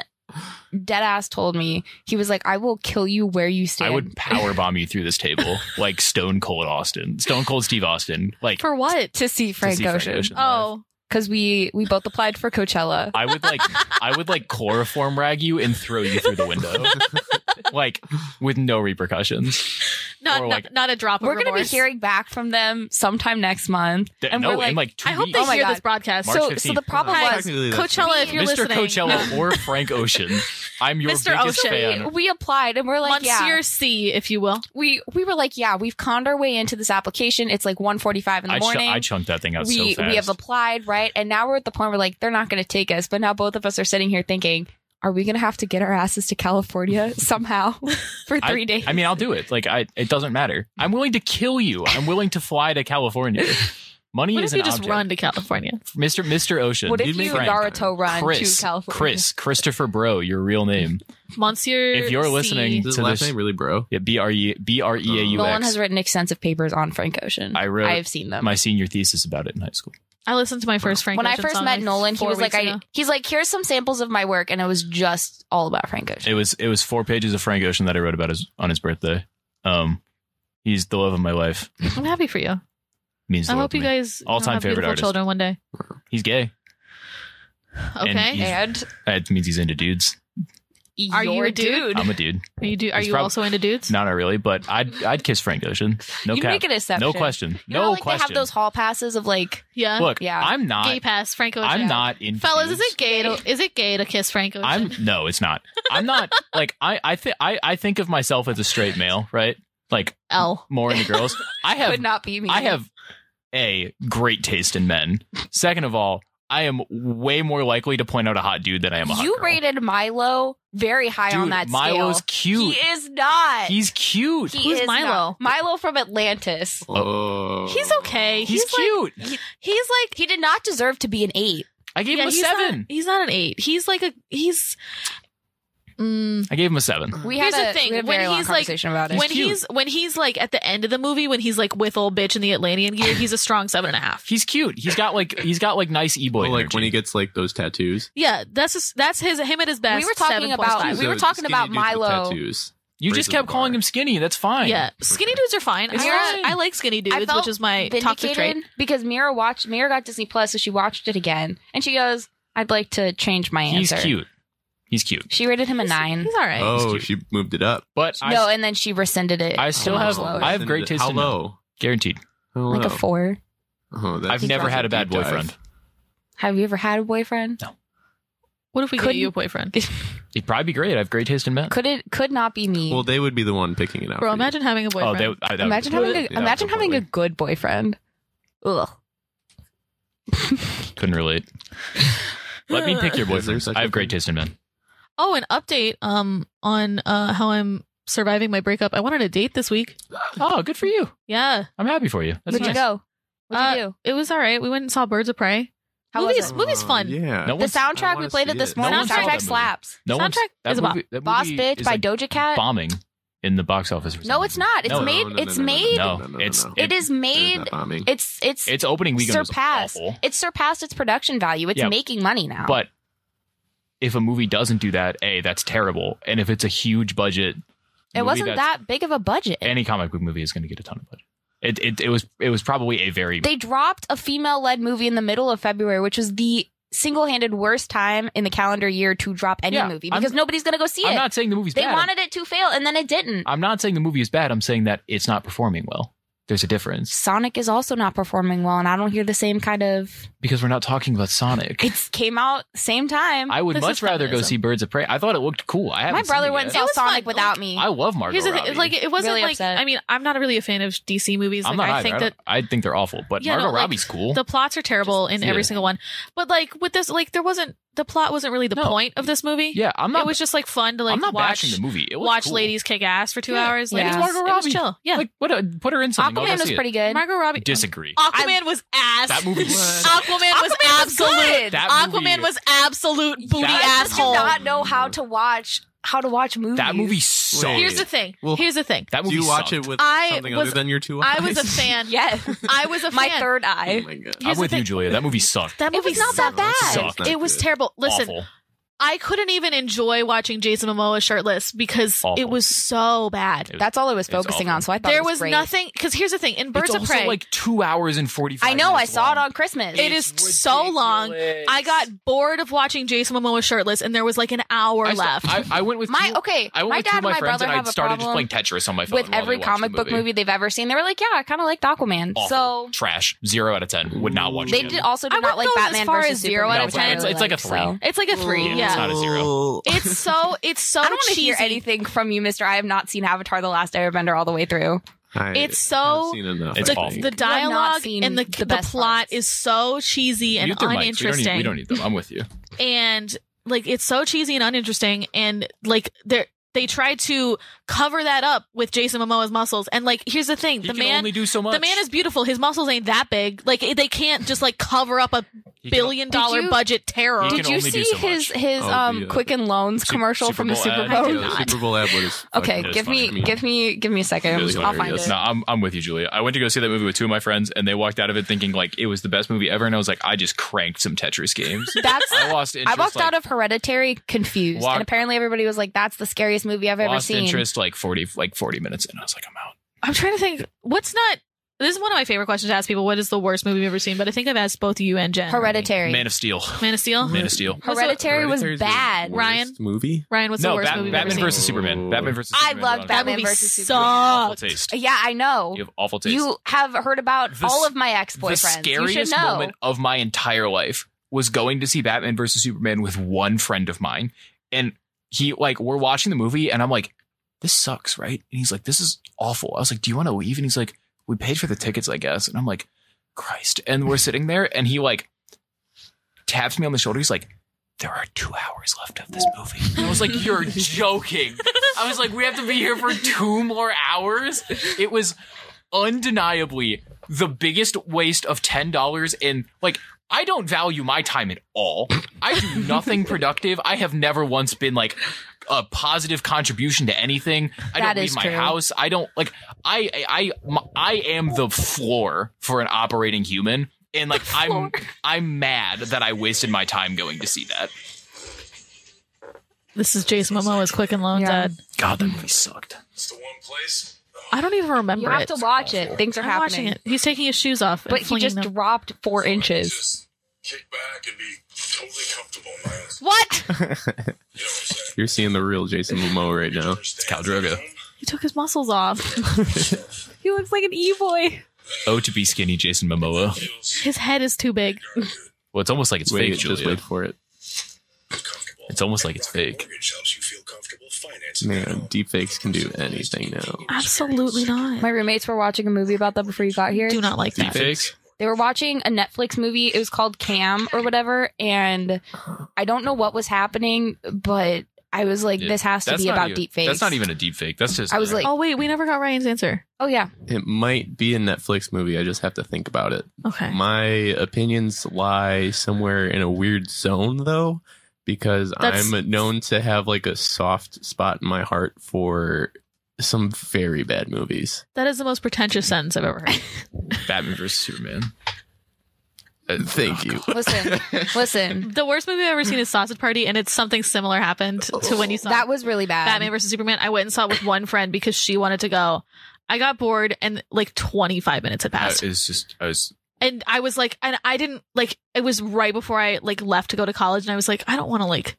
S1: dead ass told me, he was like, I will kill you where you stand.
S2: I would power bomb you through this table like Stone Cold Austin, Stone Cold Steve Austin. Like
S3: for what?
S1: to see Frank
S2: see Frank
S1: Ocean
S2: Ocean.
S3: Oh,
S1: because we we both applied for Coachella.
S2: I would like I would like chloroform rag you and throw you through the window, like with no repercussions.
S3: not,
S2: Or
S3: not-
S2: like-
S3: not a drop of
S1: We're gonna be
S3: remorse.
S1: hearing back from them sometime next month.
S2: Th-
S1: And
S2: no,
S1: we're
S2: in
S1: like-
S2: like two
S3: I hope
S2: weeks.
S3: they
S1: Oh my
S3: hear this
S1: God.
S3: broadcast.
S2: March
S1: so, so
S2: 15th.
S1: the problem
S3: Hi.
S1: was
S4: Technically, that's-
S3: Coachella, if you're
S2: Mr.
S3: listening,
S2: Coachella or Frank Ocean, I'm your
S3: Mr.
S2: biggest
S3: Ocean.
S2: fan.
S1: we applied and we're like,
S3: Monsieur
S1: yeah,
S3: C, if you will.
S1: we we were like, yeah, we've conned our way into this application. It's like 1.45 in the
S2: I, chu-
S1: morning.
S2: I chunked that thing out
S1: we
S2: so fast.
S1: we have applied right, and now we're at the point where like they're not going to take us. But now both of us are sitting here thinking, are we going to have to get our asses to California somehow for three days?
S2: I mean, I'll do it. Like, I it doesn't matter. I'm willing to kill you. I'm willing to fly to California. Money
S3: What
S2: is
S3: if
S2: an
S3: you just
S2: object.
S3: run to California?
S2: Mr. Mr. Ocean.
S1: what if
S4: you'd
S1: you
S4: make
S2: Frank,
S1: Naruto run
S2: Chris,
S1: to California?
S2: Chris, Christopher Bro, your real name.
S3: Monsieur
S2: If you're
S3: C.
S2: listening-
S4: Is his
S2: to
S4: last
S2: this-
S4: name really bro?
S2: Yeah, B R E B R E A U
S1: Nolan
S2: X.
S1: has written extensive papers on Frank Ocean.
S2: I wrote
S1: I have seen them.
S2: my senior thesis about it in high school.
S3: I listened to my first Frank
S1: when I
S3: Ocean
S1: first
S3: song,
S1: met
S3: like,
S1: Nolan, he
S3: four
S1: was like,
S3: weeks
S1: "I."
S3: ago.
S1: He's like, "Here's some samples of my work," and it was just all about Frank Ocean.
S2: It was it was four pages of Frank Ocean that I wrote about his on his birthday. Um, he's the love of my life.
S3: I'm happy for you.
S2: Means the
S3: I
S2: world
S3: hope
S2: to
S3: you
S2: me.
S3: guys you know,
S2: All-time
S3: have
S2: favorite
S3: beautiful
S2: artist.
S3: children one day.
S2: He's gay.
S3: Okay.
S2: he's-
S1: And
S2: That means he's into dudes.
S3: Are you
S1: you're
S3: a dude?
S2: I'm a dude.
S3: Are you do, are
S2: He's
S3: you
S2: prob-
S3: also into dudes?
S2: Not really, but I'd I'd kiss Frank Ocean. No
S1: You'd
S2: cap.
S1: make an exception.
S2: no question.
S1: You
S2: no
S1: know, like
S2: question.
S1: They have those hall passes of like,
S3: Uh, Yeah.
S2: Look,
S1: Yeah.
S2: I'm not.
S3: gay pass, Frank Ocean.
S2: I'm not into
S3: Fellas, is
S2: dudes.
S3: it gay? To, is it gay to kiss Frank Ocean?
S2: I'm no, it's not. I'm not like I I think I I think of myself as a straight male, right? Like
S3: L.
S2: more into girls. I have
S1: would not be me.
S2: I have a great taste in men. Second of all, I am way more likely to point out a hot dude than I am a hot
S1: you
S2: girl.
S1: rated Milo very high
S2: Dude,
S1: on that
S2: Milo's
S1: scale.
S2: cute.
S1: He is not.
S2: He's cute.
S1: He
S3: Who's
S1: is
S3: Milo?
S1: not. Milo from Atlantis.
S4: Oh.
S3: He's okay.
S2: he's,
S3: like-
S2: cute.
S1: He's like he did not deserve to be an eight.
S2: I gave
S3: yeah,
S2: him a
S3: he's
S2: seven.
S3: Not, he's not an eight. He's like a he's. Mm,
S2: I gave him a seven.
S1: We
S3: Here's
S1: had
S3: the
S1: a,
S3: thing,
S1: We had a
S3: when
S1: very long
S3: he's, like-
S1: conversation about it.
S3: when
S2: cute.
S3: he's when he's like at the end of the movie when he's like with old bitch in the Atlantean gear, he's a strong seven and a half.
S2: He's cute. He's got like he's got like nice e boy.
S4: Well, like when he gets like those tattoos.
S3: Yeah, that's just, that's his him at his best.
S1: We were talking about-
S3: 7.5.
S1: we were
S4: So,
S1: talking
S4: skinny
S1: about
S4: dudes with
S1: Milo.
S4: Tattoos.
S2: you just
S4: raises
S2: kept
S4: the
S2: calling
S4: bar.
S2: him skinny. That's fine.
S3: Yeah, skinny dudes are fine.
S2: It's
S3: Mira,
S2: fine.
S3: I like skinny
S1: I
S3: dudes,
S1: felt
S3: which is my toxic trait.
S1: vindicated because Mira watched Mira got Disney Plus, so she watched it again, and she goes, "I'd like to change my
S2: he's
S1: answer."
S2: cute. He's cute.
S1: She rated him a nine.
S3: He's all right.
S4: Oh,
S2: cute.
S4: she moved it up.
S2: But I
S1: no, and then she rescinded it.
S2: I still
S1: Oh.
S2: have-
S1: Lower.
S2: I have great taste
S4: How
S2: in men.
S4: low?
S2: guaranteed.
S4: How
S1: like
S4: low?
S1: a four.
S4: Oh, that's-
S2: I've never
S4: that's
S2: had a bad
S4: deep dive.
S2: boyfriend.
S1: Have you ever had a boyfriend?
S3: what if we get
S1: couldn't-
S3: you a boyfriend?
S2: He'd probably be great. I have great taste in men.
S1: Could it? Could not be me.
S4: Well, they would be the one picking it out.
S3: Bro,
S4: for you.
S3: imagine having a
S2: Oh,
S3: boyfriend.
S2: they, I, that would-
S1: imagine having a
S4: Yeah,
S1: imagine having a
S4: completely.
S1: good boyfriend. Ugh.
S2: couldn't relate. Let me pick your
S4: Is there
S2: boyfriend.
S4: such
S2: I
S4: a
S2: have great
S4: thing?
S2: taste in men.
S3: Oh, an update um on uh how I'm surviving my breakup. I wanted a date this week.
S2: Oh, good for you.
S3: Yeah,
S2: I'm happy for you. That's
S1: Where'd you
S2: nice.
S1: go? What'd you do?
S3: it was all right. We went and saw Birds of Prey.
S1: How
S3: movies-
S1: was it?
S3: movie's
S4: Oh,
S3: fun.
S4: Yeah.
S2: No
S1: The
S2: one's,
S4: I
S1: soundtrack we
S4: wanna
S1: played
S4: see
S1: it this
S4: it. No
S1: morning.
S3: one's saw
S1: soundtrack
S2: that
S1: slaps.
S2: no one's-
S3: soundtrack
S2: that
S3: is a bop.
S2: movie- that
S1: Boss
S2: movie
S1: Bitch
S2: is
S1: by
S2: like
S1: Doja Cat.
S2: bombing in the box office. or
S1: No,
S2: something.
S1: it's not. It's
S2: No,
S1: made. it's made.
S2: No, it's-
S4: no.
S1: It is
S4: There's
S1: made.
S4: that bombing.
S1: It's it's
S2: Its opening weekend
S1: surpassed.
S2: was awful.
S1: It's surpassed its production value. It's
S2: Yeah.
S1: making money now.
S2: But if a movie doesn't do that, a that's terrible. And if it's a huge budget,
S1: it
S2: movie
S1: wasn't
S2: that's-
S1: that big of a budget.
S2: Any comic book movie is going to get a ton of budget. It, it it was it was probably a very
S1: They dropped a female led movie in the middle of February, which was the single handed worst time in the calendar year to drop any
S2: Yeah,
S1: movie
S2: I'm-
S1: because nobody's going to go see
S2: I'm
S1: it.
S2: not saying the movie's
S1: they
S2: bad.
S1: wanted it to fail and then it didn't.
S2: I'm not saying the movie is bad. I'm saying that it's not performing well. There's a difference
S1: Sonic is also not performing well, and I don't hear the same kind of.
S2: because we're not talking about Sonic.
S1: It came out same time.
S2: I would
S3: This
S2: much
S3: is
S2: rather go
S3: feminism.
S2: see Birds of Prey. I thought it looked cool. I
S1: My
S2: haven't seen
S1: brother
S2: it
S1: went and
S2: yet.
S1: saw
S3: It was fun.
S1: Sonic without me.
S2: I love Margot
S3: Here's the thing,
S2: Robbie.
S3: like it wasn't
S1: Really
S3: like
S1: upset.
S3: I mean, I'm not really a fan of DC movies.
S2: I'm
S3: like
S2: not
S3: I
S2: either.
S3: think
S2: don't-
S3: that
S2: I think they're awful, but
S3: Yeah,
S2: Margot
S3: no, like,
S2: Robbie's cool.
S3: the plots are terrible in
S2: yeah.
S3: every single one. But like with this, like there wasn't the plot wasn't really the
S2: No.
S3: point of this movie.
S2: yeah, I'm not.
S3: it was just like fun to like
S2: I'm not
S3: watch
S2: bashing the movie. It was
S3: watch
S2: cool.
S3: ladies kick ass for two
S2: Yeah.
S3: hours. Like
S1: Yeah.
S3: it,
S1: It's
S3: was,
S2: Margot
S3: it was
S2: Robbie.
S3: chill. Yeah,
S2: Like, what a, put her in something. I'll go
S1: Aquaman was
S2: see it.
S1: pretty good.
S3: Margot Robbie.
S2: Disagree.
S3: Aquaman was ass.
S2: That movie. sucked.
S3: Aquaman was
S1: Aquaman was
S3: absolute.
S1: good.
S2: That movie-
S3: Aquaman was absolute booty
S1: I just do
S3: asshole.
S1: not know how to watch how to watch movies.
S2: that movie sucked.
S3: Here's the thing.
S4: Well,
S3: Here's the thing.
S2: that
S4: Do
S2: movie
S4: you watch
S2: sucked.
S4: it with
S3: I
S4: something
S3: was-
S4: other than your two eyes?
S3: I was a fan.
S1: Yes,
S3: I was a
S1: my
S3: fan.
S1: third
S4: Oh
S1: eye.
S4: my god.
S3: Here's
S2: I'm
S3: the
S2: with you,
S3: thing.
S2: Julia. That movie sucked.
S3: That
S1: It
S3: movie
S1: was not that
S3: sucked.
S1: bad.
S2: Sucked.
S3: It was terrible. Listen,
S2: Awful.
S3: I couldn't even enjoy watching Jason Momoa shirtless because
S2: Awful.
S3: it was so bad.
S2: It was-
S1: That's all I was
S2: It's
S1: focusing
S2: awful.
S1: on. So I thought
S3: There
S1: it was,
S3: was
S1: great.
S3: nothing. Because here's the thing: in Birds
S2: it's
S3: of
S2: also
S3: Prey,
S2: like two hours and forty five.
S1: I know. I saw it on Christmas.
S3: It is so long. I got bored of watching Jason Momoa shirtless, and there was like an hour
S2: I saw-
S3: left.
S2: I, I went with
S1: my
S2: two,
S1: okay.
S2: I went
S1: my
S2: with
S1: dad
S2: two of
S1: and
S2: my
S1: my
S2: friends
S1: brother
S2: and I
S1: have a
S2: started just
S1: problem
S2: playing Tetris on my phone
S1: with
S2: while
S1: every
S2: they watched
S1: comic
S2: the
S1: book movie they've ever seen. They were like, "Yeah, I kind of liked Aquaman."
S2: Awful.
S1: So
S2: Trash. Zero out of ten. Would not watch
S1: they
S2: it. again.
S1: did also
S3: I
S1: did not like
S3: wouldn't go as
S1: Batman
S3: far
S1: versus
S3: as zero
S1: Superman,
S3: out of
S1: which I
S3: 10.
S1: really
S2: It's like a three.
S1: liked, so.
S3: it's like a three.
S2: Ooh.
S3: Yeah,
S2: It's not a zero.
S3: it's so it's so
S1: I don't want to
S3: cheesy.
S1: hear anything from you, Mister. I have not seen Avatar: The Last Airbender all the way through.
S4: I
S3: It's
S4: haven't
S3: so
S4: seen enough,
S2: It's
S4: I
S3: the,
S2: awful.
S4: think.
S3: the
S1: not
S3: dialogue
S1: seen
S3: and the
S1: the
S3: the,
S1: best
S3: plot
S1: parts.
S3: is so cheesy and
S2: Mute their mics. We don't, need,
S3: uninteresting.
S2: we don't need them. I'm with you.
S3: and like it's so cheesy and uninteresting and like they they tried to cover that up with Jason Momoa's muscles and like here's the thing
S2: He
S3: the
S2: can
S3: man
S2: only do so much.
S3: the man is beautiful his muscles ain't that big like it- they can't just like cover up a
S2: He can-
S3: billion dollar
S1: you-
S3: budget terror
S2: He
S1: Did
S2: can
S1: you
S2: only do
S1: see
S2: so much.
S1: his his
S4: Oh,
S1: um
S4: the, uh,
S1: Quicken Loans
S2: Sup-
S1: commercial
S2: Super
S1: from the
S2: Bowl
S1: Super
S2: ad.
S1: Bowl?
S3: I did
S4: Yeah,
S3: not.
S4: Super Bowl ad was
S1: Okay,
S2: It was
S1: give me
S2: funny.
S1: give me give me a
S4: It was
S1: second. I'll find
S4: hilarious.
S1: it.
S2: No, I'm, I'm with you, Julia. I went to go see that movie with two of my friends, and they walked out of it thinking like it was the best movie ever. And I was like, I just cranked some Tetris games.
S1: That's
S2: I lost interest.
S1: I walked
S2: like,
S1: out of Hereditary confused,
S2: Walk-
S1: and apparently everybody was like, "That's the scariest movie I've ever
S2: lost
S1: seen."
S2: interest like forty like forty minutes in. I was like, I'm out.
S3: I'm trying to think what's not this is one of my favorite questions to ask people what is the worst movie you've ever seen but I think I've asked both you and Jen
S1: Hereditary.
S2: Man of Steel.
S3: Man of Steel
S2: Man of Steel.
S1: Hereditary was
S4: Hereditary's the
S1: bad.
S4: worst
S3: Ryan?
S4: movie.
S3: Ryan what's the
S2: no,
S3: worst
S2: Bat-
S3: movie you've ever
S2: Batman
S3: seen?
S2: versus Superman.
S4: Ooh.
S2: Batman versus.
S1: I
S2: Superman
S1: loved
S2: is one of
S1: Batman
S3: movie
S1: versus
S2: my-
S1: Superman.
S2: Awful taste.
S1: Yeah, I know.
S2: You have awful taste.
S1: You have heard about
S2: The
S1: all
S2: s-
S1: of my ex
S2: the
S1: boyfriends. You should
S2: scariest
S1: know.
S2: moment of my entire life was going to see Batman versus Superman with one friend of mine, and he like we're watching the movie, and I'm like, "This sucks, right?" And he's like, "This is awful." I was like, "Do you want to leave?" And he's like, "We paid for the tickets, I guess." And I'm like, "Christ!" And we're sitting there, and he like taps me on the shoulder. He's like, "There are two hours left of this movie." And I was like, "You're joking." I was like, "We have to be here for two more hours." It was undeniably the biggest waste of ten dollars in like I don't value my time at all. I do nothing productive. I have never once been like a positive contribution to anything. I
S1: That
S2: don't leave
S1: is
S2: my
S1: true.
S2: house. I don't like I I I, I am the floor for an operating human. And like I'm I'm mad that I wasted my time going to see that.
S3: This is Jason Momoa's Quick and Loans
S1: Yeah.
S3: ad.
S2: God, that movie sucked.
S5: It's the one place.
S3: I don't even remember
S1: you have
S3: it.
S1: to watch it. Things are
S3: I'm
S1: happening.
S3: watching it. He's taking his shoes off. and
S1: But he
S3: flinging
S1: just
S3: them.
S1: dropped four
S5: where I can
S1: inches.
S5: Just kick back and be totally comfortable in my own.
S3: what?
S5: You know what I'm saying?
S4: You're seeing the real Jason Momoa right now.
S5: It's
S2: Khal Drogo.
S3: He took his muscles off.
S1: He looks like an e boy.
S2: Oh, to be skinny, Jason Momoa.
S3: His head is too big.
S2: Well, it's almost like it's
S4: Wait,
S2: fake,
S4: just
S2: Julia.
S4: wait for it.
S2: It's almost like it's fake.
S5: Mortgage helps you feel comfortable financing that
S4: Man,
S5: home.
S4: deepfakes can do anything now.
S3: Absolutely not.
S1: My roommates were watching a movie about that before you got here.
S3: do not like that.
S2: Deepfakes.
S1: They were watching a Netflix movie. It was called Cam or whatever, and I don't know what was happening, but I was like,
S2: Yeah,
S1: "This has to
S2: That's
S1: be
S2: not
S1: about
S2: even-
S1: deep fakes."
S2: That's not even a deep fake. That's just
S1: I was like-
S3: Oh wait, we never got Ryan's answer.
S1: Oh yeah,
S4: It might be a Netflix movie. I just have to think about it.
S3: Okay.
S4: My opinions lie somewhere in a weird zone, though, because
S3: That's-
S4: I'm known to have like a soft spot in my heart for some very bad movies.
S3: That is the most pretentious sentence I've ever heard.
S2: Batman versus Superman.
S4: Uh, Thank you.
S1: listen, listen.
S3: the worst movie I've ever seen is Sausage Party, and it's something similar happened to when you saw
S1: That was really bad.
S3: Batman versus Superman. I went and saw it with one friend because she wanted to go. I got bored, and like 25 minutes had
S2: That
S3: passed,
S2: is just. I was.
S3: and I was like, and I didn't like. It was right before I like left to go to college, and I was like, I don't want to like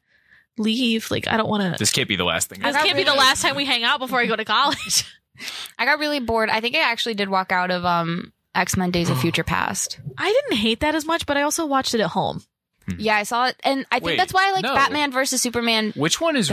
S3: leave. Like, I don't want to.
S2: This can't be the last thing. I
S3: This can't be the last time we hang out before I go to college.
S1: I got really bored. I think I actually did walk out of um X Men Days of Future Past.
S3: I didn't hate that as much, but I also watched it at home.
S1: Yeah, I saw it, and I think
S2: Wait,
S1: that's why I like
S2: no.
S1: Batman versus Superman.
S2: Which one is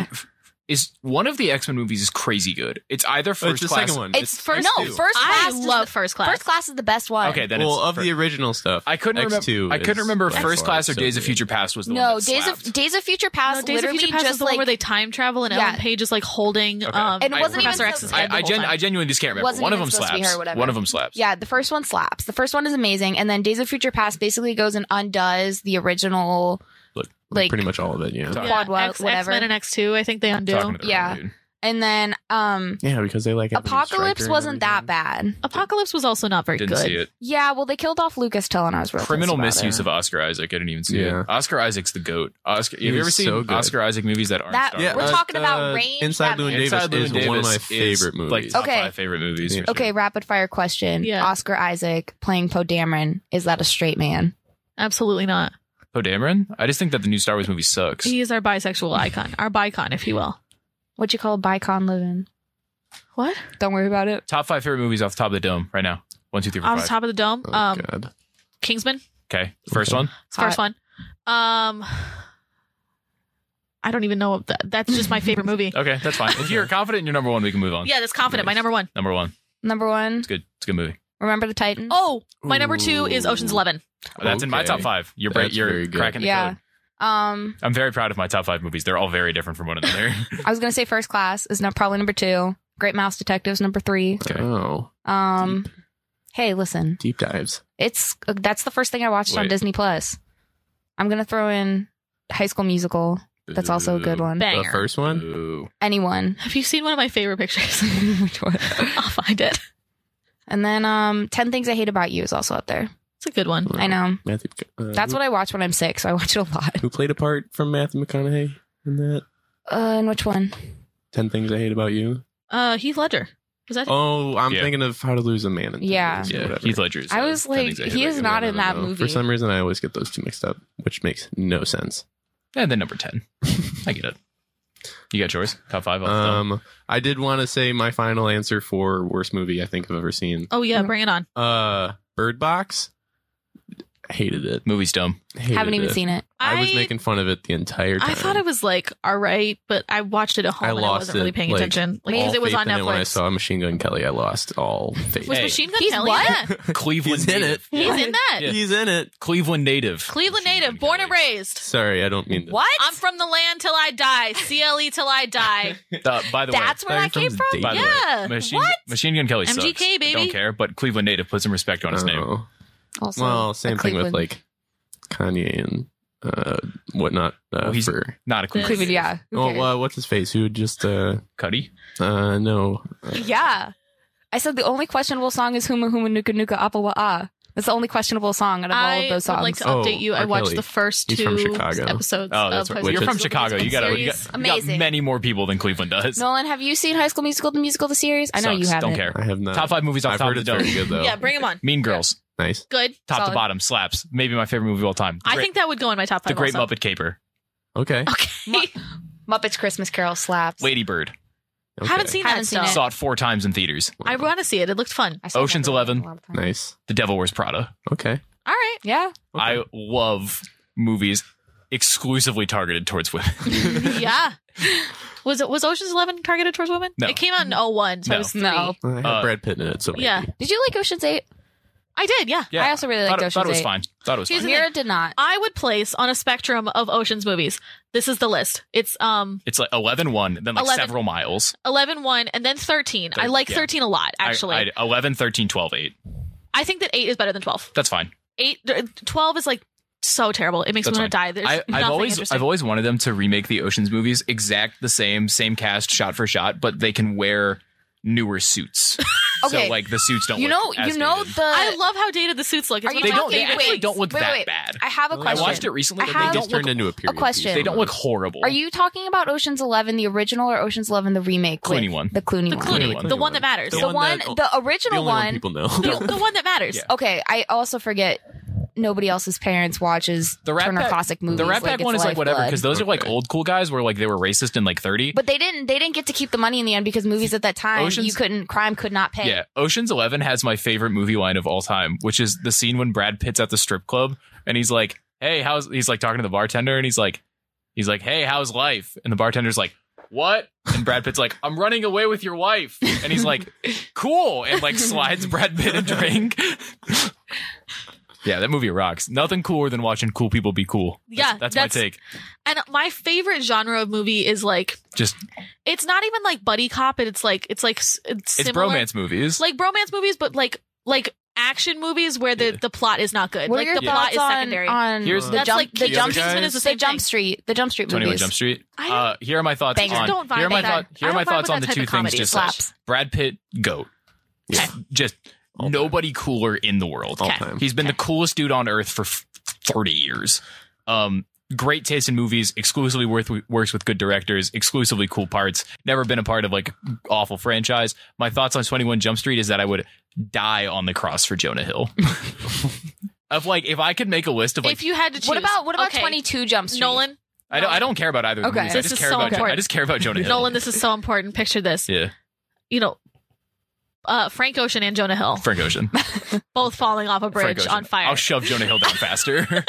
S2: is one of the X Men movies is crazy good? It's either
S4: Oh, it's
S2: first
S4: the
S2: class.
S4: second one.
S1: It's,
S4: X
S1: first. No,
S4: two.
S1: first
S3: I
S1: class. is
S3: love
S1: the-
S3: first class.
S1: First class is the best one.
S2: Okay, then
S4: well,
S2: it's
S4: of
S2: fir-
S4: the original stuff.
S2: I couldn't
S4: X2
S2: remember. I couldn't
S4: is
S2: remember
S4: by
S2: First
S4: far
S2: Class or
S4: so
S2: Days of
S4: good.
S2: Future Past was the one.
S1: No,
S2: that
S1: Days of
S2: slapped.
S1: Days of Future Past.
S3: No, Days of
S1: literally
S3: Future Past
S1: just
S3: is the
S1: like
S3: one where they time travel and
S1: Yeah.
S3: Ellen Page is like holding.
S2: Okay.
S3: Um,
S1: And it wasn't even
S3: Professor
S1: so-
S3: X's
S1: I-
S3: head the
S2: I, I,
S3: whole
S2: gen-
S3: time.
S2: I genuinely just can't remember.
S1: Wasn't
S2: one of
S1: even
S2: them
S1: supposed to be
S2: slaps.
S1: her or whatever.
S2: One of them slaps.
S1: Yeah, the first one slaps. The first one is amazing, and then Days of Future Past basically goes and undoes the original.
S4: Look,
S1: like-
S4: pretty much all of it. Yeah.
S2: Sorry.
S1: Quad Wa-
S3: X,
S1: whatever.
S3: X-Men and X2, I think they
S2: Talking to
S3: undo.
S2: the
S1: Yeah.
S2: wrong dude.
S1: And then um
S4: Yeah, because they like Anthony
S1: Apocalypse
S4: Stryker
S1: wasn't
S4: and
S1: that
S4: everything.
S1: bad.
S3: Apocalypse was also not very
S2: Didn't
S3: good.
S2: see it.
S1: Yeah, well, they killed off Lucas Till, and I was real pissed
S2: Criminal
S1: about
S2: misuse
S1: it.
S2: of Oscar Isaac. I didn't even see
S4: Yeah.
S2: it. Oscar Isaac's the goat. Oscar.
S4: He
S2: have you
S4: was
S2: ever seen
S4: so good.
S2: Oscar Isaac movies that aren't
S1: That-
S2: Star
S1: Yeah,
S2: Wars?
S1: We're talking about range,
S4: uh, Inside
S1: that
S4: Llewyn
S1: makes-
S4: Davis
S2: Inside
S4: is
S2: Llewyn
S4: one of my
S2: Davis is,
S4: favorite movies.
S2: Like top
S1: Okay.
S2: five favorite movies.
S4: Yeah.
S1: Okay, rapid fire question.
S3: Yeah.
S1: Oscar Isaac playing Poe Dameron. Is that a straight man?
S3: Absolutely not.
S2: Poe Oh, Dameron. I just think that the new Star Wars movie sucks.
S3: He is our bisexual icon, our bicon, if you will.
S1: What you call a bicon living?
S3: What?
S1: Don't worry about it.
S2: Top five favorite movies off the top of the dome right now. One, two, three, four,
S3: Off the
S2: five.
S3: top of the dome,
S4: Oh,
S3: um,
S4: God.
S3: Kingsman,
S2: Okay, first
S4: Okay.
S2: one.
S3: it's the first one. Um, I don't even know. That, that's just my favorite movie.
S2: Okay, that's fine. If you're confident in your number one, we can move on.
S3: Yeah, that's confident. My
S2: Nice.
S3: number one.
S2: Number one.
S1: Number one,
S2: It's good. It's a good movie.
S1: remember the Titans?
S3: Oh, my number two is
S4: Ooh.
S3: Ocean's Eleven.
S2: That's in my
S4: Okay.
S2: top five. You're bra-
S4: That's
S2: you're
S4: very good.
S2: cracking the
S1: yeah.
S2: code.
S1: Um,
S2: I'm very proud of my top five movies. They're all very different from one another.
S1: I was gonna say first class is no, probably number two. Great Mouse Detectives number three.
S2: Okay.
S4: Oh,
S1: Um, hey, listen,
S4: deep dives.
S1: it's that's the first thing I watched on
S2: Wait.
S1: Disney Plus. I'm gonna throw in High School Musical. That's also a good one.
S3: Banger.
S4: The first one.
S2: Ooh.
S1: Anyone,
S3: Have you seen one of my favorite pictures?
S1: Which one?
S3: I'll find it.
S1: and then um, Ten Things I Hate About You is also up there.
S3: It's a good one.
S1: I know
S4: Matthew. Uh,
S1: that's what I watch when I'm sick, so I watch it a lot.
S4: Who played a part from Matthew McConaughey in that?
S1: Uh, and which one?
S4: Ten Things I Hate About You.
S3: Uh, Heath Ledger. Was that?
S4: Oh, I'm
S2: Yeah.
S4: thinking of How to Lose a Man. In 10
S1: Yeah.
S4: Days or
S2: Yeah,
S4: whatever.
S2: Heath Ledger's.
S1: I
S2: uh,
S1: was
S2: Ten
S1: like,
S2: Things I Hate
S1: he
S2: About
S1: is
S2: You.
S1: not
S4: I
S1: in
S4: don't
S1: that
S4: know.
S1: movie.
S4: For some reason, I always get those two mixed up, which makes no sense.
S2: And then number ten. I get it. You got yours. Top five. Off the dome.
S4: Um, I did want to say my final answer for worst movie I think I've ever seen.
S3: Oh yeah, bring it on.
S4: Uh, Bird Box. Hated it.
S2: Movies dumb.
S4: Hated
S1: Haven't even
S4: it.
S1: seen it.
S4: I, was making fun of it the entire time.
S3: I thought it was like all right, but I watched it at home
S4: I
S3: and I
S4: lost
S3: wasn't really
S4: it,
S3: paying
S4: like,
S3: attention
S4: all
S3: like, because it was
S4: faith
S3: on
S4: in When I
S3: Netflix.
S4: saw Machine Gun Kelly, I lost all faith.
S3: was
S2: Hey.
S3: Machine Gun
S1: He's
S3: Kelly?
S1: what?
S3: in that?
S2: Cleveland.
S4: He's in
S2: native.
S4: it.
S3: He's in that.
S2: Yeah.
S4: He's in it.
S2: Cleveland native.
S3: Cleveland
S2: Machine
S3: native,
S2: Gun
S3: born and
S2: Kelly.
S3: raised.
S4: Sorry, I don't mean to.
S1: What?
S3: I'm from the land till I die. CLE till I die.
S2: Uh, by the way,
S1: That's where
S4: Sorry,
S1: I came
S4: from
S1: from.
S4: Dayton.
S2: By the
S3: yeah.
S2: way, Machine,
S3: What?
S2: Machine Gun Kelly sucks.
S3: MGK,
S2: I
S3: baby.
S2: Don't care, but Cleveland native put some respect on his name.
S4: Oh.
S1: Also,
S4: Well, same
S1: a
S4: thing with
S1: Cleveland-
S4: like Kanye and uh, whatnot. Uh,
S2: Oh, he's-
S4: for
S2: Not a Cleveland.
S1: Cleveland.
S2: native.
S1: Yeah. who
S4: oh,
S1: cares?
S4: uh, what's his face? Who would just uh,
S2: Cuddy.
S4: uh, no, uh,
S1: Yeah. I said the only questionable song is Huma Huma Nuka Nuka Apa Wa Ah. That's the only questionable song out of all
S3: I
S1: of those
S3: would
S1: songs.
S3: like to
S4: Oh,
S3: update you. I
S4: R.
S3: watched
S4: Kelly.
S3: the first
S4: He's
S3: two
S4: from Chicago.
S3: episodes.
S2: Oh, that's
S3: of
S2: right.
S3: High
S2: You're
S3: School
S2: from
S4: Which is-
S3: Musical
S2: Chicago. You got, you, got,
S1: Series.
S2: you got
S1: Amazing.
S2: many more people than Cleveland does.
S1: Nolan, have you seen High School Musical, the musical, the series? I know
S2: Sucks.
S1: you haven't.
S2: Don't care.
S4: I have not.
S2: Top five movies off
S4: I've
S2: top
S4: heard
S2: of
S4: it's
S2: the dome.
S4: very good though.
S3: Yeah, bring him on.
S2: Mean Girls,
S4: Nice.
S3: Good.
S2: top
S1: Solid.
S2: to bottom, slaps. Maybe my favorite movie of all time. The
S3: I
S2: Great-
S3: think that would go in my top five.
S2: The Great
S3: also.
S2: Muppet Caper,
S4: Okay.
S3: Okay.
S1: Muppets Christmas Carol slaps.
S2: Lady Bird.
S4: okay.
S3: Haven't seen
S1: Haven't seen
S3: that still.
S1: it.
S2: Saw it four times in theaters.
S3: I want to see it. It looked fun.
S1: I saw
S2: Ocean's
S1: Muppets
S2: Eleven.
S1: a lot of times.
S4: Nice.
S2: The Devil Wears Prada.
S4: Okay.
S3: All right.
S1: Yeah.
S2: I love movies exclusively targeted towards women.
S3: yeah. Was it was Ocean's Eleven targeted towards women?
S2: No.
S3: It came out in 01, so I
S2: No.
S3: was three.
S1: No.
S4: I have
S2: Uh,
S4: Brad Pitt in it, so maybe.
S3: Yeah.
S1: Did you like Ocean's Eight?
S3: I did, yeah.
S2: Yeah,
S1: I also really liked
S2: thought, it,
S1: Ocean's
S2: thought it was
S1: Eight.
S2: fine. Thought it was
S3: Here's
S2: fine.
S3: the
S1: Mira did not.
S3: I would place on a spectrum of Ocean's movies. This is the list. It's um
S2: It's like 11 1, then like
S3: 11
S2: several miles.
S3: 11 1 and then 13. I
S2: Thir-
S3: like
S2: yeah.
S3: 13 a lot
S2: I-
S3: actually. I,
S2: I, 11, 13, 12, 8.
S3: think that 8 is better than 12.
S2: That's fine.
S3: 8 12 is like so terrible. It makes
S2: That's
S3: me want to die. There's
S2: I,
S3: nothing
S2: I've always
S3: interesting.
S2: I've always wanted them to remake the Ocean's movies exact the same, same cast, shot for shot, but they can wear newer suits.
S1: Okay.
S2: So like the suits don't
S1: you know,
S2: look as
S1: you know
S2: dated.
S1: the.
S3: I love how dated the suits look. It's
S1: Are you
S3: one
S2: they
S3: of my
S2: don't they
S1: Wait,
S3: favorite
S2: actually
S1: wait,
S2: don't look
S1: wait,
S2: that
S1: wait.
S2: bad.
S1: I have a
S4: I
S2: I
S1: question.
S2: watched it recently.
S1: I
S2: but
S1: have-
S2: they
S4: It's
S2: don't look
S4: turned into a period
S1: question.
S2: they don't look
S4: Whatever.
S2: horrible.
S1: Are you talking about Ocean's Eleven, the original, or Ocean's Eleven, the remake? with-
S2: Clooney one.
S1: The Clooney
S3: the
S1: one.
S3: Clooney,
S2: one.
S3: the one that matters.
S1: The,
S4: The
S3: The,
S1: one,
S4: one that-
S1: the
S4: the
S1: original
S4: only one
S1: one.
S4: people know.
S3: the one that matters.
S2: Yeah.
S1: okay, I also forget. Nobody else's parents watches
S2: The Rat
S1: Turner
S2: Pack-
S1: Classic movies.
S2: the Rat
S1: like,
S2: Pack
S1: it's
S2: one is like whatever
S1: lifeblood.
S2: because those are like
S4: Okay.
S2: old cool guys where like they were racist in like 30.
S1: But they didn't. They didn't get to keep the money in the end because movies at that time
S2: Ocean's-
S1: you couldn't crime could not pay.
S2: Yeah, Ocean's Eleven has my favorite movie line of all time, which is the scene when Brad Pitt's at the strip club and he's like, "Hey, how's?" He's like talking to the bartender and he's like, "He's like, hey, how's life?" And the bartender's like, "What?" And Brad Pitt's like, "I'm running away with your wife," and he's like, "Cool," and like slides Brad Pitt a drink. yeah, that movie rocks. Nothing cooler than watching cool people be cool. That's-
S3: Yeah,
S2: that's,
S3: that's-
S2: my take.
S3: And my favorite genre of movie is like
S2: Just
S3: it's not even like buddy cop, but it's like it's like s- it's,
S2: it's
S3: similar.
S2: bromance movies.
S3: like bromance movies, but like like action movies where the,
S2: Yeah.
S3: the plot is not good.
S1: What
S3: like
S1: are your
S3: the plot
S1: thoughts
S3: is
S1: on,
S3: secondary.
S1: on
S2: Here's
S1: the
S3: That's
S1: jump
S3: like
S1: the
S3: Kingsman
S1: jump
S4: Kingsman
S1: street
S4: is
S3: the
S1: the
S3: same
S1: jump
S3: thing.
S1: street the jump street
S2: Twenty One
S1: movies
S2: Jump Street.
S3: I don't-
S2: Uh, here are my thoughts
S1: Bang.
S3: I just
S2: on.
S3: don't vibe
S2: here are my
S3: with that.
S2: thought, Here
S3: I
S2: are my
S3: don't vibe with
S2: thoughts on
S3: that
S2: the
S3: type
S2: two
S3: of
S2: things
S3: comedy.
S2: just
S1: slaps.
S2: like Brad Pitt, goat.
S4: Yeah.
S2: Just
S4: All time.
S2: nobody cooler in the world.
S4: All
S3: Okay.
S4: time.
S2: He's been the coolest dude on earth for f- thirty years. Um, great taste in movies. Exclusively worth, works with good directors. Exclusively cool parts. Never been a part of like awful franchise. My thoughts on Twenty One Jump Street is that I would die on the cross for Jonah Hill. of like, if I could make a list of like,
S3: if you had to choose,
S1: What about what about
S3: okay,
S1: twenty two jump street?
S3: Nolan?
S2: I don't, I don't care about either. Of the
S1: Okay.
S2: movies. I
S1: This
S2: just
S3: is
S2: care
S3: so
S2: about. Jo- I
S3: important.
S2: just care about Jonah Hill.
S3: Nolan, this is so important. Picture this.
S2: Yeah,
S3: You know, uh, Frank Ocean and Jonah Hill
S2: Frank Ocean.
S3: both falling off a
S2: Frank
S3: bridge
S2: Ocean.
S3: on fire.
S2: I'll shove Jonah Hill down faster.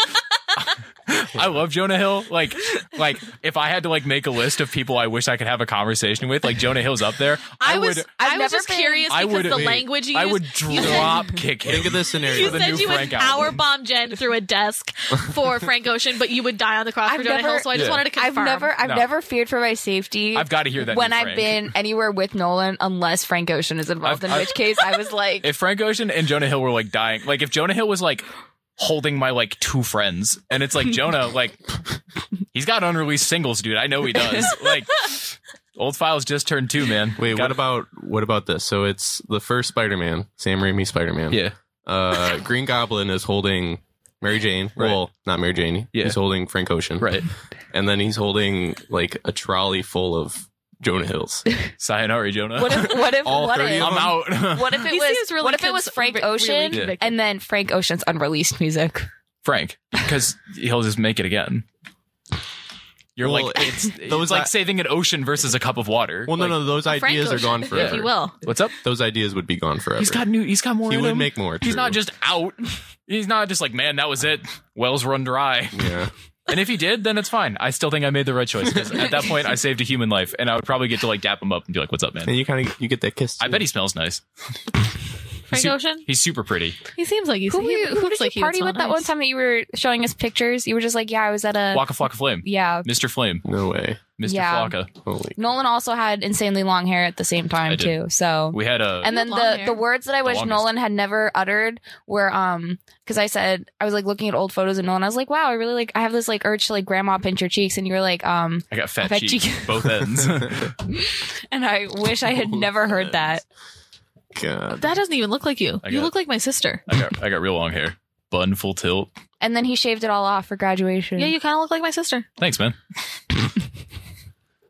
S2: I love Jonah Hill. Like, like if I had to like make a list of people I wish I could have a conversation with, like Jonah Hill's up there. I,
S3: I was
S2: would,
S1: I've
S3: I was
S1: never
S3: just
S1: been-
S3: curious
S2: I
S3: because
S2: would,
S3: the language you
S2: I
S3: used.
S2: would drop kick him.
S4: Think of this scenario.
S3: you
S2: for the
S3: said
S2: new
S3: you would
S2: Frank album.
S3: power bomb Jen through a desk for Frank Ocean, but you would die on the cross
S1: I've
S3: for Jonah
S1: never-
S3: Hill. So I just
S2: Yeah.
S3: wanted to
S1: I've
S3: confirm.
S1: never I've
S2: No.
S1: never feared for my safety
S2: I've got to hear that
S1: when
S2: new
S1: I've
S2: Frank.
S1: been anywhere with Nolan unless Frank Ocean is involved,
S2: I've-
S1: in
S2: I've-
S1: which case I was like
S2: If Frank Ocean and Jonah Hill were like dying, like if Jonah Hill was like holding my like two friends, and it's like Jonah, like he's got unreleased singles, dude. I know he does. Like old files just turned two, man.
S4: Wait,
S2: Gotta-
S4: what about what about this? So it's the first Spider-Man, Sam Raimi Spider-Man.
S2: yeah?
S4: Uh, Green Goblin is holding Mary Jane.
S2: Right.
S4: Well, not Mary Jane.
S2: Yeah.
S4: He's holding Frank Ocean.
S2: Right.
S4: And then he's holding like a trolley full of Jonah Hills.
S2: Sayonara, Jonah.
S1: what if what if
S4: All
S1: what
S4: 30
S1: if
S4: of
S2: I'm out.
S1: what if it
S3: He
S1: was
S3: seems really
S1: what if it was
S3: cons-
S1: Frank
S3: re-
S1: Ocean
S3: really convicted.
S1: and then Frank Ocean's unreleased music?
S2: Frank, because he'll just make it again. You're
S4: Well,
S2: like it's
S4: those
S2: those like
S4: I-
S2: saving an ocean versus a cup of water.
S4: Well, no,
S2: Like,
S4: no, those
S3: Frank
S4: ideas are
S3: Ocean,
S4: gone
S3: If
S4: forever.
S3: you will.
S2: What's up?
S4: Those ideas would be gone forever.
S2: He's got new. He's got more.
S4: he
S2: in
S4: would
S2: him.
S4: make more.
S2: He's
S4: true.
S2: not just out. He's not just like man. That was it. Wells run dry.
S4: yeah.
S2: And if he did, then it's fine. I still think I made the right choice because at that point I saved a human life, and I would probably get to like dap him up and be like, "What's up, man?"
S4: And you kind of you get that kiss.
S2: I
S4: too.
S2: bet he smells nice.
S3: Frank
S2: Su-
S3: Ocean.
S2: He's super pretty.
S3: He seems like he's
S1: Who, were
S3: he
S1: you, who
S3: looks
S1: did
S3: like he
S1: you
S3: would
S1: party
S3: smell
S1: with that
S3: nice.
S1: one time that you were showing us pictures? You were just like, yeah, I was at a
S2: Waka Flocka Flame,
S1: yeah.
S2: Mr. Flame,
S4: No way.
S2: Mr.
S1: Yeah.
S2: Flocka.
S4: Holy.
S1: Nolan also had insanely long hair at the same
S2: I
S1: time
S2: did.
S1: too. So
S2: We had a
S1: and then
S3: Long
S1: the
S3: hair.
S1: the words that I wish
S2: longest.
S1: Nolan had never uttered were um because I said I was like looking at old photos of Nolan. I was like, wow, I really like I have this like urge to like grandma pinch your cheeks, and you were like, um,
S2: I got fat
S1: Fat
S2: cheeks,
S1: cheek.
S2: both ends.
S1: and I wish I had never heard that.
S4: God.
S3: That doesn't even look like you.
S2: I
S3: You
S2: got-
S3: look like my sister.
S2: I got I got real long hair, bun full tilt.
S1: And then he shaved it all off for graduation.
S3: Yeah, you kind of look like my sister.
S2: Thanks, man.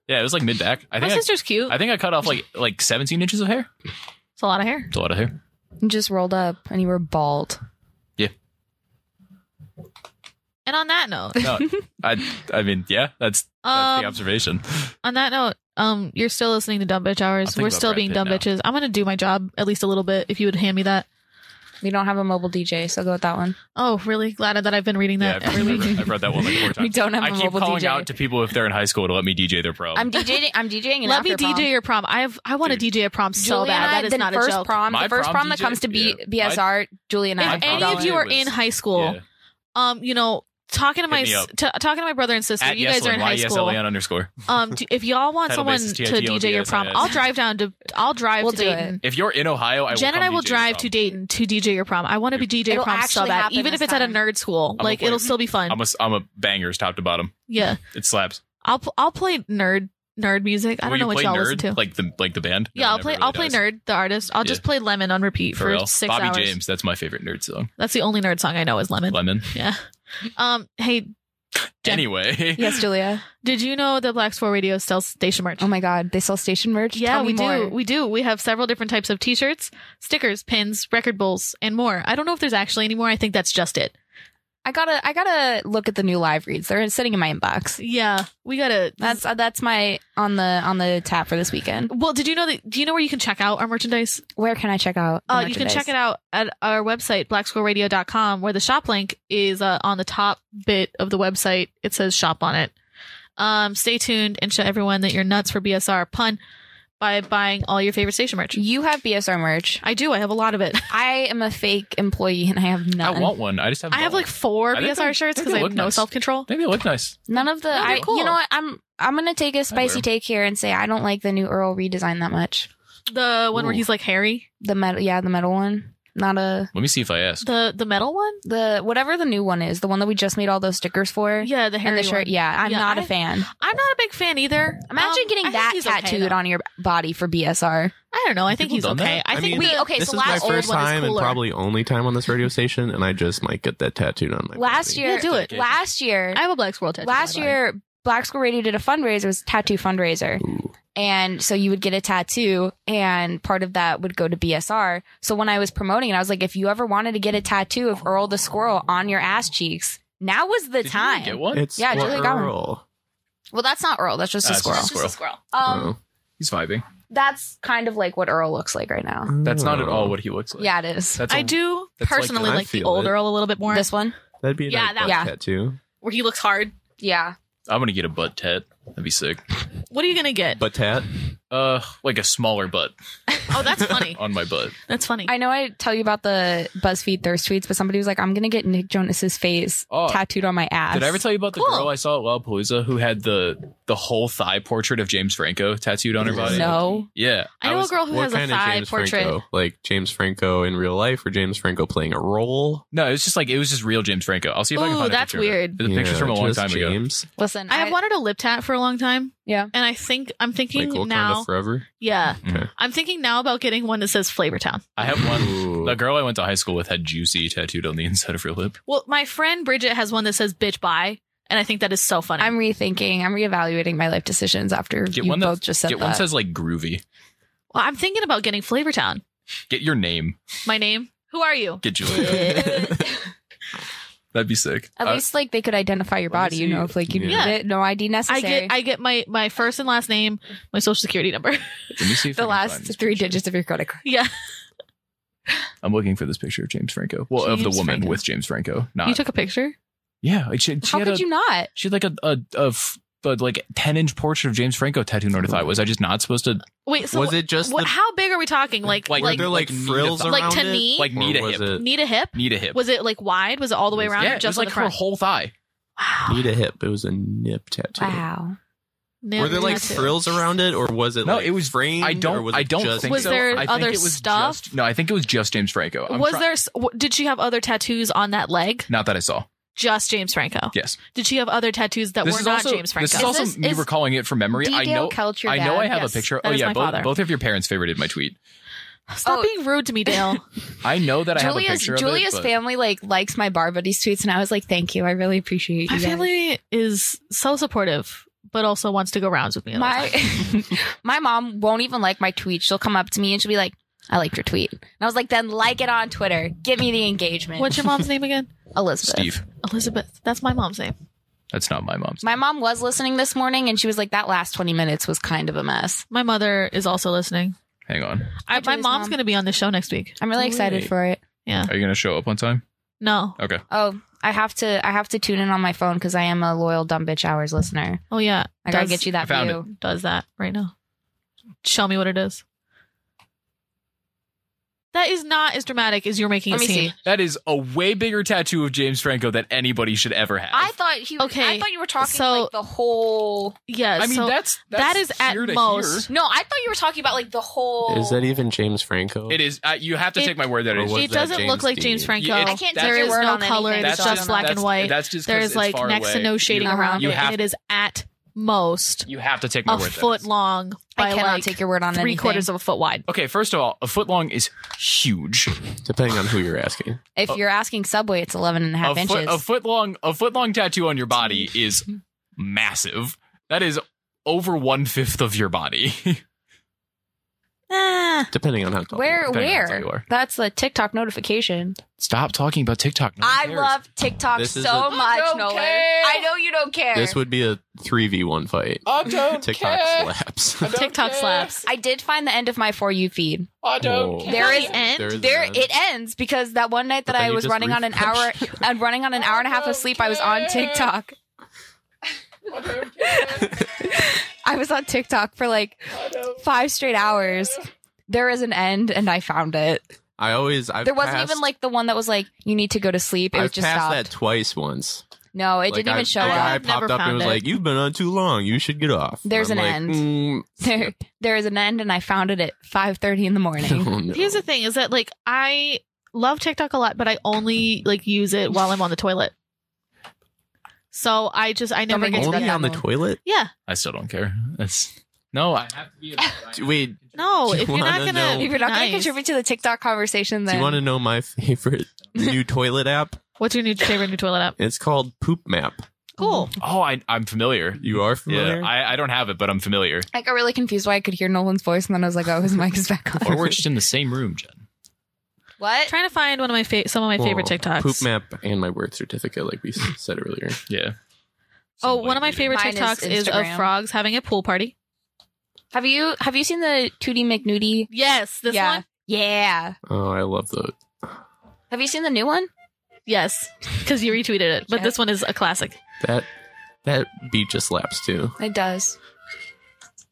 S2: yeah, it was like mid back. I
S3: my
S2: think I,
S3: sister's cute.
S2: I think I cut off like like 17 inches of hair.
S3: it's a lot of hair.
S2: It's a lot of hair.
S1: You just rolled up, and you were bald.
S3: And on that note,
S2: No, I I mean, yeah, that's, that's the
S3: um,
S2: observation.
S3: on that note, um, you're still listening to Dumb Bitch
S2: I'll
S3: Hours.
S2: think
S3: We're
S2: about
S3: still
S2: Brad
S3: being
S2: Pitt
S3: dumb
S2: now.
S3: bitches. I'm gonna do my job at least a little bit. If you would hand me that,
S1: We don't have a mobile DJ, so go with that one.
S3: Oh, really glad that I've been reading
S2: Yeah,
S3: that
S2: I've,
S3: every
S2: I've
S3: week.
S2: read, I've read that one like four times.
S1: We don't have
S2: I
S1: a
S2: keep
S1: mobile
S2: calling
S1: DJ.
S2: out to people if they're in high school to let me DJ their prom.
S1: I'm DJing. I'm DJing. An
S3: Let me
S1: after prom.
S3: DJ your prom. I have. I want to
S2: Dude.
S3: DJ a prom so
S1: Julie and
S3: bad.
S1: I,
S3: That is
S1: the
S3: not a
S1: first
S3: joke.
S1: prom,
S2: My
S1: the first
S2: prom
S1: prom, that
S2: DJ
S1: comes to B-
S2: yeah.
S1: BSR, Julie and I.
S2: My
S1: are
S3: if any
S1: going.
S3: of you are
S2: was-
S3: in high school,
S2: yeah.
S3: um, you know, talking to my
S2: me
S3: s-
S2: up.
S3: t- talking to my brother and sister,
S2: At
S3: you guys are in high school.
S2: YESLAN underscore.
S3: Um, do, if y'all want
S2: Title
S3: someone
S2: basis,
S3: to
S2: TITLDS,
S3: DJ your prom,
S2: yes.
S3: I'll drive down to. I'll drive
S1: We'll
S3: to
S1: do
S3: Dayton.
S2: If you're in Ohio, I
S3: Jen
S2: will
S3: and I will drive
S2: to
S3: to Dayton to DJ your prom. I want to be DJ your
S1: It'll
S3: prom so
S1: actually
S3: bad,
S1: happen
S3: even if
S1: this
S3: it's at a
S1: time.
S3: nerd school.
S2: I'm
S3: like
S2: okay.
S3: it'll still be fun.
S2: I'm a, I'm a bangers top to bottom.
S3: yeah,
S2: It slaps.
S3: I'll pl- I'll play nerd nerd music. I
S2: Will
S3: don't
S2: you
S3: know what
S2: play
S3: y'all
S2: nerd?
S3: listen to.
S2: Like the like the band.
S3: yeah,
S2: No,
S3: I'll
S2: it
S3: play.
S2: never
S3: I'll play
S2: really does.
S3: nerd the artist. I'll just play Lemon on repeat for,
S2: real.
S3: six
S2: Bobby
S3: hours.
S2: James, that's my favorite nerd song.
S3: That's the only nerd song I know is Lemon.
S2: Lemon.
S3: Yeah. Um. Hey, Jen.
S2: Anyway,
S1: Yes, Julia.
S3: did you know that Black Squirrel Radio sells station merch?
S1: Oh my God, they sell station merch.
S3: Yeah,
S1: Tell me
S3: we do.
S1: more.
S3: We do. We have several different types of t-shirts, stickers, pins, record bowls, and more. I don't know if there's actually any more. I think that's just it.
S1: I gotta, I gotta look at the new live reads. They're sitting in my inbox.
S3: Yeah, we got to
S1: That's uh, that's my on the on the tap for this weekend.
S3: Well, did you know that do you know where you can check out our merchandise?
S1: Where can I check out? the
S3: Uh, you can
S1: merchandise?
S3: check it out at our website blacksquirrelradio.com where the shop link is uh, on the top bit of the website. It says shop on it. Um, stay tuned and show everyone that you're nuts for BSR pun by buying all your favorite station merch.
S1: You have BSR merch.
S3: I do. I have a lot of it.
S1: I am a fake employee and I have
S2: I
S1: none.
S2: want one. I just haven't
S3: I have
S2: bought
S3: like four
S2: I think
S3: BSR
S2: they-
S3: shirts
S2: they
S3: because I have
S2: look
S3: no
S2: nice.
S3: self control.
S2: one. Maybe it looked nice.
S1: None of the.
S3: No, they're
S1: I,
S3: cool.
S1: You know what? I'm I'm gonna take a
S2: wear 'em.
S1: spicy take here and say I don't like the new Earl redesign that much.
S3: The one where
S2: Ooh.
S3: he's like Harry.
S1: The metal, yeah, the metal one. Not a
S2: Let me see if I ask.
S3: The the metal one.
S1: the whatever the new one is, the one that we just made all those stickers for.
S3: Yeah, the
S1: and
S3: Harry
S1: the shirt.
S3: one.
S1: Yeah, I'm
S3: Yeah,
S1: not a
S3: I-
S1: fan.
S3: I'm not a big fan either.
S1: Imagine
S3: Um, I
S1: getting
S3: think
S1: that
S3: he's okay,
S1: tattooed
S3: though.
S1: on your body for BSR.
S3: I don't know. I think
S2: People
S3: he's
S2: done
S3: okay.
S2: that?
S3: I,
S4: I
S3: think
S4: mean,
S3: we
S1: the- okay,
S4: this
S1: so
S4: is
S1: last
S4: my
S1: old
S4: first
S3: one is
S4: time and
S3: cooler.
S4: probably only time on this radio station, and I just might get that tattooed on my.
S1: Last
S4: body.
S1: year,
S3: Yeah, do it.
S1: Last year,
S3: I have a black squirrel tattoo.
S1: last
S3: on my
S1: year, Black School Radio did a fundraiser. It was a tattoo fundraiser,
S4: Ooh.
S1: and so you would get a tattoo, and part of that would go to BSR. So when I was promoting it, I was like, if you ever wanted to get a tattoo of Earl the Squirrel on your ass cheeks, now was the
S2: Did you really
S1: time.
S2: get one?
S4: It's
S1: Yeah,
S4: for
S1: Julie got one.
S4: Earl.
S1: Well, that's not Earl. That's just
S2: Uh,
S1: a
S2: it's
S1: squirrel.
S2: just a squirrel.
S1: Um,
S4: Oh.
S2: He's vibing.
S1: that's kind of like what Earl looks like right now.
S2: That's not at
S4: Oh.
S2: all what he looks like.
S1: Yeah, it is.
S2: That's
S3: I
S2: a-
S3: do
S2: that's like-
S3: personally
S4: I
S3: like, the
S4: feel
S3: old
S4: it.
S3: Earl a little bit more,
S1: This one,
S4: That'd be a
S3: Yeah,
S4: nice
S3: that
S4: butt
S1: one.
S4: tattoo.
S3: where he looks hard.
S1: yeah,
S2: I'm gonna get a butt tat. That'd be sick.
S3: What are you gonna get?
S4: Butt tat.
S2: Uh, like a smaller butt
S3: oh, that's funny.
S2: on my butt.
S3: That's funny.
S1: I know. I tell you about the BuzzFeed thirst tweets, but somebody was like, "I'm gonna get Nick Jonas's face
S2: Oh.
S1: tattooed on my ass."
S2: Did I ever tell you about the
S3: Cool.
S2: girl I saw at Lollapalooza who had the the whole thigh portrait of James Franco tattooed on her body?
S1: No,
S2: Yeah,
S3: I know
S2: was-
S3: a girl who
S4: what
S3: has a
S4: kind of
S3: thigh
S4: James
S3: portrait.
S4: Franco? Like James Franco in real life, or James Franco playing a role?
S2: No, it was just like it was just real James Franco. I'll see if I can
S3: Ooh,
S2: find
S3: that's
S2: a picture. of it.
S3: weird.
S2: The picture's
S4: Yeah,
S2: from a long
S4: just
S2: time ago.
S4: James.
S1: listen,
S3: I have wanted a lip tat for a long time.
S1: Yeah.
S3: and I think I'm
S4: Like
S3: thinking
S4: Wakanda
S3: now.
S4: Forever.
S3: Yeah,
S4: Okay.
S3: I'm thinking now about getting one that says Flavor Town.
S2: I have one.
S4: Ooh.
S2: The girl I went to high school with had juicy tattooed on the inside of her lip.
S3: Well, my friend Bridget has one that says "Bitch Bye," and I think that is so funny.
S1: I'm rethinking. I'm reevaluating my life decisions after
S2: Get
S1: you
S2: one that-
S1: both just said
S2: Get
S1: that.
S2: one says like groovy.
S3: well, I'm thinking about getting Flavor Town.
S2: Get your name.
S3: My name. Who are you?
S2: Get Julia. That'd be sick.
S1: At
S2: Uh,
S1: least like they could identify your
S2: let me
S1: body, you
S2: see.
S1: know, if like you
S4: Yeah.
S1: need it. No ID
S3: I
S1: necessary.
S3: get I get my my first and last name, my social security number.
S2: let me see if I
S1: the
S2: can find this
S1: last three
S2: picture.
S1: digits of your credit card.
S3: yeah,
S2: I'm looking for this picture of James Franco. Well, of the
S3: James
S2: woman
S3: Franco.
S2: with James Franco. Not
S3: you took a picture.
S2: yeah. She, she
S1: How
S2: had
S1: could
S2: a,
S1: you not?
S2: She had like a a, a, f- a like ten inch portrait of James Franco tattooed on her thigh. Was I just not supposed to
S3: Wait, so
S4: was it just
S3: What,
S4: the,
S3: how big are we talking? Like
S2: Like,
S3: like
S4: were
S3: like,
S4: there like,
S2: like knee to
S4: frills
S2: thigh?
S4: around
S2: Like
S3: to
S4: it?
S3: knee?
S2: like knee
S4: Or
S2: to
S4: was
S2: hip?
S4: it-
S3: need a hip?
S2: Need a hip.
S3: Was it like wide? Was it all the way around?
S2: yeah,
S3: or
S2: it was
S3: just on
S2: like
S3: the
S2: her
S3: front?
S2: whole thigh.
S4: knee to hip? It was a nip tattoo.
S1: Wow.
S3: Nip
S4: Were there like
S3: tattoo.
S4: frills around it, or was it?
S2: No,
S4: like,
S2: it was-
S4: framed.
S2: I
S4: Or
S2: don't.
S4: was
S2: I
S4: it
S2: don't
S4: just
S2: think
S3: Was
S2: so.
S3: there
S2: I think
S3: other
S2: it was
S3: stuff?
S2: Just, no, I think it was just James Franco. I'm
S3: was
S2: try-
S3: there? s- w- Did she have other tattoos on that leg?
S2: Not that I saw.
S3: Just James Franco.
S2: Yes.
S3: Did she have other tattoos that were
S2: is
S3: not
S2: also,
S3: James Franco?
S2: This is
S1: Is
S2: also
S1: this-
S2: me
S1: is
S2: recalling it from memory. I
S1: DDL
S2: know.
S1: culture.
S2: I know.
S1: dad.
S2: I have
S3: Yes,
S2: a picture.
S3: that
S2: Oh
S3: is
S2: yeah,
S3: my
S2: both,
S3: father.
S2: both of your parents favorited my tweet.
S3: Stop
S1: Oh.
S3: being rude to me, Dale.
S2: I know that I have a
S1: Julia's
S2: picture
S1: Julia's
S2: of it. but-
S1: family like likes my bar buddies tweets, and I was like, "Thank you, I really appreciate you."
S3: My
S1: guys."
S3: family is so supportive, but also wants to go rounds with me. all the time.
S1: my my mom won't even like my tweet. She'll come up to me and she'll be like, "I liked your tweet," and I was like, "Then like it on Twitter. Get me the engagement."
S3: What's your mom's name again?
S1: Elizabeth?
S2: Steve.
S3: Elizabeth. That's my mom's name.
S2: That's not my mom's.
S1: My mom was listening this morning, and she was like, "That last twenty minutes was kind of a mess."
S3: My mother is also listening.
S2: Hang on.
S3: I,
S1: Hi,
S3: my
S1: Julie's
S3: mom's
S1: mom.
S3: going to be on the show next week.
S1: I'm really excited
S4: Wait.
S1: for it.
S3: Yeah.
S2: Are you gonna show up on time?
S3: No.
S1: Oh, I have to I have to tune in on my phone because I am a loyal dumb bitch hours listener.
S3: Oh yeah.
S1: I gotta
S3: Does-
S1: get you
S2: I
S1: that
S2: found
S1: view.
S3: does that right now. Show me what it is. That is not as dramatic as you're making
S1: Let
S3: it
S1: me
S3: seem.
S1: see.
S2: That is a way bigger tattoo of James Franco than anybody should ever have.
S1: I thought he. Okay, I
S3: Okay,
S1: thought you were talking
S3: so-
S1: like the whole.
S3: Yeah.
S2: I mean,
S3: so
S2: that's,
S3: that
S2: that's
S3: is at
S2: here to
S3: most-
S1: No, I thought you were talking about like the whole.
S4: Is that even James Franco?
S2: here. It is. Uh, you have to
S3: It-
S2: take my word that it
S4: Or
S2: is.
S4: was
S3: it
S4: that
S3: doesn't
S4: James
S3: look like
S4: Dean?
S3: James Franco.
S2: Yeah,
S1: I can't
S2: That's
S1: say
S3: there
S1: a
S3: is
S1: word
S3: no
S1: on
S3: color.
S1: anything.
S3: It's
S2: That's
S3: just
S2: just-
S3: black and
S2: that's-
S3: white.
S2: That's just 'cause
S3: There's
S2: it's
S3: like
S2: far
S3: next to
S2: away.
S3: no
S2: You-
S3: shading around
S2: you
S3: it,
S2: have-
S3: and it is at most
S2: You have to take my
S3: a
S2: word. that
S3: foot
S2: it's-
S3: long by
S1: I cannot
S3: like
S1: take your word on
S3: three
S1: anything.
S3: quarters of a foot wide.
S2: Okay, first of all, a foot long is huge.
S4: Depending on who you're asking.
S1: If you're asking Subway, it's 11 and a half
S2: a
S1: inches.
S2: foot, a foot long, a foot long tattoo on your body is massive. That is over one fifth of your body.
S3: Ah,
S4: Depending on how tall. you
S1: where?
S2: Depending on how tall you
S1: Where?
S2: are.
S1: That's a TikTok notification.
S2: Stop talking about TikTok. No one
S1: I
S2: cares.
S1: love TikTok
S4: This is
S1: so
S4: a-
S1: much,
S2: Don't
S1: Nolan.
S2: care.
S1: I know you don't care.
S4: are. This would be a 3v1 fight.
S2: I don't
S4: TikTok slaps.
S2: I don't
S3: TikTok
S2: care.
S3: slaps.
S1: I did find the end of my for you feed.
S2: I
S4: Oh.
S2: care.
S1: There is
S3: end.
S4: There is
S1: There
S4: an-
S1: it ends because that one night that
S4: But then
S1: I
S4: you
S1: was
S4: just
S1: running on an hour
S4: refresh.
S1: and running on an hour and a half of sleep, I was on TikTok. I was on TikTok for like five straight hours. There is an end, and I found it.
S4: I always. I've
S1: there wasn't
S4: passed-
S1: even like the one that was like, "You need to go to sleep." It
S4: I've
S1: was just
S4: passed
S1: stopped.
S4: that twice once.
S1: no, it
S4: Like,
S1: didn't
S4: I-
S1: even show
S4: a
S1: up.
S4: guy
S3: I've never
S4: popped up and
S3: found
S4: was
S3: it.
S4: like, "You've been on too long. You should get off." And
S1: There's
S4: I'm
S1: an
S4: like,
S1: end.
S4: "Mm,
S1: There, there is an end, and I found it at five thirty in the morning.
S4: oh, no."
S3: Here's the thing: is that like I love TikTok a lot, but I only like use it while I'm on the toilet. So I just I never
S1: make
S3: get
S1: it
S3: to
S1: about
S3: that.
S4: Only on the
S1: one.
S4: toilet.
S3: Yeah,
S2: I still don't care. That's no. I have to be.
S4: Do- Wait,
S3: no.
S4: Do you
S3: If you're
S4: wanna
S3: not gonna,
S4: know-
S1: If you're not going
S3: Nice.
S1: to contribute to the TikTok conversation,
S4: do
S1: then
S4: you want to know my favorite new toilet app?
S3: what's your new favorite new toilet app?
S4: It's called Poop Map.
S3: Cool.
S2: Oh, I, I'm familiar.
S4: You are familiar.
S2: Yeah, I, I don't have it, but I'm familiar.
S1: I got really confused why I could hear Nolan's voice, and then I was like, "Oh, his mic is back
S2: Or
S1: on."
S2: we're just in the same room, Jen.
S1: what?
S3: Trying to find one of my fa- some of my favorite
S4: Well,
S3: TikToks.
S4: Poop Map and my birth certificate, like we s- said earlier.
S2: Yeah.
S3: Oh, one of my favorite
S1: Mine is
S3: TikToks is, of
S1: Instagram.
S3: frogs having a pool party.
S1: Have you have you seen the 2D McNudie?
S3: Yes, this
S1: yeah.
S3: one.
S1: Yeah.
S4: Oh, I love those.
S1: Have you seen the new one?
S3: Yes, because you retweeted it, but this one is a classic.
S4: That that beat just laps too.
S1: It does.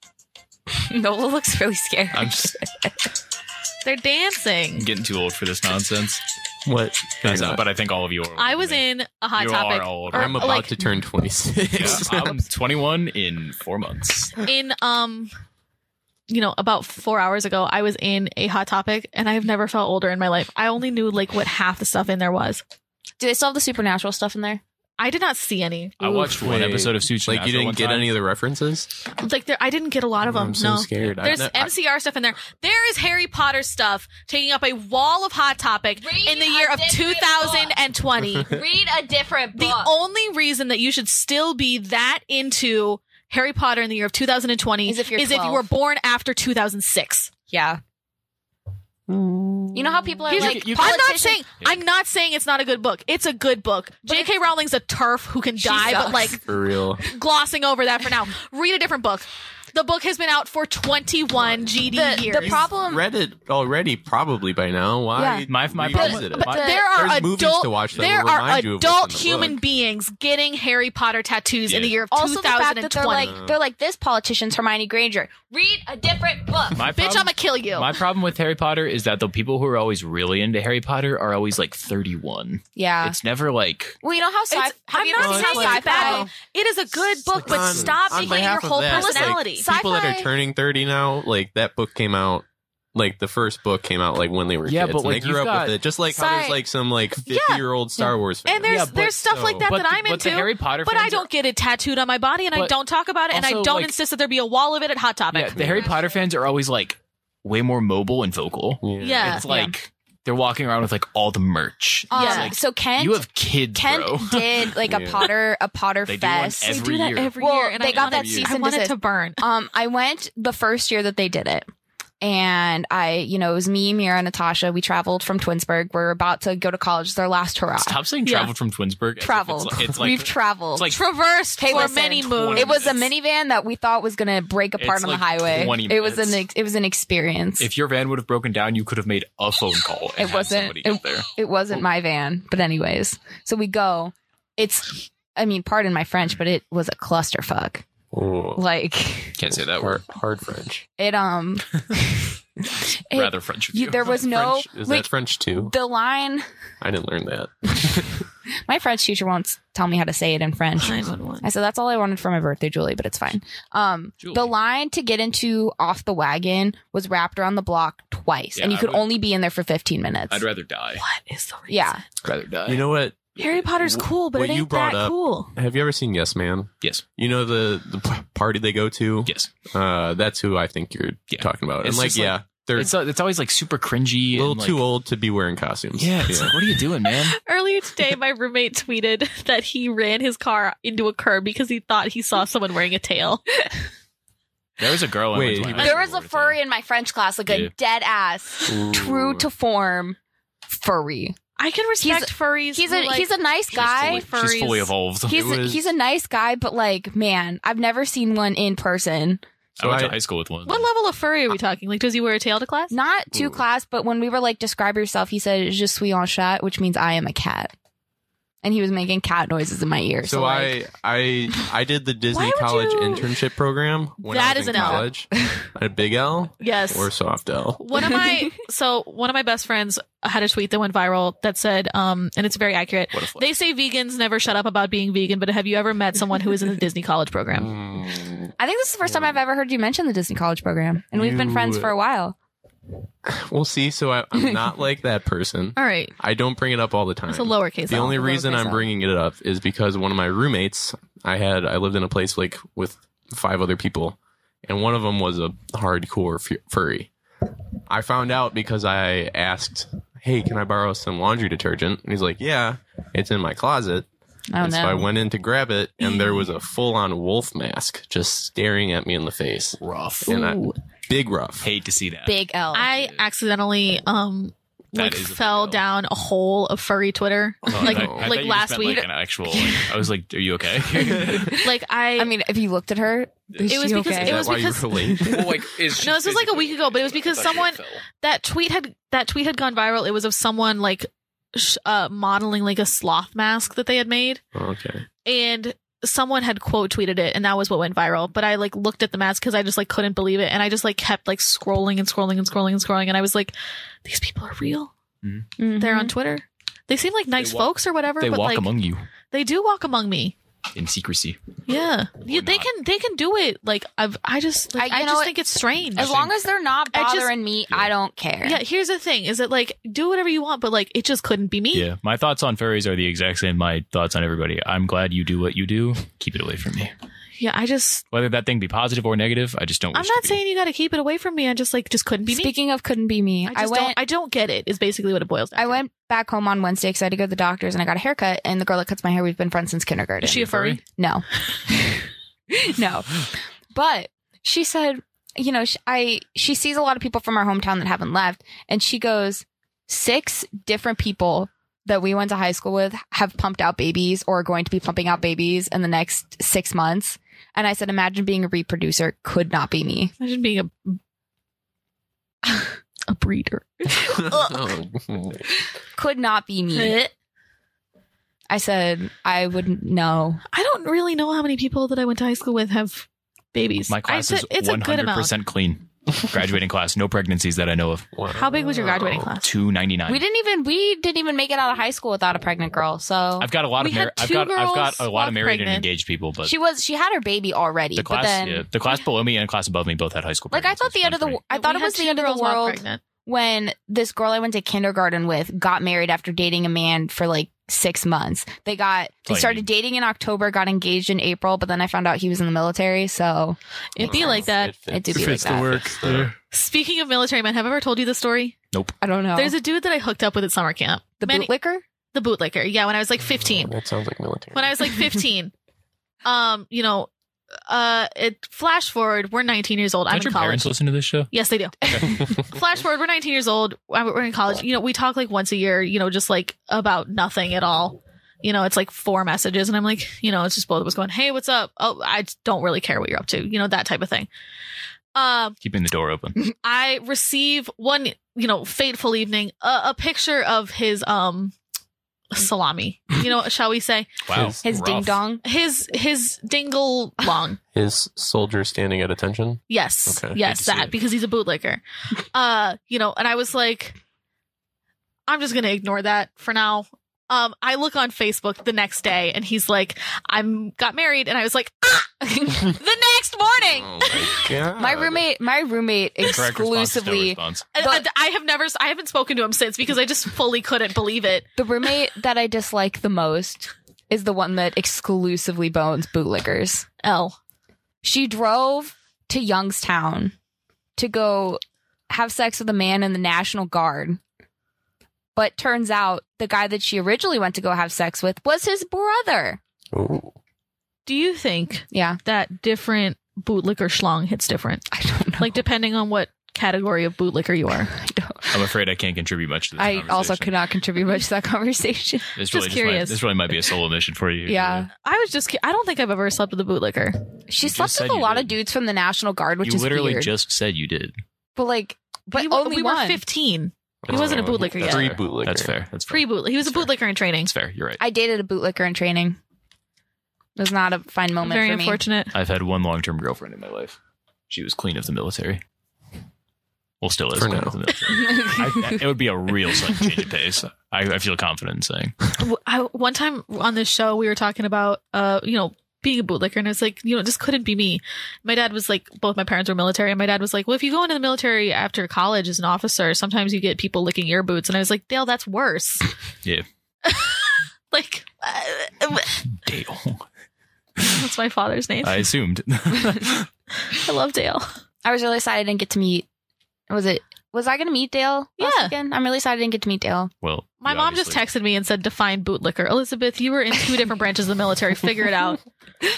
S1: Nola looks really scared.
S2: I'm just
S3: They're dancing.
S2: getting too old for this nonsense.
S4: What?
S2: That's
S4: You're
S2: not,
S4: not.
S2: but I think all of you are.
S3: I was in a hot
S2: You
S3: topic.
S2: are old.
S3: or,
S4: I'm about
S3: like,
S4: to turn 26.
S2: Yeah, I'm 21 in four months.
S3: in um you know about four hours ago i was in a hot topic and i've never felt older in my life i only knew like what half the stuff in there was
S1: Do they still have the supernatural stuff in there?
S3: i did not see any
S2: I watched one
S4: Wait.
S2: episode of Suits.
S4: like you didn't get any of the references.
S3: like there i didn't get a lot of them
S4: I'm so
S3: no
S4: scared. I-
S3: there's
S4: I-
S3: mcr stuff in there there is harry potter stuff taking up a wall of hot topic
S1: Read
S3: in the year
S1: a
S3: of
S1: different
S3: 2020
S1: Read a different
S3: the only reason that you should still be that into harry potter in the year of 2020
S1: Is if you're
S3: you
S1: 12.
S3: were born after 2006
S1: yeah. You know how people are
S3: Here's
S1: like,
S2: the- you-
S3: I'm not
S1: politicians-
S3: saying I'm not saying it's not a good book. It's a good book.
S1: But
S3: J.K. Rowling's a turf who can
S1: She
S3: die,
S1: sucks.
S3: but like
S4: For real.
S3: glossing over that for now. Read a different book. The book has been out for 21 GD
S1: the,
S3: years.
S1: the problem.
S4: Read it already, probably by now. Why?
S1: Yeah.
S2: My- my
S4: revisit
S2: problem-
S4: it?
S2: but-
S1: but-
S3: there are
S4: There's movies
S3: adult
S4: to watch that
S3: there
S4: will
S3: are
S4: remind you of what's in
S3: adult
S4: the
S3: human
S4: book.
S3: beings getting Harry Potter tattoos in the
S2: Yeah.
S3: year of
S1: Also, the fact
S3: 2020.
S1: that they're like they're like this politician's Hermione Granger. Read a different book.
S2: My
S3: Bitch,
S2: problem,
S3: I'ma kill you.
S2: My problem with Harry Potter is that the people who are always really into Harry Potter are always like 31.
S1: yeah.
S2: It's never like
S1: Well, you know how sci-
S3: It's-
S1: have
S3: I'm
S1: you ever
S3: not
S1: seen
S3: saying
S1: how
S3: it's
S1: sci-fi?
S3: bad. it is a good
S4: It's
S3: book,
S4: like
S3: but
S4: on-
S3: stop
S4: on
S3: making it your
S4: behalf of
S3: whole
S4: that, it's like
S3: personality.
S4: people that
S1: Sci-fi-
S4: are turning 30 now, like that book came out like the first book came out like when they were
S2: Yeah,
S4: kids.
S2: but,
S4: and
S2: like,
S4: they grew
S2: you've
S4: up
S2: got-
S4: with it. Just like how
S1: Sci-
S4: there's like some like 50 year old Star Wars fans.
S3: and there's
S2: Yeah, but
S3: there's stuff
S4: so-
S3: like that
S2: but
S3: that
S2: the-
S3: I'm
S2: but the
S3: into.
S2: Harry Potter
S3: but
S2: fans
S3: I don't
S2: are-
S3: get it tattooed on my body, and I
S2: But
S3: don't talk about it, and I
S2: also,
S3: don't
S2: like-
S3: insist that there be a wall of it at Hot Topic.
S2: yeah, the Harry Potter fans are always like way more mobile and vocal.
S3: Yeah. Oh,
S2: It's like they're walking around with like all the merch.
S1: Um,
S3: Yeah.
S1: so Kent,
S2: you have kids,
S1: Kent
S2: bro.
S1: did like a
S4: Yeah.
S1: Potter a Potter
S2: They do one
S1: fest.
S2: every
S3: do that
S2: year.
S3: every
S1: Well,
S3: year, and
S1: they
S3: I
S1: got
S3: want
S1: that
S3: it-
S1: cease
S3: I
S1: and
S3: want it
S1: desist.
S3: to burn.
S1: Um, I went the first year that they did it, And I, you know, it was me, Mira, and Natasha. We traveled from Twinsburg. We're about to go to college. It's our last hurrah.
S2: Stop saying
S3: Yeah.
S2: traveled from Twinsburg. as if it's
S1: Traveled.
S2: like- It's like,
S1: We've traveled.
S2: it's like
S3: traversed
S1: Hey,
S3: for
S1: listen.
S3: many moons.
S1: it was a
S2: minutes.
S1: minivan that we thought was going to break apart
S2: It's
S1: on
S2: like
S1: the highway.
S2: 20
S1: It was an
S2: minutes.
S1: ex- it was an experience.
S2: if your van would have broken down, you could have made a phone call. And
S1: It
S2: had
S1: wasn't-
S2: Somebody get there.
S1: It wasn't my van, but anyways. So we go. It's I mean, pardon my French, but it was a clusterfuck.
S6: Ooh,
S1: Like
S2: Can't say that word.
S6: hard, hard French.
S1: it um it-
S2: Rather French of
S1: you-
S2: you.
S1: there was no
S6: French, is
S1: wait,
S6: that French too?
S1: the line
S6: I didn't learn that.
S1: my French teacher won't tell me how to say it in French.
S3: I would want.
S1: I said that's all I wanted for my birthday, Julie, but it's fine. Um
S2: Julie.
S1: the line to get into off the wagon was wrapped around the block twice.
S2: Yeah,
S1: and you
S2: I
S1: could
S2: would-
S1: only be in there for fifteen minutes.
S2: I'd rather die.
S3: What is the reason?
S1: yeah.
S2: Rather die.
S4: You know what?
S3: Harry Potter's
S4: Wh-
S3: cool, but
S4: what
S3: it
S4: you
S3: ain't
S4: brought
S3: that
S4: up-
S3: cool.
S4: Have you ever seen Yes Man?
S2: yes.
S4: You know the the p- party they go to.
S2: Yes.
S4: Uh, that's who I think you're
S2: Yeah.
S4: talking about.
S2: It's
S4: and like,
S2: just like-
S4: yeah, they're
S2: It's, it's always like super cringy.
S4: a little
S2: and, like-
S4: too old to be wearing costumes.
S2: Yeah. It's like, what are you doing, man?
S3: Earlier today, my roommate tweeted that he ran his car into a curb because he thought he saw someone wearing a tail.
S2: There was a girl. I went
S4: Wait.
S2: to in high
S1: There
S2: school uh,
S1: was a
S2: who wore
S1: furry
S2: tail.
S1: in my French class, like
S2: Yeah.
S1: a dead ass, true to form furry.
S3: I can respect furries.
S1: He's
S3: who,
S1: a
S3: like-
S1: he's a nice
S2: She's fully-
S1: guy.
S2: She's
S3: furries.
S2: fully evolved.
S1: He's
S4: It was-
S1: he's a nice guy, but like, man, I've never seen one in person.
S2: I went to
S4: I-
S2: high school with one.
S3: What level of furry are we talking? Like, does he wear a tail to class?
S1: Not to
S4: Ooh.
S1: class, but when we were like, describe yourself, he said, "Je suis un chat," which means I am a cat, and he was making cat noises in my ear. So,
S4: So
S1: like,
S4: I I I did the Disney
S3: would
S4: College
S3: you-
S4: internship program. When
S3: That
S4: I was
S3: is
S4: in
S3: an L.
S4: college. a big L
S3: Yes.
S4: or soft L.
S3: one of my so one of my best friends had a tweet that went viral that said, um, and it's very accurate.
S2: What a flex.
S3: They say vegans never shut up about being vegan, but have you ever met someone who is in the Disney college program?
S4: Hmm.
S6: Mm,
S1: I think this is the first time I've ever heard you mention the Disney College program, and we've been
S4: You-
S1: friends for a while.
S4: We'll see. So I, I'm not like that person.
S3: All right,
S4: I don't bring it up all the time.
S3: it's a lowercase.
S4: the
S3: L,
S4: only
S3: a
S4: reason
S3: lowercase
S4: I'm
S3: L.
S4: bringing it up is because one of my roommates, I had, I lived in a place like with five other people, and one of them was a hardcore fu- furry. I found out because I asked, "Hey, can I borrow some laundry detergent?" And he's like, "Yeah, it's in my closet."
S1: I
S3: Oh,
S1: don't
S4: and so I
S1: know.
S4: went in to grab it, and there was a full-on wolf mask just staring at me in the face.
S2: rough.
S4: And I,
S3: Ooh.
S4: big rough.
S2: Hate to see that.
S1: Big L.
S3: I accidentally um
S2: That
S3: like
S2: is a big
S3: fell
S2: L.
S3: down a hole of furry Twitter.
S2: Oh,
S3: like
S2: I- I thought
S3: like
S2: you
S3: last
S2: just meant,
S3: week.
S2: like, an actual. like- I was like, "Are you okay?"
S3: Like I,
S1: I mean, if you looked at her, is
S3: It was
S1: she
S3: because-
S1: okay?
S4: Is that
S3: was
S4: why
S3: because-
S4: you were late?
S2: well, like, is she
S3: No, this was, like, a week
S2: physically
S3: ago, but it was
S2: okay?
S3: because
S2: I thought she
S3: someone-
S2: fell.
S3: that tweet had that tweet had gone viral. It was of someone like sh- uh, modeling like a sloth mask that they had made,
S4: okay.
S3: and someone had quote tweeted it, and that was what went viral. But I like looked at the mask because I just like couldn't believe it, and I just like kept like scrolling and scrolling and scrolling and scrolling, and I was like, these people are real.
S1: Mhm.
S3: They're on Twitter. They seem like nice
S2: walk-
S3: folks or whatever,
S2: They
S3: but
S2: walk
S3: like
S2: among you
S3: they do walk among me.
S2: in secrecy.
S3: Yeah, yeah they
S2: not.
S3: can they can do it. Like I've I just like,
S1: I-
S3: I,
S1: you know
S3: just
S1: what?
S3: think it's strange.
S1: As long as they're not
S3: I just-
S1: bothering me, I don't care.
S3: yeah, here's the thing: is that like do whatever you want, but like it just couldn't be me.
S2: Yeah, my thoughts on furries are the exact same. My thoughts on everybody. I'm glad you do what you do. Keep it away from me.
S3: yeah I just
S2: Whether that thing be positive or negative, I just don't. Wish
S3: I'm not
S2: to be.
S3: saying you got to keep it away from me. I just like just couldn't be
S1: Speaking of couldn't be me,
S3: me.
S1: I,
S3: I just
S1: went.
S3: don't. I don't get it. Is basically what it boils down.
S1: I
S3: to.
S1: went back home on Wednesday because I had to go to the doctor's and I got a haircut. And the girl that cuts my hair, we've been friends since kindergarten.
S3: Is she a furry?
S1: no, no. But she said, you know, sh I she sees a lot of people from our hometown that haven't left, and she goes, six different people that we went to high school with have pumped out babies or are going to be pumping out babies in the next six months. And I said, imagine being a reproducer could not be me.
S3: Imagine being a a breeder.
S6: oh.
S1: Could not be
S2: Hmm.
S1: me.
S3: I
S1: I said, I wouldn't know.
S3: don't really know how many people that I went to high school with have babies.
S2: My class
S3: I,
S2: is
S3: it's a- it's a good amount.
S2: 100% clean. Graduating class, no pregnancies that I know of.
S6: Wow.
S3: How big was your
S2: Oh.
S3: graduating class?
S2: 299.
S1: We didn't even we didn't even make it out of high school without a pregnant girl. So
S2: I've got a lot of
S3: We
S2: mar-
S3: had
S2: I've
S3: two
S2: got I've got a
S3: girls,
S2: lot
S3: one
S2: of married and
S3: pregnant.
S2: engaged people, but
S1: she was she had her baby already,
S2: the
S1: but
S2: class
S1: then
S2: yeah, the class below me and class above me both had high school.
S1: like I thought the end of the
S2: pregnancies.
S1: wo- I thought it was the end of the world when this girl I went to kindergarten with got married after dating a man for like six months. They got they
S2: Like-
S1: started dating in October, got engaged in April, but then I found out he was in the military, so
S3: It'd be like that.
S1: it do be
S6: fits.
S1: like that.
S6: Fits the-
S3: Speaking of military men, have I ever told you the story?
S1: I don't know.
S3: There's a dude that I hooked up with at summer camp.
S1: the
S3: Many-
S1: bootlicker.
S3: the bootlicker. Yeah, when I was like 15.
S6: That sounds like military.
S3: when I was like 15. um, you know, uh, it flash forward. We're 19 years old. I'm
S2: Don't
S3: in
S2: your
S3: college.
S2: parents listen to this show?
S3: Yes, they do. Flash forward, we're 19 years old. We're we're in college. You know, we talk like once a year, you know, just like about nothing at all. You know, it's like four messages. And I'm like, you know, it's just both of us going, hey, what's up? Oh, I don't really care what you're up to. You know, that type of thing. Um,
S2: Keeping the door open.
S3: I receive one, you know, fateful evening, a, a picture of his um salami. You know, shall we say
S2: Wow.
S6: His-
S1: His
S2: Rough.
S1: ding dong.
S3: his his dingle long.
S6: His soldier standing at attention.
S3: Yes,
S6: Okay, good
S3: yes,
S6: to see
S3: that
S6: it.
S3: because he's a bootlicker. Uh, you know, and I was like, I'm just gonna ignore that for now. Um, I look on Facebook the next day, and he's like, "I'm got married," and I was like, ah! the next morning.
S6: Oh my god.
S1: My roommate, my roommate
S2: Correct response is no
S1: exclusively
S2: response.
S3: I-
S1: But-
S3: I, I have never, I haven't spoken to him since because I just fully couldn't believe it.
S1: The roommate that I dislike the most is the one that exclusively bones bootlickers.
S3: L.
S1: She drove to Youngstown to go have sex with a man in the National Guard. But turns out the guy that she originally went to go have sex with was his brother.
S6: Ooh.
S3: Do you think
S1: Yeah,
S3: that different bootlicker schlong hits different.
S1: I don't
S6: Oh.
S1: know.
S3: Like depending on what category of bootlicker you are.
S1: I, don't,
S2: I'm afraid I can't contribute much to this.
S1: I also
S2: conversation.
S1: could not contribute much to that conversation.
S2: This
S3: Just
S2: really just
S3: curious.
S2: Might, this really might be a solo mission for you.
S1: Yeah.
S3: I was just ki- I don't think I've ever slept with a bootlicker.
S1: She
S2: You
S1: slept
S2: just
S1: with
S2: said
S1: a
S2: you
S1: lot of
S2: did.
S1: dudes from the National Guard, which
S2: you
S1: is
S2: literally
S1: weird.
S2: just said you did.
S1: but like, but
S3: we, were-
S1: only
S3: we were
S1: one.
S3: 15. He wasn't a
S4: Oh,
S3: bootlicker yet.
S6: Three bootlicker.
S2: That's fair. That's fair.
S3: Pre boot. He was a
S2: Sure.
S3: bootlicker in training.
S2: That's fair. You're right.
S1: I dated a bootlicker in training. It was not a fine moment
S3: Very
S1: for me.
S3: unfortunate.
S2: I've had one long term girlfriend in my life. She was clean of the military. Well, still is
S6: For
S2: clean
S6: now.
S2: of the military. I, it would be a real sudden change of pace. I, I feel confident in saying.
S3: W- I, one time on this show we were talking about uh you know being a bootlicker and I was like you know this couldn't be me. My dad was like both my parents were military and my dad was like well if you go into the military after college as an officer sometimes you get people licking your boots and I was like Dale that's worse.
S2: Yeah.
S3: like uh,
S2: Dale.
S3: that's my father's name.
S2: I assumed.
S3: I love Dale.
S1: I was really excited I didn't get to meet. Was it? Was I going to meet Dale? last
S3: Yeah.
S1: weekend? I'm really excited I didn't get to meet Dale.
S2: well,
S3: My
S2: you
S3: mom just
S2: obviously-
S3: texted me and said, "Define bootlicker, Elizabeth. You were in two different branches of the military. Figure it out.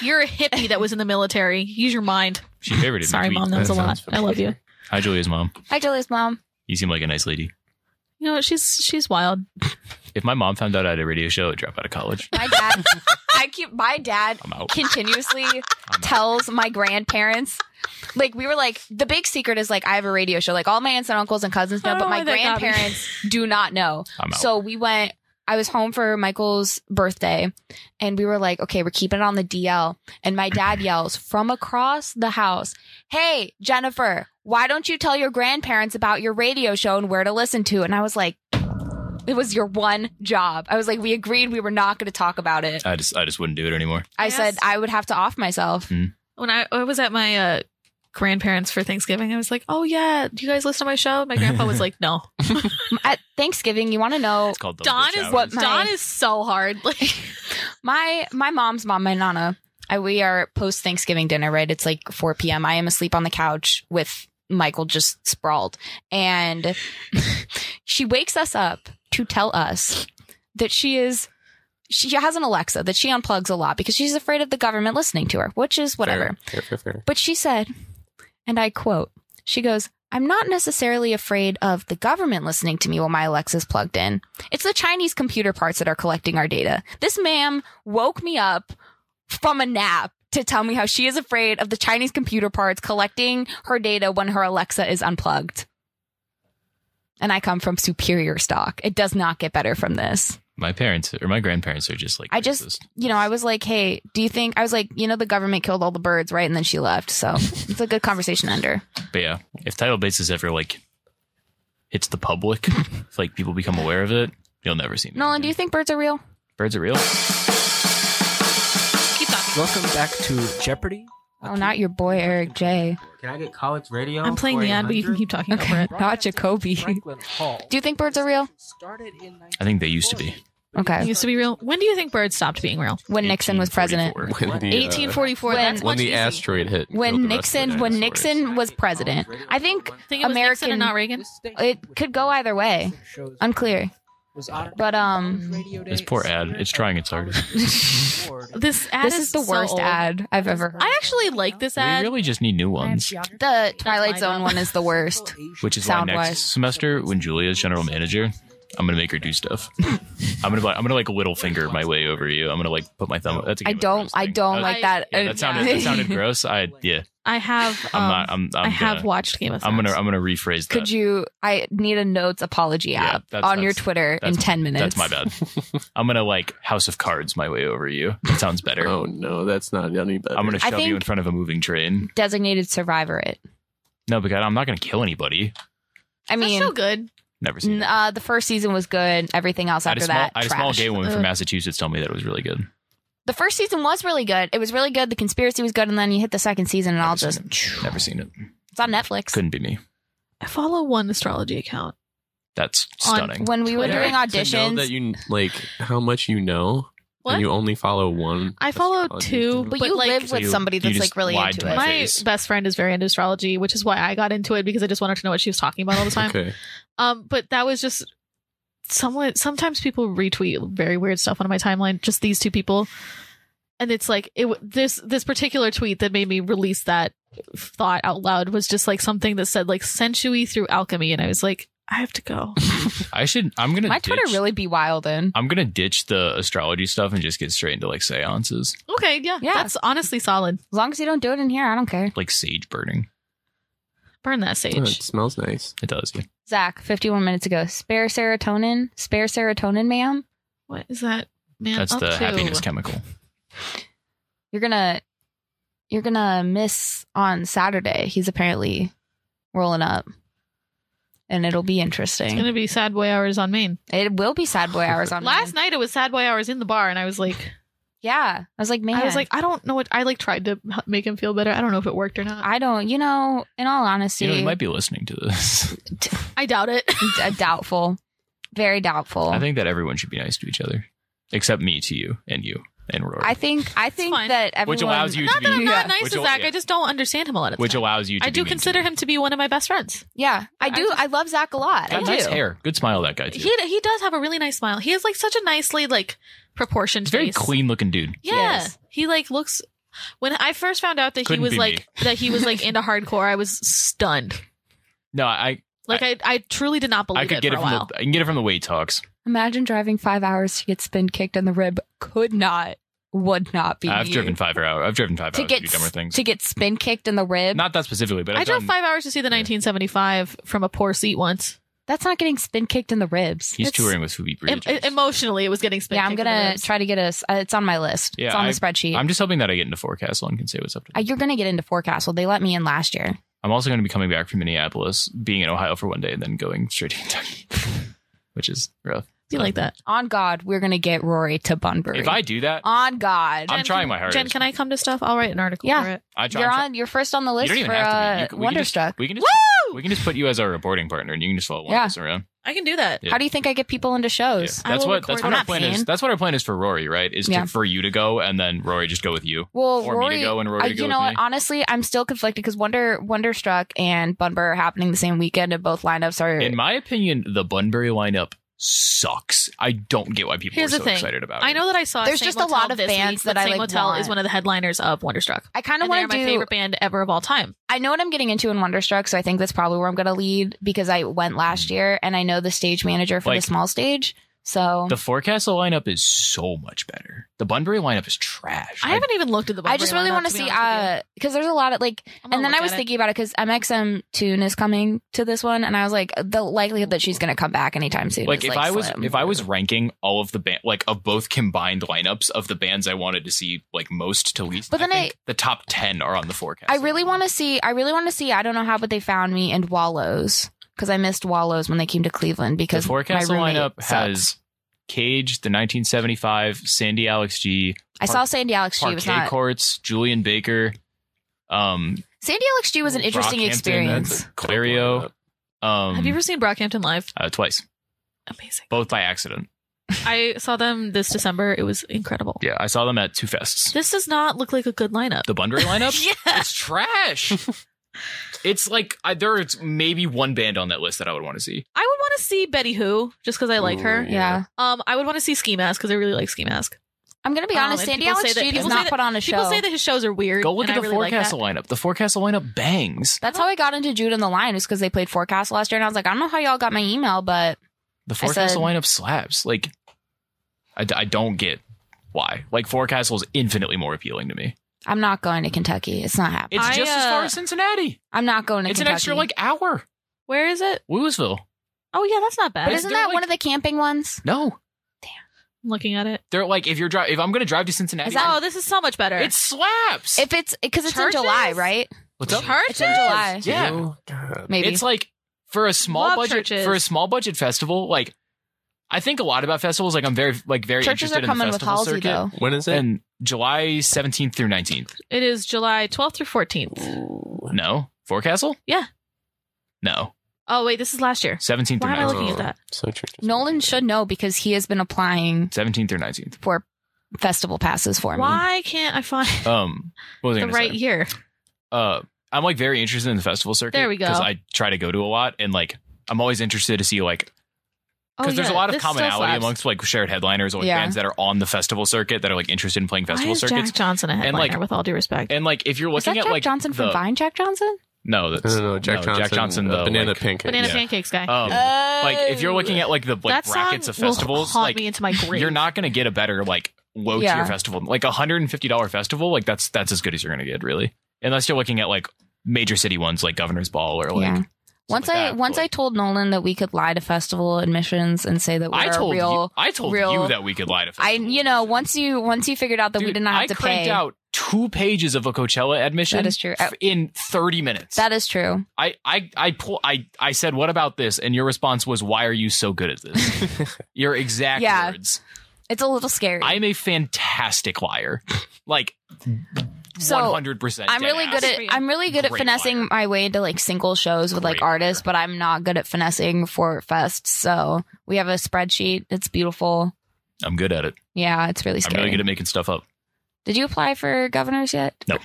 S3: You're a hippie that was in the military. Use your mind."
S2: She favorited me.
S3: Sorry, mom. That was a
S6: That
S3: lot.
S6: sounds
S3: I love you.
S6: familiar.
S2: Hi, Julia's mom.
S1: Hi, Julia's mom.
S2: You seem like a nice lady.
S3: You know she's she's wild.
S2: If my mom found out I had a radio show, I'd drop out of college.
S1: My dad. I keep my dad
S2: I'm out.
S1: continuously
S2: I'm out.
S1: tells my grandparents. Like we were like the big secret is like I have a radio show. Like all my aunts and uncles and cousins know,
S3: I don't
S1: but
S3: know
S1: my
S3: why that got me.
S1: grandparents do not know.
S2: I'm out.
S1: So we went. I was home for Michael's birthday, and we were like, "Okay, we're keeping it on the DL." And my dad yells from across the house, "Hey, Jennifer, why don't you tell your grandparents about your radio show and where to listen to?" And I was like, "It was your one job." I was like, "We agreed we were not going to talk about it."
S2: I just I just wouldn't do it anymore.
S1: I
S3: Yes.
S1: said I would have to off myself.
S3: When I, I was at my uh, grandparents for Thanksgiving, I was like, "Oh yeah, do you guys listen to my show?" My grandpa was like, "No."
S1: At Thanksgiving, you want to know
S2: It's called
S3: Don
S2: Double Ditch
S3: is
S1: What
S2: Hours.
S1: my-
S3: Don is so hard. Like
S1: My my mom's mom, my nana, I, we are post Thanksgiving dinner, right? It's like 4 p.m. I am asleep on the couch with Michael just sprawled, and she wakes us up to tell us that she is she has an Alexa that she unplugs a lot because she's afraid of the government listening to her, which is whatever.
S6: Fair, fair, fair.
S1: But she said, and I quote, she goes, I'm not necessarily afraid of the government listening to me while my Alexa's plugged in. It's the Chinese computer parts that are collecting our data. This ma'am woke me up from a nap to tell me how she is afraid of the Chinese computer parts collecting her data when her Alexa is unplugged. And I come from superior stock. It does not get better from this
S2: My parents or my grandparents are just like
S1: I just-
S2: racist.
S1: you know, I was like, hey, do you think I was like, you know, the government killed all the birds, right? And then she left. So it's a good conversation ender.
S2: But yeah, if title basis ever like hits the public, if like people become aware of it, you'll never see me.
S1: Nolan, do you think birds are real?
S2: Birds are real.
S3: keep talking.
S7: Welcome back to Jeopardy.
S1: Oh, not your boy Eric J.
S7: Can I get college radio?
S3: I'm playing the ad, but you can keep talking over it.
S1: Not Jacoby. Do you think birds are real?
S2: I think they used to be.
S1: Okay.
S3: It used to be real. When do you think birds stopped being real?
S1: When Nixon was president.
S2: 1844.
S6: When the, uh,
S3: 1844.
S1: When-
S3: that's
S6: when
S3: much
S6: the
S3: easy.
S6: asteroid hit. killed
S1: When
S6: the rest of the
S1: Nixon when
S6: dinosaurs.
S1: Nixon was president. I think
S3: Think it was
S1: American-
S3: Nixon and not Reagan.
S1: it could go either way. Unclear.
S8: was honored.
S1: But um,
S8: Radio Day
S2: This poor
S8: is
S2: ad. It's trying its hardest.
S1: this
S8: honored award.
S3: This ad
S1: is the
S3: so
S1: worst
S3: old.
S1: ad I've ever heard.
S3: I actually like this
S2: We
S3: ad.
S2: really just need new ones.
S1: The Twilight Zone one is the worst.
S2: Which is why next
S1: Sound-wise.
S2: semester, when Julia's general manager, I'm gonna make her do stuff. I'm gonna like, I'm gonna like little finger my way over you. I'm gonna like put my thumb. That's a
S1: I
S2: Game of
S1: don't.
S2: Thrones
S1: I
S2: thing.
S1: don't
S2: Uh,
S1: like
S3: I-
S1: that. Uh,
S2: yeah, that sounded that sounded gross. I yeah.
S3: I have. Um,
S2: I'm not. I'm. I'm
S3: i have
S2: gonna-
S3: watched Game of Thrones.
S2: I'm gonna. I'm gonna rephrase that.
S1: Could you? I need a notes apology
S2: Yeah,
S1: app
S2: that's-
S1: on your
S2: that's-
S1: Twitter in
S2: that's-
S1: ten minutes.
S2: That's my bad. I'm gonna like House of Cards my way over you. That sounds better.
S6: Oh no, that's not any better.
S2: I'm gonna
S1: I
S2: shove you in
S1: think-
S2: front of a moving train.
S1: Designated survivor. It.
S2: No, because I'm not gonna kill anybody.
S1: I mean,
S3: that's so good.
S2: Never
S1: n-
S2: seen. it.
S1: uh, the first season was good. Everything else
S2: I had a
S1: after
S2: small,
S1: that,
S2: I had a
S1: trash.
S2: small gay woman
S3: Ugh.
S2: from Massachusetts tell me that it was really good.
S1: The first season was really good. It was really good. The conspiracy was good, and then you hit the second season, and I'll
S2: Never
S1: just
S2: seen it. Never seen it.
S1: it's on Netflix.
S2: Couldn't be me.
S3: I follow one astrology account.
S2: That's
S3: On-
S2: stunning.
S1: When we were
S3: Twitter.
S1: doing
S6: To know
S1: auditions,
S6: that you like how much you know,
S3: What?
S6: and you only follow one.
S3: I follow
S6: astrology
S3: two,
S6: thing.
S1: but,
S3: but,
S1: you
S3: like-
S1: live
S2: So
S1: with
S2: you-
S1: somebody
S2: you
S1: that's
S2: just
S1: like really
S2: lied
S1: into
S2: to
S1: it.
S2: my
S3: my
S2: face.
S3: best friend is very into astrology, which is why I got into it because I just wanted to know what she was talking about all the time.
S6: Okay,
S3: Um, but that was just someone. Sometimes people retweet very weird stuff on my timeline. Just these two people, and it's like it. w- This this particular tweet that made me release that thought out loud was just like something that said like sensui through alchemy, and I was like, I have to go.
S2: I should. I'm gonna.
S1: My
S2: ditch,
S1: Twitter really be wild in.
S2: I'm gonna ditch the astrology stuff and just get straight into like seances,
S3: Okay, yeah,
S1: Yeah.
S3: that's honestly solid.
S1: As long as you don't do it in here, I don't care.
S2: like sage burning.
S3: Burn that
S6: Oh, it
S3: sage.
S6: smells nice.
S2: It does. Yeah.
S1: Zach, 51 minutes ago. Spare serotonin. Spare serotonin, ma'am.
S3: What is that? Man,
S2: That's
S3: up
S2: the
S3: to?
S2: happiness chemical.
S1: You're gonna you're gonna miss on Saturday. He's apparently rolling up. And it'll be
S3: It's
S1: interesting.
S3: gonna be sad boy hours on Maine.
S1: it will be sad boy hours on
S3: Last
S1: Maine.
S3: night it was sad boy hours in the bar, and I was like,
S1: Yeah. I was like, man.
S3: I was like, I don't know what I like tried to h- make him feel better. I don't know if it worked or not. I,
S1: I don't, you know, in all honesty,
S2: You know, he might be listening to this.
S3: doubt it.
S1: d- doubtful. Very doubtful.
S2: I think that everyone should be nice to each other, except me to you and you and Rory.
S1: I think I think
S3: fine.
S1: that everyone
S2: Which allows you to
S3: not that I'm
S2: be-
S1: Yeah.
S3: not nice
S2: Which
S3: to
S2: al-
S3: Zach.
S2: yeah.
S3: I just don't understand him a lot of the
S2: which
S3: time.
S2: allow allows you. to
S3: I do consider him to be one of my best friends.
S1: Yeah. I do I,
S3: just-
S1: love Zach a lot. I
S2: Got
S1: do.
S2: nice hair. Good smile, that guy. Too.
S3: He he does have a really nice smile. He has like such a nicely like proportioned
S2: He's a very
S3: face.
S2: clean looking dude.
S3: Yeah,
S1: Yes.
S3: he like looks. When I first found out that
S2: Couldn't
S3: he was
S2: be
S3: like that he was like into hardcore, I was stunned.
S2: No, I
S3: Like I, I truly did not believe
S2: I could
S3: it
S2: get
S3: for
S2: it
S3: a
S2: from
S3: while.
S2: the I can get it from the weight talks.
S1: Imagine driving five hours to get spin kicked in the rib. Could not, would not be.
S2: I've
S1: me.
S2: driven five hour. I've driven five
S1: to
S2: hours to
S1: get
S2: do dumber things.
S1: to get spin kicked in the rib.
S2: Not that specifically, but
S3: I
S2: I've
S3: drove
S2: done-
S3: five hours to see the 1975 from a poor seat once.
S1: That's not getting spin kicked in the ribs.
S2: He's
S3: it's-
S2: touring with Phoebe
S3: Em-
S2: Bridgers.
S3: emotionally, it was getting spit.
S1: yeah, I'm
S3: kicked in the
S1: gonna
S3: ribs.
S1: try to get us. Uh, it's on my list.
S2: Yeah,
S1: it's on
S2: I-
S1: the spreadsheet.
S2: I'm just hoping that I get into Forecastle and can say what's up to
S1: Uh, you're gonna get into Forecastle. They let me in last year.
S2: I'm also going to be coming back from Minneapolis, being in Ohio for one day, and then going straight to Kentucky, which is rough.
S3: be like that.
S1: On God, we're gonna get Rory to Bunbury.
S2: If I do that,
S1: on God,
S2: I'm
S3: Jen,
S2: trying
S3: can-
S2: my hardest.
S3: Jen, can I come to stuff? I'll write an article
S1: Yeah.
S3: for it.
S2: I try.
S1: you're
S2: I'm try-
S1: on. You're first on the
S2: you
S1: list
S2: don't even
S1: for
S2: have to be.
S1: uh,
S2: You can- we can just-
S1: Wonderstruck.
S2: we can just
S3: Woo!
S2: we can just put you as our reporting partner, and you can just follow one
S1: Yeah.
S2: person around.
S3: I can do that.
S2: Yeah.
S1: How do you think I get people into
S2: Yeah.
S1: shows? Uh,
S2: That's
S3: will
S2: what that's
S3: record
S2: what
S1: it.
S2: our
S1: I'm
S2: plan
S1: not
S2: is.
S1: saying.
S2: That's what our plan is for Rory, right? Is
S1: Yeah.
S2: to, for you to go, and then Rory just go with you,
S1: Well,
S2: or
S1: Rory,
S2: me to go, and Rory
S1: Uh,
S2: to go
S1: you
S2: with
S1: know
S2: me.
S1: what? Honestly, I'm still conflicted because Wonder Wonderstruck and Bunbur are happening the same weekend, and both lineups are.
S2: In my opinion, the Bunbury lineup sucks. I don't get why people
S3: Here's
S2: are
S3: the
S2: so
S3: thing.
S2: excited about
S3: I
S2: it.
S3: know that I saw.
S1: There's
S3: Same
S1: just a
S3: Motel
S1: lot of
S3: this
S1: bands
S3: week, but
S1: that I,
S3: Same
S1: like,
S3: Motel is
S1: want.
S3: one of the headliners of Wonderstruck.
S1: I kind of
S3: And they're
S1: want
S3: my
S1: to do.
S3: favorite band ever of all time.
S1: I know what I'm getting into in Wonderstruck, so I think that's probably where I'm going to lead because I went last year and I know the stage manager for
S2: Hmm. Like-
S1: the small stage. So
S2: the Forecastle lineup is so much better. The Bunbury lineup is trash.
S3: I haven't even looked at the.
S1: I just really
S3: want to
S1: see uh because there's a lot of like, and then I was thinking about it because MXM Tune is coming to this one, and I was like, the likelihood that she's going to come back anytime soon.
S2: like
S1: is,
S2: if
S1: like
S2: I was
S1: slim.
S2: if I was ranking all of the band like of both combined lineups of the bands I wanted to see like most to least,
S1: But then
S2: I think the top ten are on the forecast.
S1: I really want to see. I really want to see. I don't know how, but they found me and Wallows because I missed Wallows when they came to Cleveland
S2: the
S1: because
S2: forecast
S1: my roommate
S2: lineup
S1: sucks.
S2: has Cage, the 1975, Sandy Alex G,
S1: I saw Sandy Alex G
S2: Parquet
S1: was not.
S2: Courts, Julian Baker, um,
S1: Sandy Alex G was an interesting
S2: Brockhampton,
S1: experience.
S2: Clario,
S1: uh,
S2: um,
S3: Have you ever seen Brockhampton live?
S2: uh, twice,
S3: Amazing.
S2: both by accident.
S3: I saw them this December. It was incredible.
S2: Yeah, I saw them at two fests.
S3: This does not look like a good lineup.
S2: The Bunbury lineup?
S3: Yeah.
S2: It's trash. it's like I, there is maybe one band on that list that I would want to see.
S3: I would want want to see Betty Who just because I like her.
S1: Yeah.
S3: Um, I would want to see Ski Mask because I really like Ski Mask.
S1: I'm gonna be
S3: Um,
S1: honest.
S3: and
S1: Sandy
S3: people
S1: Alex
S3: say that-
S1: Judy does
S3: people say
S1: not
S3: that-
S1: put on a show.
S3: People say that his shows are weird.
S2: Go look
S3: and
S2: at
S3: I
S2: the
S3: really like that.
S2: forecastle lineup. The forecastle lineup bangs.
S1: That's how I got into Jude and the Lion, is because they played Forecast last year, and I was like, I don't know how y'all got my email, but
S2: The
S1: I said-
S2: forecastle lineup slaps. Like, I, d- I don't get why. Like, forecastle is infinitely more appealing to me.
S1: I'm not going to Kentucky. It's not happening.
S2: It's
S3: I,
S2: just as far
S3: uh,
S2: as Cincinnati.
S1: I'm not going to.
S2: It's an
S1: Kentucky.
S2: extra like hour.
S3: Where is it?
S2: Louisville.
S3: Oh yeah, that's not bad.
S1: But
S2: it's
S1: isn't
S2: doing,
S1: that
S2: like-
S1: one of the camping ones?
S2: No,
S3: I'm looking at it.
S2: they're like if you're driving. If I'm gonna drive to Cincinnati,
S1: Is that-
S3: oh, this is so much better.
S2: it slaps.
S1: If it's because it's in July,
S3: Churches?
S1: right?
S2: What's up?
S1: It's
S3: Churches.
S1: in July,
S2: Yeah.
S1: maybe.
S2: It's like for a small
S3: Love
S2: budget
S3: churches.
S2: for a small budget festival. Like I think a lot about festivals. Like I'm very like very
S1: Churches
S2: interested
S1: are coming
S2: in the
S1: with
S2: festival
S1: Halsey
S2: circuit.
S1: though.
S4: When is it?
S2: And July 17th through 19th.
S3: It is July 12th through 14th.
S2: No, Forecastle.
S3: Yeah.
S2: No,
S3: Oh wait, this is last year.
S2: 17th through
S3: Why am I
S2: 19th.
S3: looking at that?
S4: So church.
S1: Nolan should know because he has been applying
S2: 17th through 19th.
S1: for festival passes for me.
S3: Why can't I find
S2: Um, what was I
S3: the
S2: gonna
S3: right
S2: say?
S3: year?
S2: Uh, I'm like very interested in the festival circuit.
S3: There we go.
S2: Because I try to go to a lot, and like I'm always interested to see like
S3: Oh,
S2: because there's a lot of commonality amongst like shared headliners or like
S1: Yeah.
S2: bands that are on the festival circuit that are like interested in playing festival
S3: Why is
S2: circuits.
S3: Jack Johnson a
S2: And,
S3: headliner?
S2: like-
S3: with all due respect,
S2: and like if you're
S1: Is that
S2: looking
S1: Jack
S2: at like
S1: Johnson from
S2: the-
S1: Vine? Jack Johnson?
S2: No, that's
S4: No, no, no, Jack
S2: no,
S4: Johnson.
S2: Jack Johnson,
S4: uh,
S2: the,
S4: banana
S2: like-
S4: pancake.
S3: Banana
S2: yeah.
S3: Pancakes guy.
S2: um, like if you're looking at like the like
S3: that
S2: brackets
S3: song
S2: of festivals,
S3: will haunt
S2: like
S3: me into my grave.
S2: you're not gonna get a better like low tier
S1: Yeah.
S2: festival, like a hundred and fifty dollar festival. Like that's that's as good as you're gonna get, really, unless you're looking at like major city ones like Governor's Ball or like.
S1: Yeah.
S2: something
S1: Once
S2: like
S1: I
S2: that.
S1: once I
S2: Like,
S1: told Nolan that we could lie to festival admissions and say that we
S2: I
S1: are
S2: told you,
S1: real.
S2: I told
S1: real-
S2: you that we could lie to.
S1: I
S2: Festivals.
S1: you know once you once you figured out that we
S2: Dude,
S1: did not have
S2: I
S1: to
S2: cranked
S1: pay.
S2: out two pages of a Coachella admission.
S1: That is true.
S2: f- in 30 minutes.
S1: That is true.
S2: I I I pull I I said what about this and your response was why are you so good at this? your exact
S1: Yeah.
S2: words.
S1: It's a little scary.
S2: I'm a fantastic liar. Like
S1: So,
S2: 100%.
S1: I'm
S2: dead
S1: really
S2: ass.
S1: good at
S3: Great.
S1: I'm really good at
S2: Great
S1: finessing
S2: liar.
S1: my way into like single shows with like
S2: Great liar.
S1: artists, but I'm not good at finessing for fests. So we have a spreadsheet. It's beautiful.
S2: I'm good at it.
S1: Yeah, it's really
S2: I'm
S1: scary.
S2: really good at making stuff up.
S1: Did you apply for governors yet?
S2: No.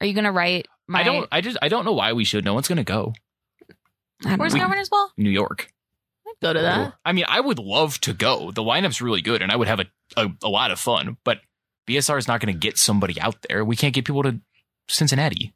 S1: Are you gonna write? My,
S2: I don't I just I don't know why we should. No one's going to go.
S1: I don't
S3: Where's
S1: know.
S3: Governor's Ball?
S2: New York.
S3: I'd go to that.
S2: I mean, I would love to go. The lineup's really good and I would have a a, a lot of fun, but BSR is not going to get somebody out there. We can't get people to Cincinnati.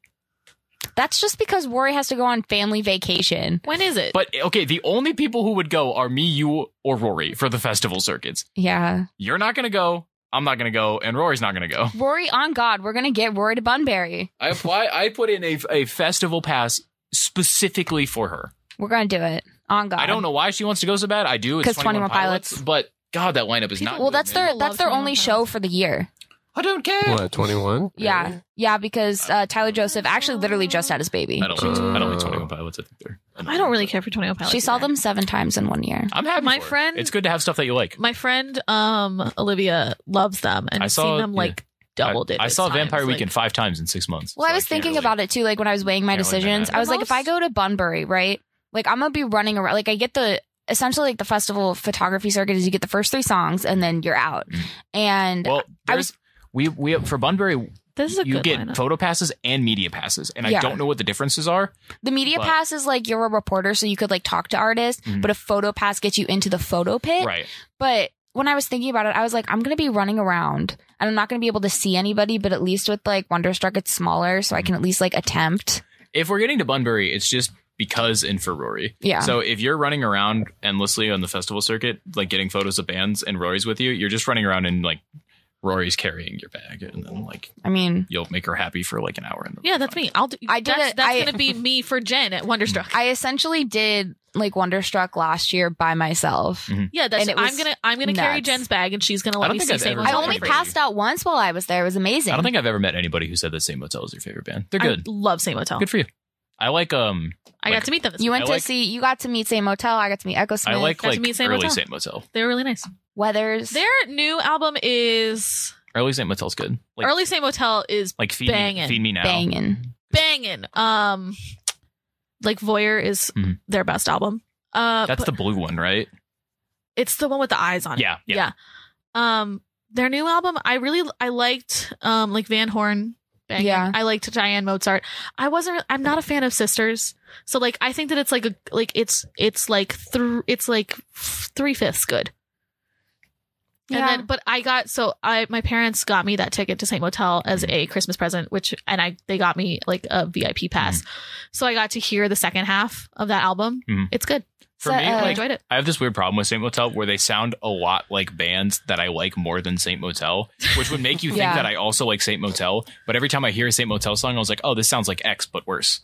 S1: That's just because Rory has to go on family vacation.
S3: When is it?
S2: But okay, the only people who would go are me, you, or Rory for the festival circuits.
S1: Yeah,
S2: You're not gonna go. I'm not gonna go, and Rory's not gonna go.
S1: Rory on God, we're gonna get Rory to Bunbury.
S2: I apply. I put in a, a festival pass specifically for her.
S1: We're gonna do it on God.
S2: I don't know why she wants to go so bad. I do. It's
S1: 'Cause
S2: 21,
S1: 21
S2: pilots,
S1: Pilots.
S2: But God, that lineup is not.
S1: Well,
S2: good,
S1: that's
S2: man.
S1: their
S3: Love
S1: that's their
S3: 21
S1: only
S3: Pilots.
S1: show for the year.
S2: I don't care.
S4: What, 21?
S1: Yeah, yeah, because uh, Tyler Joseph actually literally just had his baby.
S2: I don't. Like, I don't like
S4: Uh,
S2: 21 pilots. I think they're.
S3: I don't really care for 21 Pilots.
S1: She saw
S3: either.
S1: them seven times in one year.
S2: I'm happy.
S3: My
S2: for it.
S3: friend-
S2: It's good to have stuff that you like.
S3: My friend um Olivia loves them and
S2: I
S3: I've
S2: saw-
S3: seen them
S2: yeah.
S3: like double digits.
S2: I, I saw
S3: times,
S2: Vampire
S3: like-
S2: Weekend five times in six months.
S1: Well,
S2: so
S1: I was
S2: can't
S1: thinking
S2: really-
S1: about it too, like when I was weighing my
S2: can't really
S1: decisions.
S2: deny
S1: I
S2: it.
S1: was like, if I go to Bunbury, right, like I'm gonna be running around. Like I get the essentially like the festival photography circuit is you get the first three songs and then you're out. And
S2: Mm. Well,
S1: I
S2: there's we we for Bunbury
S3: This is a
S2: you
S3: good
S2: get
S3: lineup.
S2: photo passes and media passes, and
S1: Yeah.
S2: I don't know what the differences are.
S1: the media
S2: but-
S1: pass is like you're a reporter, so you could like talk to artists,
S2: Mhm.
S1: but a photo pass gets you into the photo pit.
S2: Right?
S1: But when I was thinking about it, I was like, I'm gonna be running around and I'm not gonna be able to see anybody, but at least with like Wonderstruck, it's smaller,
S2: Mm.
S1: so I can at least like attempt.
S2: If we're getting to Bunbury, it's just because in Rory.
S1: Yeah.
S2: So if you're running around endlessly on the festival circuit, like getting photos of bands, and Rory's with you, you're just running around and like Rory's carrying your bag, and then like
S1: I mean,
S2: you'll make her happy for like an hour. And
S3: Yeah, that's me. I'll do,
S1: I did
S3: that's,
S1: it-
S3: that's
S1: I-
S3: gonna be me for Jen at Wonderstruck.
S1: I essentially did like Wonderstruck last year by
S2: Mm-hmm.
S1: myself.
S3: yeah, that's
S1: and it was
S3: I'm gonna I'm gonna carry
S1: nuts.
S3: Jen's bag and she's gonna
S2: I
S3: let
S2: don't
S3: me
S2: think
S3: see
S2: I've
S3: Saint
S2: ever
S1: I
S3: Laurent
S2: done
S1: only
S2: that.
S3: for
S2: Pat-
S1: passed out once while I was there. It was amazing.
S2: I don't think I've ever met anybody who said that Same Motel is your favorite band. They're
S3: free.
S2: good.
S3: I love Saint Motel.
S2: good for you. I like um.
S3: I
S2: like-
S3: got to meet them. This
S1: you went
S2: I
S1: to
S2: like-
S1: see. You got to meet Same Motel. I got to meet Echo Smith.
S2: I like
S3: Got to
S2: like
S3: meet Saint
S2: early
S3: Motel.
S2: Saint Motel.
S3: They're really nice.
S1: Weathers.
S3: Their new album is
S2: Early Saint Motel's good. Like
S3: Early Saint Motel is
S2: like feed me,
S3: Bangin'.
S2: feed me now.
S1: banging.
S3: banging. Um, like Voyeur is
S2: Mhm.
S3: their best album. Uh,
S2: That's
S3: but
S2: the blue one, right?
S3: it's the one with the eyes on it.
S2: Yeah, yeah.
S3: Um, their new album, I really I liked. Um, like Van Horn banging.
S1: Yeah.
S3: I liked Diane Mozart. I wasn't. Really, I'm not a fan of Sisters. So like, I think that it's like a like it's it's like thr it's like three fifths good. And
S1: Yeah.
S3: then, but I got so I my parents got me that ticket to Saint Motel as a Christmas present, which and I they got me like a VIP pass,
S2: Mm-hmm.
S3: so I got to hear the second half of that album.
S2: Mhm.
S3: It's good.
S2: For
S1: So,
S2: me,
S1: uh,
S3: I
S2: like,
S3: enjoyed it.
S2: I have this weird problem with Saint Motel where they sound a lot like bands that I like more than Saint Motel, which would make you think
S1: Yeah.
S2: that I also like Saint Motel. But every time I hear a Saint Motel song, I was like, oh, this sounds like X, but worse.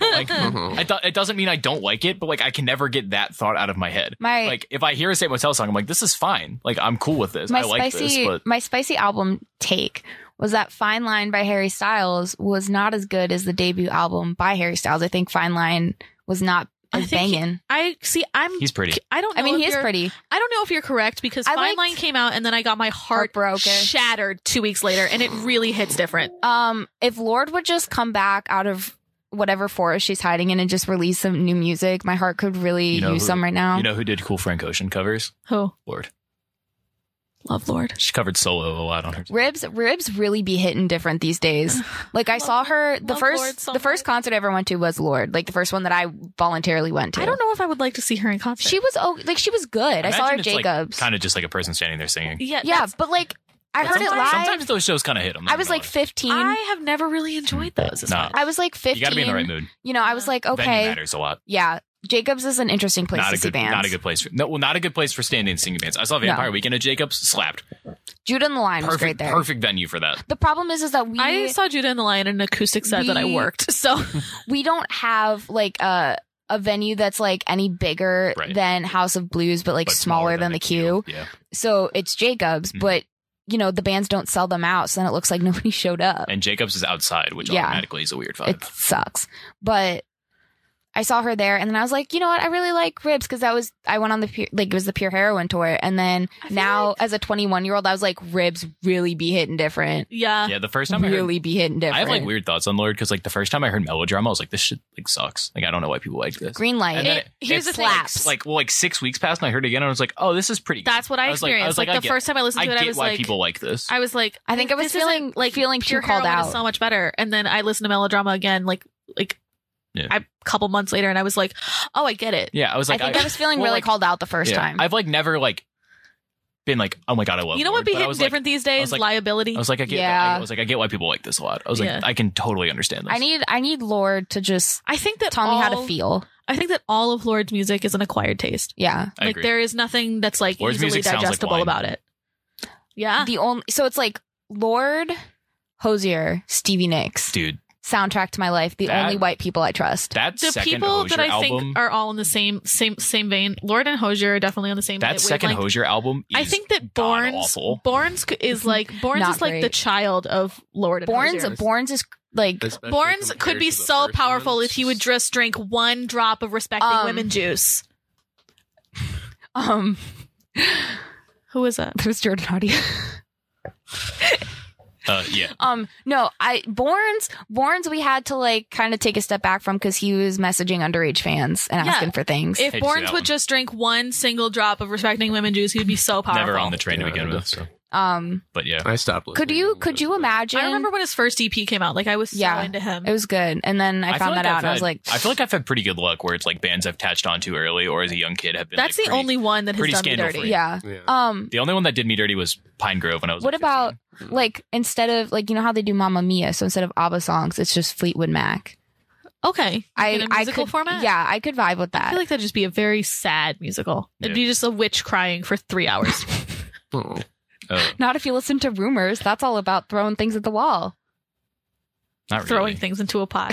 S2: like,
S3: Hmm.
S4: Uh-huh.
S2: I thought it doesn't mean I don't like it, but like I can never get that thought out of my head.
S1: my
S2: Like if I hear a Saint Motel song, I'm like, this is fine. Like I'm cool with this.
S1: my
S2: I like
S1: spicy
S2: this, but
S1: my spicy album take was that Fine Line by Harry Styles was not as good as the debut album by Harry Styles. I think Fine Line was not
S3: I
S1: as
S3: think he-
S1: banging.
S3: I see. I'm.
S2: he's pretty.
S3: I don't. Know
S1: I mean,
S3: if
S1: he is
S3: you're-
S1: pretty.
S3: I don't know if you're correct because
S1: I
S3: Fine
S1: liked-
S3: Line came out and then I got my heart
S1: Heartbroken.
S3: shattered two weeks later, and it really hits different.
S1: Um, if Lord would just come back out of whatever forest she's hiding in and just release some new music, my heart could really
S2: You know
S1: use
S2: who-
S1: some right now.
S2: You know who did cool Frank Ocean covers?
S3: Who
S2: Lord.
S3: love Lord?
S2: She covered solo a lot on her.
S1: Ribs, ribs really be hitting different these days. Like I
S3: Love-
S1: saw her the
S3: love Lord
S1: first
S3: so
S1: the first
S3: much.
S1: concert I ever went to was Lord, like the first one that I voluntarily went to.
S3: I don't know if I would like to see her in concert.
S1: She was oh, like she was good. I saw her at Jacobs.
S2: kind of just like a person standing there singing.
S3: yeah,
S1: yeah,
S3: that's-
S1: but like I heard it
S2: sometimes,
S1: live.
S2: Sometimes those shows kind of hit them.
S1: I was like 15.
S3: I
S1: I,
S3: have never really enjoyed those. as
S2: Nah.
S3: much.
S1: was like 15.
S2: You got to be in the right mood.
S1: You know, I was like,
S2: Venue
S1: okay,
S2: matters a lot.
S1: yeah. Jacobs is an interesting place
S2: not
S1: to
S2: a
S1: see
S2: good,
S1: bands.
S2: not a good place. For, no, well, not a good place for standing singing bands. I saw Vampire Weekend at Jacobs. Slapped.
S1: Judah and the Lion was great
S2: Perfect,
S1: there.
S2: perfect venue for that.
S1: The problem is, is that we
S3: I saw Judah and the Lion in an acoustic set that I
S1: We-
S3: worked. So
S1: we don't have like a a venue that's like any bigger
S2: Right.
S1: than House of Blues, but like
S2: But
S1: smaller, than, the Q.
S2: Yeah,
S1: So it's Jacobs,
S2: Mhm.
S1: but you know the bands don't sell them out, so then it looks like nobody showed up.
S2: and Jacobs is outside, which
S1: Yeah.
S2: automatically is a weird vibe.
S1: It sucks, but. I saw her there, and then I was like, you know what? I really like ribs because that was I went on the pure, like it was the pure heroin tour, and then
S3: I feel
S1: now
S3: like-
S1: as a 21 year old, I was like, ribs really be hitting different,
S3: yeah,
S2: yeah, the first time I heard
S1: really be hitting different.
S2: I have like weird thoughts on Lord because like the first time I heard melodrama, I was like, this shit like sucks. Like I don't know why people like this.
S1: green light.
S2: And then
S3: It- here's
S2: it
S3: the thing.
S2: slaps. Like well, like six weeks passed, and I heard it again, and I was like, oh, this is pretty. good.
S3: that's what I,
S2: I was like- I
S3: experienced.
S2: was
S3: Like,
S2: like, I
S3: the
S2: get-
S3: first time I listened
S2: I
S3: to it,
S2: get
S3: I was
S2: why
S3: like,
S2: people like this.
S3: I was like,
S1: I think I was
S3: this isn't,
S1: feeling- feeling too
S3: pure
S1: called
S3: Heroine is
S1: out.
S3: so much better. And then I listened to melodrama again, like like
S2: Yeah.
S3: I- a couple months later, and I was like, oh, I get it.
S2: yeah, I was
S1: I
S2: like,
S1: think I, was feeling
S2: well,
S1: really
S2: like-
S1: called out the first
S2: yeah.
S1: time.
S2: I've like never like been like, oh my god, I love.
S3: you know
S2: Lord,
S3: what be
S2: but I
S3: hitting
S2: was, like,
S3: different these days?
S2: was like-
S3: Liability.
S2: I was like, I get.
S1: Yeah.
S2: I was like, I get why people like this a lot. I was like,
S3: Yeah.
S2: I can totally understand this.
S1: I need I need Lord to just
S3: I think that
S1: tell me how to
S3: all-
S1: feel.
S3: I think that all of Lord's music is an acquired taste.
S1: Yeah.
S2: I
S3: like
S2: agree.
S3: there is nothing that's like
S2: Lord's
S3: easily
S2: music sounds like
S3: digestible
S2: wine.
S3: about it. Yeah.
S1: The only so it's like Lord Hosier, Stevie Nicks,
S2: dude.
S1: soundtrack to my life, the
S2: That-
S1: only white people I trust.
S2: That
S3: The
S2: second
S3: people
S2: Hozier
S3: that I
S2: album,
S3: think are all in the same same same vein. Lord and Hosier are definitely on the same
S2: that
S3: wa-
S2: second
S3: wavelength.
S2: Hosier album. Is
S3: I think that
S2: god
S3: Borns
S2: awful.
S3: Borns c- is like Borns
S1: Not
S3: is like the
S1: great.
S3: child of Lord and
S1: Borns
S3: Hosier.
S1: Borns is like
S6: Especially
S3: Borns
S6: compared
S3: could be
S6: to the
S3: so
S6: first
S3: powerful
S6: one.
S3: if he would just drink one drop of respecting
S1: Um,
S3: women juice.
S1: um
S3: Who is that?
S1: there's Jordan Hardy.
S2: Uh, yeah,
S1: um no, I Borns Borns we had to like kind of take a step back from cuz he was messaging underage fans and
S3: Yeah.
S1: asking for things.
S3: If
S2: Hate to see
S3: Borns
S2: that
S3: would
S2: one.
S3: just drink one single drop of respecting women juice, he would be so powerful.
S2: never on the train to
S6: Yeah,
S2: begin
S6: I
S2: with.
S6: guess so.
S1: um
S2: But yeah,
S6: I stopped listening.
S1: could you
S6: to
S1: could you
S6: those.
S1: imagine
S3: I remember when his first EP came out. Like I was so
S1: Yeah.
S3: into him.
S1: it was good and then I,
S2: feel
S1: found
S2: like
S1: that out
S2: I've
S1: and I was
S2: had-
S1: like
S2: I feel like I've had pretty good luck where it's like bands I've touched on too early, or as a young kid have been.
S3: That's
S2: like,
S3: the
S2: pretty-
S3: only one that has
S2: pretty
S3: done me
S2: scandal-free.
S3: dirty.
S1: yeah.
S6: Yeah.
S3: Oh.
S1: Um
S2: The only one that did me dirty was Pine Grove when I was.
S1: What
S2: like,
S1: about
S2: 15.
S1: like instead of like you know how they do Mamma Mia? So instead of ABBA songs, it's just Fleetwood Mac.
S3: Okay,
S1: I
S3: in a
S1: I
S3: musical
S1: could
S3: format.
S1: yeah, I could vibe with
S3: I
S1: that.
S3: feel like that'd just be a very sad musical. It'd
S2: Yeah.
S3: be just a witch crying for three hours.
S6: Oh.
S2: Oh,
S1: Not if you listen to rumors. That's all about throwing things at the wall.
S2: not really.
S3: throwing things into a pot.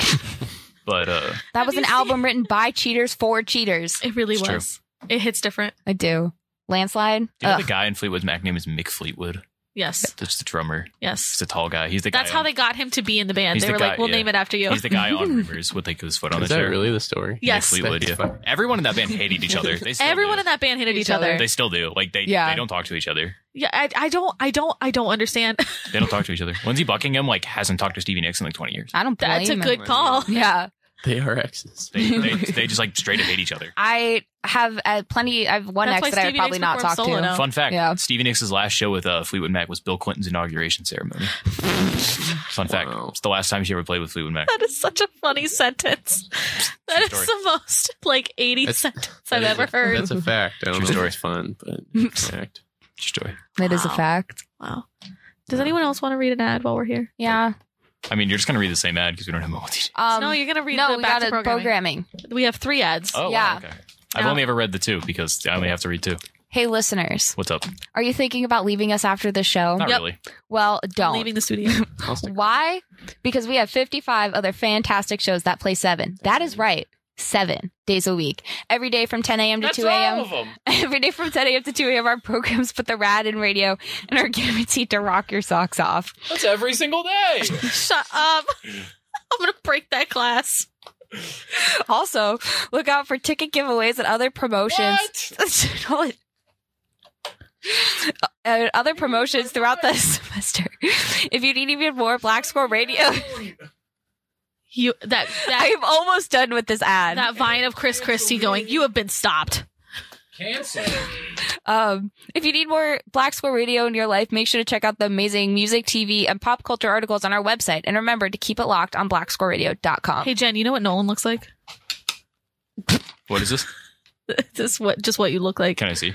S2: But uh,
S1: That
S3: Have
S1: was
S3: you
S1: an
S3: seen-
S1: album written by cheaters for cheaters.
S3: It really
S2: It's true.
S3: was. It hits different.
S1: I do. Landslide.
S2: do you know
S1: Ugh.
S2: the guy in Fleetwood Mac name is Mick Fleetwood?
S3: Yes.
S2: That's the drummer. He's
S3: Yes.
S2: a tall guy. He's the
S3: That's
S2: guy.
S3: how
S2: on-
S3: they got him to be in the band.
S2: He's
S3: They
S2: the
S3: were
S2: guy-
S3: like, "We'll
S2: yeah.
S3: name it after you."
S2: He's the guy on Rumors with like his foot on
S6: Is
S2: the
S6: that
S2: chair.
S6: really the story?
S3: Yes.
S2: Mick Fleetwood.
S6: That's
S2: Yeah.
S6: fine.
S2: Everyone in that band hated each other. They still
S3: Everyone
S2: do.
S3: in that band hated
S1: Each
S3: each other.
S1: other.
S2: They still do. Like they
S1: Yeah.
S2: they don't talk to each other.
S3: Yeah, I, I don't, I don't, I don't understand.
S2: They don't talk to each other. Lindsey Buckingham like hasn't talked to Stevie Nicks in like twenty years.
S1: I don't blame
S3: That's a
S1: him.
S3: good call.
S1: Yeah,
S6: They are exes.
S2: They they, they just like straight up hate each other.
S1: I have uh, plenty. I have one
S3: That's why
S1: ex that I would
S3: Stevie
S1: probably
S3: Nicks
S1: not talk
S3: performed solo
S1: to.
S3: now.
S2: Fun fact:
S1: Yeah.
S2: Stevie Nicks' last show with uh, Fleetwood Mac was Bill Clinton's inauguration ceremony. Fun fact:
S6: Wow.
S2: it's the last time she ever played with Fleetwood Mac.
S3: That is such a funny sentence. That is
S2: story.
S3: the most like 80
S6: That's-
S3: sentence
S6: that
S3: I've
S6: is
S3: ever
S6: a-
S3: heard.
S6: That's a fact. I don't
S2: True
S6: know
S2: story.
S6: if it's fun, but it's a fact.
S2: Just joy.
S1: That is a
S3: Wow.
S1: fact.
S3: Wow. Does anyone else want to read an ad while we're here?
S1: Yeah.
S2: I mean, you're just gonna read the same ad because we don't have multi.
S1: Um,
S3: no, you're gonna read
S1: no,
S3: the
S1: we
S3: back
S1: got
S3: to
S1: a
S3: programming.
S1: programming.
S3: We have three ads.
S2: Oh, wow,
S1: Yeah.
S2: okay. I've
S3: No.
S2: only ever read the two because I only have to read two.
S1: Hey, listeners,
S2: What's up?
S1: are you thinking about leaving us after the show?
S2: Not
S3: Yep.
S2: really.
S1: Well, don't.
S3: Leaving the studio.
S1: Why? Because we have 55 other fantastic shows that play seven. That is right. Seven days a week. Every day from 10 a.m. to 2 a.m.
S2: them.
S1: Every day from 10 a.m. to 2 a.m. Our programs put the rad in radio and are guaranteed to rock your socks off.
S2: That's every single day.
S3: Shut up. I'm gonna break that glass.
S1: Also, look out for ticket giveaways and other promotions. Hold it. Uh, other promotions throughout the semester. If you need even more Black Squirrel Radio,
S3: You that
S1: I
S3: that
S1: am almost done with this ad.
S3: that vine of Chris Christie going, you have been stopped.
S1: Um, if you need more Black Square Radio in your life, make sure to check out the amazing music, TV, and pop culture articles on our website. And remember to keep it locked on blackscoreradio.com.
S3: Hey Jen, you know what Nolan looks like?
S2: What is this?
S3: This is what just what you look like.
S2: Can I see?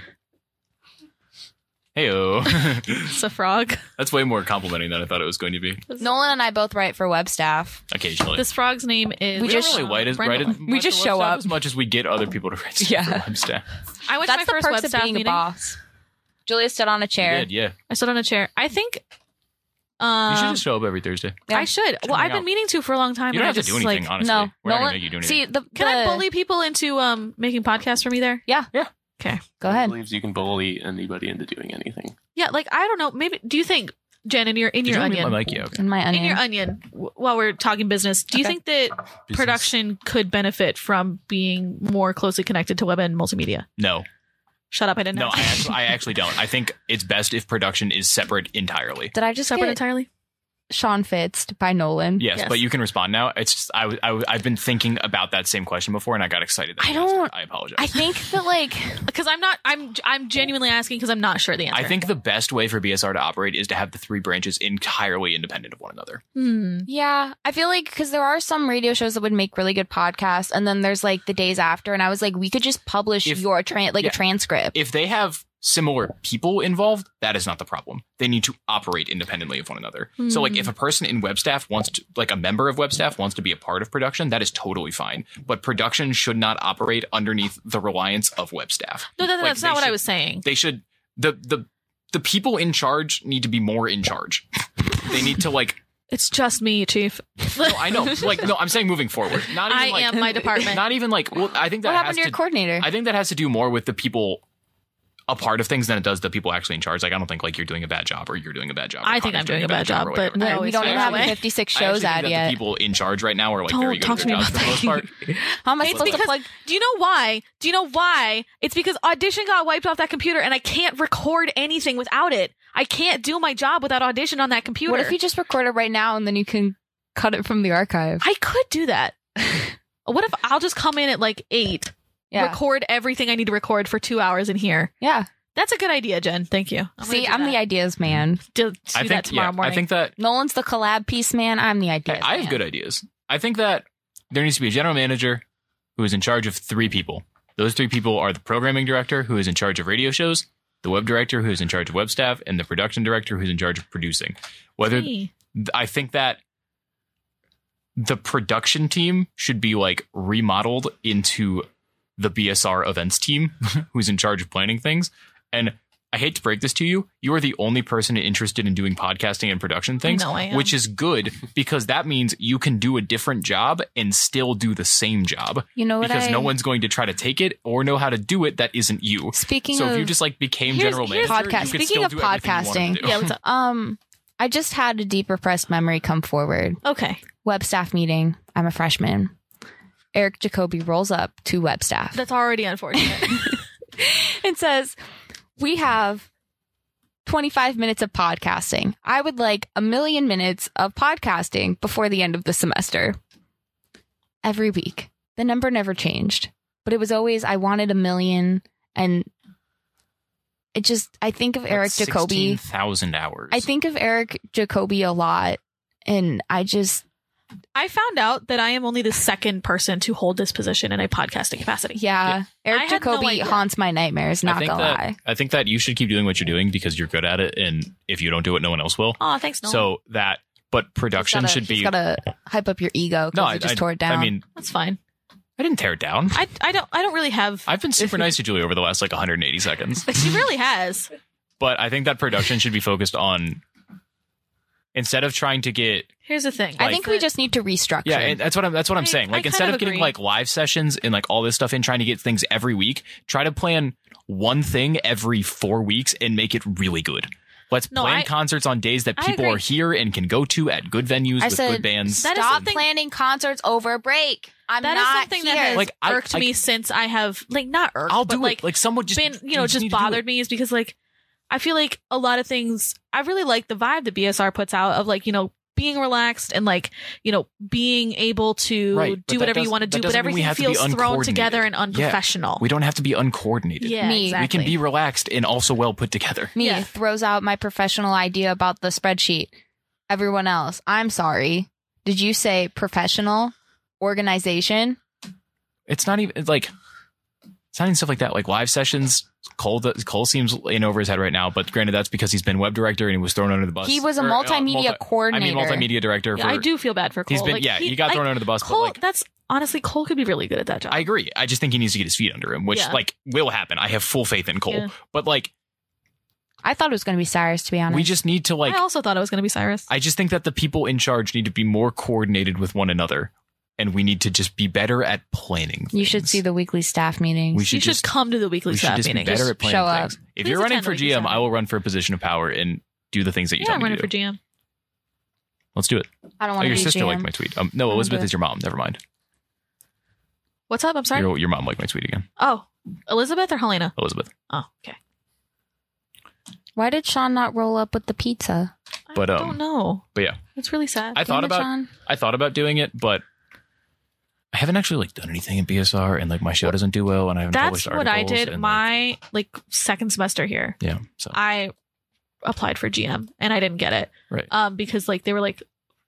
S2: Heyo.
S3: It's a frog.
S2: That's way more complimenting than I thought it was going to be.
S1: Nolan and I both write for web staff.
S2: Occasionally,
S3: This frog's name is
S1: We
S2: we
S1: just-
S2: don't really write as
S3: Brenda.
S2: write as
S1: We
S2: much
S1: just
S2: as
S1: show
S2: webstaff
S1: up.
S2: as much as we get other people to write. stuff
S1: Yeah.
S2: for webstaff.
S3: I went to my
S1: That's the
S3: first
S1: perks
S3: web
S1: of
S3: staff
S1: being
S3: meeting.
S1: a boss. Julia stood on a chair.
S2: Good, yeah.
S3: I stood on a chair. I think
S2: You should
S3: um,
S2: just show up every Thursday.
S1: Yeah.
S3: I should. Well,
S2: hang
S3: I've been
S2: out.
S3: meaning to for a long time.
S2: You don't
S3: and I
S2: have to
S3: just,
S2: do anything,
S3: Like,
S2: honestly.
S1: No,
S2: We're not
S1: Nolan-
S2: gonna make you do
S1: See,
S2: anything.
S1: the,
S3: can I
S1: the-
S3: bully people into um, making podcasts for me there?
S1: Go ahead.
S6: Believes you can bully anybody into doing anything.
S3: Yeah, like I don't know. Maybe do you think Jen in your in
S2: Did
S3: your
S2: you unmute
S3: onion
S2: my mic? Yeah, okay.
S1: In my
S3: in
S1: onion.
S3: your onion w- while we're talking business? Do you
S1: Okay.
S3: think that production could benefit from being more closely connected to web and multimedia?
S2: No,
S3: Shut up! I didn't
S2: no,
S3: know.
S2: I actually, I actually don't. I think it's best if production is separate entirely.
S1: Did I just
S3: separate
S1: get
S3: entirely.
S1: Sean Fitzed by Nolan?
S2: Yes,
S3: Yes.
S2: but you can respond now. It's just I, w- I w- I've been thinking about that same question before, and I got excited. that
S1: I
S2: you asked
S1: don't-
S2: it. I apologize.
S1: I think that, like,
S3: Because I'm not. I'm I'm genuinely asking because I'm not sure the answer.
S2: I think the best way for BSR to operate is to have the three branches entirely independent of one another.
S3: Hmm.
S1: Yeah, I feel like because there are some radio shows that would make really good podcasts, and then there's like the days after, and I was like, we could just publish
S2: If-
S1: your tran like
S2: yeah.
S1: a transcript.
S2: If they have similar people involved, that is not the problem. They need to operate independently of one another. So, like,
S3: Hmm.
S2: if a person in web staff wants to, like, a member of web staff wants to be a part of production, that is totally fine. But production should not operate underneath the reliance of web staff.
S3: No, that,
S2: Like,
S3: that's
S2: they
S3: not what I
S2: should-
S3: was saying.
S2: they should the the the people in charge need to be more in charge. they need to like
S3: It's just me, Chief.
S2: no, I know like no I'm saying moving forward. Not even
S3: I
S2: like
S3: am my department.
S2: not even like well I think that
S1: What
S2: has
S1: happened to your
S2: to
S1: coordinator?
S2: I think that has to do more with the people a part of things than it does the people actually in charge. Like I don't think like you're doing a bad job or you're doing a bad job. or
S3: I think
S2: Connor's
S3: I'm doing a bad job,
S2: or
S3: but
S2: whatever.
S1: Wait,
S3: I
S1: we
S3: always
S1: don't
S3: feel
S1: even
S2: that
S1: have
S3: way.
S1: a 56
S2: I actually
S1: shows
S2: think
S1: ad
S2: that
S1: yet.
S2: the people in charge right now are like
S3: Don't
S2: very good
S3: talk
S2: at
S3: to me
S2: their jobs for
S3: about
S2: the most
S3: that.
S2: part.
S1: How am I
S3: It's
S1: supposed to
S3: because-
S1: plug?
S3: Do you know why? Do you know why? It's because Audition got wiped off that computer and I can't record anything without it. I can't do my job without Audition on that computer.
S1: What if you just record it right now and then you can cut it from the archive?
S3: I could do that. what if I'll just come in at like 8,
S1: Yeah,
S3: record everything I need to record for 2 hours in here.
S1: yeah.
S3: That's a good idea, Jen. Thank you.
S1: See, I'm the ideas man.
S3: do, do
S2: I
S3: that
S2: think
S3: tomorrow
S2: yeah,
S3: morning.
S2: I think that
S1: Nolan's the collab piece man. I'm the ideas.
S2: I have
S1: man.
S2: good ideas. I think that there needs to be a general manager who is in charge of three people. Those three people are the programming director who is in charge of radio shows, the web director who is in charge of web staff, and the production director who's in charge of producing. Whether
S3: Hey.
S2: I think that the production team should be like remodeled into the BSR events team who's in charge of planning things. And I hate to break this to you, you are the only person interested in doing podcasting and production things,
S3: know I am.
S2: which is good because that means you can do a different job and still do the same job
S1: You know what?
S2: because
S1: I,
S2: no one's going to try to take it or know how to do it that isn't you.
S1: Speaking
S2: so
S1: of
S2: if you just like became
S3: Here's-
S2: general
S3: here's-
S2: manager,
S1: Podcast-
S2: you
S1: speaking
S2: could still
S1: of
S2: do everything you wanted
S1: podcasting,
S2: to do.
S3: Yeah, what's up?
S1: um, I just had a deep repressed memory come forward.
S3: Okay.
S1: web staff meeting. I'm a freshman. Eric Jacoby rolls up to web staff
S3: That's already unfortunate.
S1: and says, We have 25 minutes of podcasting. I would like a million minutes of podcasting before the end of the semester. Every week. The number never changed. but it was always I wanted a million, and it just I think of Eric Jacoby.
S2: thousand hours.
S1: I think of Eric Jacoby a lot, and I just
S3: I found out that I am only the second person to hold this position in a podcasting capacity.
S1: yeah,
S3: I
S1: Eric
S3: had no
S1: Jacoby
S3: idea.
S1: haunts my nightmares.
S2: I
S1: Not
S2: think
S1: gonna
S2: that,
S1: lie,
S2: I think that you should keep doing what you're doing because you're good at it, and if you don't do it, no one else will.
S3: Oh, thanks, Nolan.
S2: So that, but production
S1: He's gotta-
S2: should be.
S1: He's gotta hype up your ego
S2: no,
S1: because
S2: I
S1: you just
S2: I-
S1: tore it down.
S2: I mean,
S3: that's fine.
S2: I didn't tear it down.
S3: I, I don't I don't really have.
S2: I've been super nice to Julie over the last like 180 seconds.
S3: she really has.
S2: But I think that production should be focused on instead of trying to get
S3: Here's the thing.
S1: I think we just need to restructure.
S2: yeah, and that's what I'm that's what I'm
S3: I-
S2: saying.
S3: I
S2: Like
S3: kind
S2: instead
S3: of
S2: of, getting
S3: agree.
S2: like live sessions and like all this stuff and trying to get things every week, try to plan one thing every 4 weeks and make it really good. Let's
S3: No,
S2: plan
S3: I-
S2: concerts on days that
S3: I
S2: people are
S3: agree.
S2: here and can go to at good venues
S1: I
S2: with
S1: said-
S2: good bands.
S3: That is
S1: Stop
S3: something-
S1: planning concerts over a break. I'm
S3: that is
S1: not
S3: something
S1: here.
S3: that has
S2: Like, I-
S3: irked
S2: I-
S3: me since I have like not irked,
S2: I'll
S3: but
S2: do
S3: like
S2: it. Like someone just
S3: been you know
S2: need
S3: just
S2: to do it.
S3: bothered me is because like I feel like a lot of things I really like the vibe that BSR puts out of like you know being relaxed and like you know being able to
S2: Right, but
S3: do
S2: that
S3: whatever you
S2: doesn't-
S3: want to
S2: that
S3: do, but
S2: doesn't mean we
S3: everything
S2: have to be
S3: feels thrown together
S2: uncoordinated.
S3: and unprofessional.
S2: We don't have to be uncoordinated.
S3: yeah,
S1: Me. We can
S2: We
S3: exactly.
S2: can be relaxed and also well put together.
S1: Me
S3: Yeah.
S1: throws out my professional idea about the spreadsheet. Everyone else, I'm sorry. Did you say professional organization?
S2: it's not even it's like it's not even stuff like that. Like live sessions, Cole does- Cole seems in over his head right now. But granted, that's because he's been web director and he was thrown under the bus.
S1: he was a
S2: Or, uh,
S1: multimedia
S2: multi- I
S1: coordinator.
S2: mean, multimedia director.
S3: Yeah,
S2: for,
S3: I do feel bad for Cole.
S2: He's been
S3: Like,
S2: yeah. He, got
S3: I-
S2: thrown under the bus.
S3: Cole,
S2: but like,
S3: that's honestly Cole could be really good at that job.
S2: I agree. I just think he needs to get his feet under him, which
S3: Yeah.
S2: like will happen. I have full faith in Cole.
S3: Yeah.
S2: But like,
S1: I thought it was going to be Cyrus, to be honest.
S2: we just need to like.
S3: I also thought it was going to be Cyrus.
S2: I just think that the people in charge need to be more coordinated with one another, and we need to just be better at planning.
S1: you should
S2: things.
S1: see the weekly staff meetings.
S2: We
S3: you
S2: should
S3: should
S2: just
S3: come to the weekly
S2: we should
S3: staff
S2: just
S3: meeting.
S2: be better
S3: Just-
S2: at planning
S1: show
S2: things.
S1: up.
S2: If
S3: Please
S2: you're running
S3: attend
S2: for
S3: Weekly
S2: GM,
S3: Seven.
S2: I will run for a position of power and do the things that you
S3: yeah,
S2: tell
S3: I'm
S2: me to
S3: running
S2: do.
S3: for GM.
S2: Let's do it.
S1: I don't
S2: Oh,
S1: want to
S2: your
S1: be
S2: sister
S1: GM.
S2: liked my tweet. Um, no,
S1: wanna
S2: Elizabeth
S1: do it.
S2: is your mom. Never mind.
S3: What's up? I'm sorry.
S2: Your, your mom liked my tweet again.
S3: oh, Elizabeth or Helena?
S2: Elizabeth.
S3: Oh, okay.
S1: Why did Sean not roll up with the pizza?
S2: But,
S3: I
S2: um,
S3: don't know.
S2: But yeah,
S3: It's really sad.
S2: I
S1: Damn
S2: thought
S1: it,
S2: about
S1: Sean.
S2: I thought about doing it, but I haven't actually like done anything in BSR, and like my show doesn't do well, and I haven't
S3: That's
S2: published
S3: what I
S2: articles,
S3: did
S2: and, like,
S3: my like second semester here.
S2: yeah. So
S3: I applied for GM and I didn't get it.
S2: Right.
S3: Um because like they were like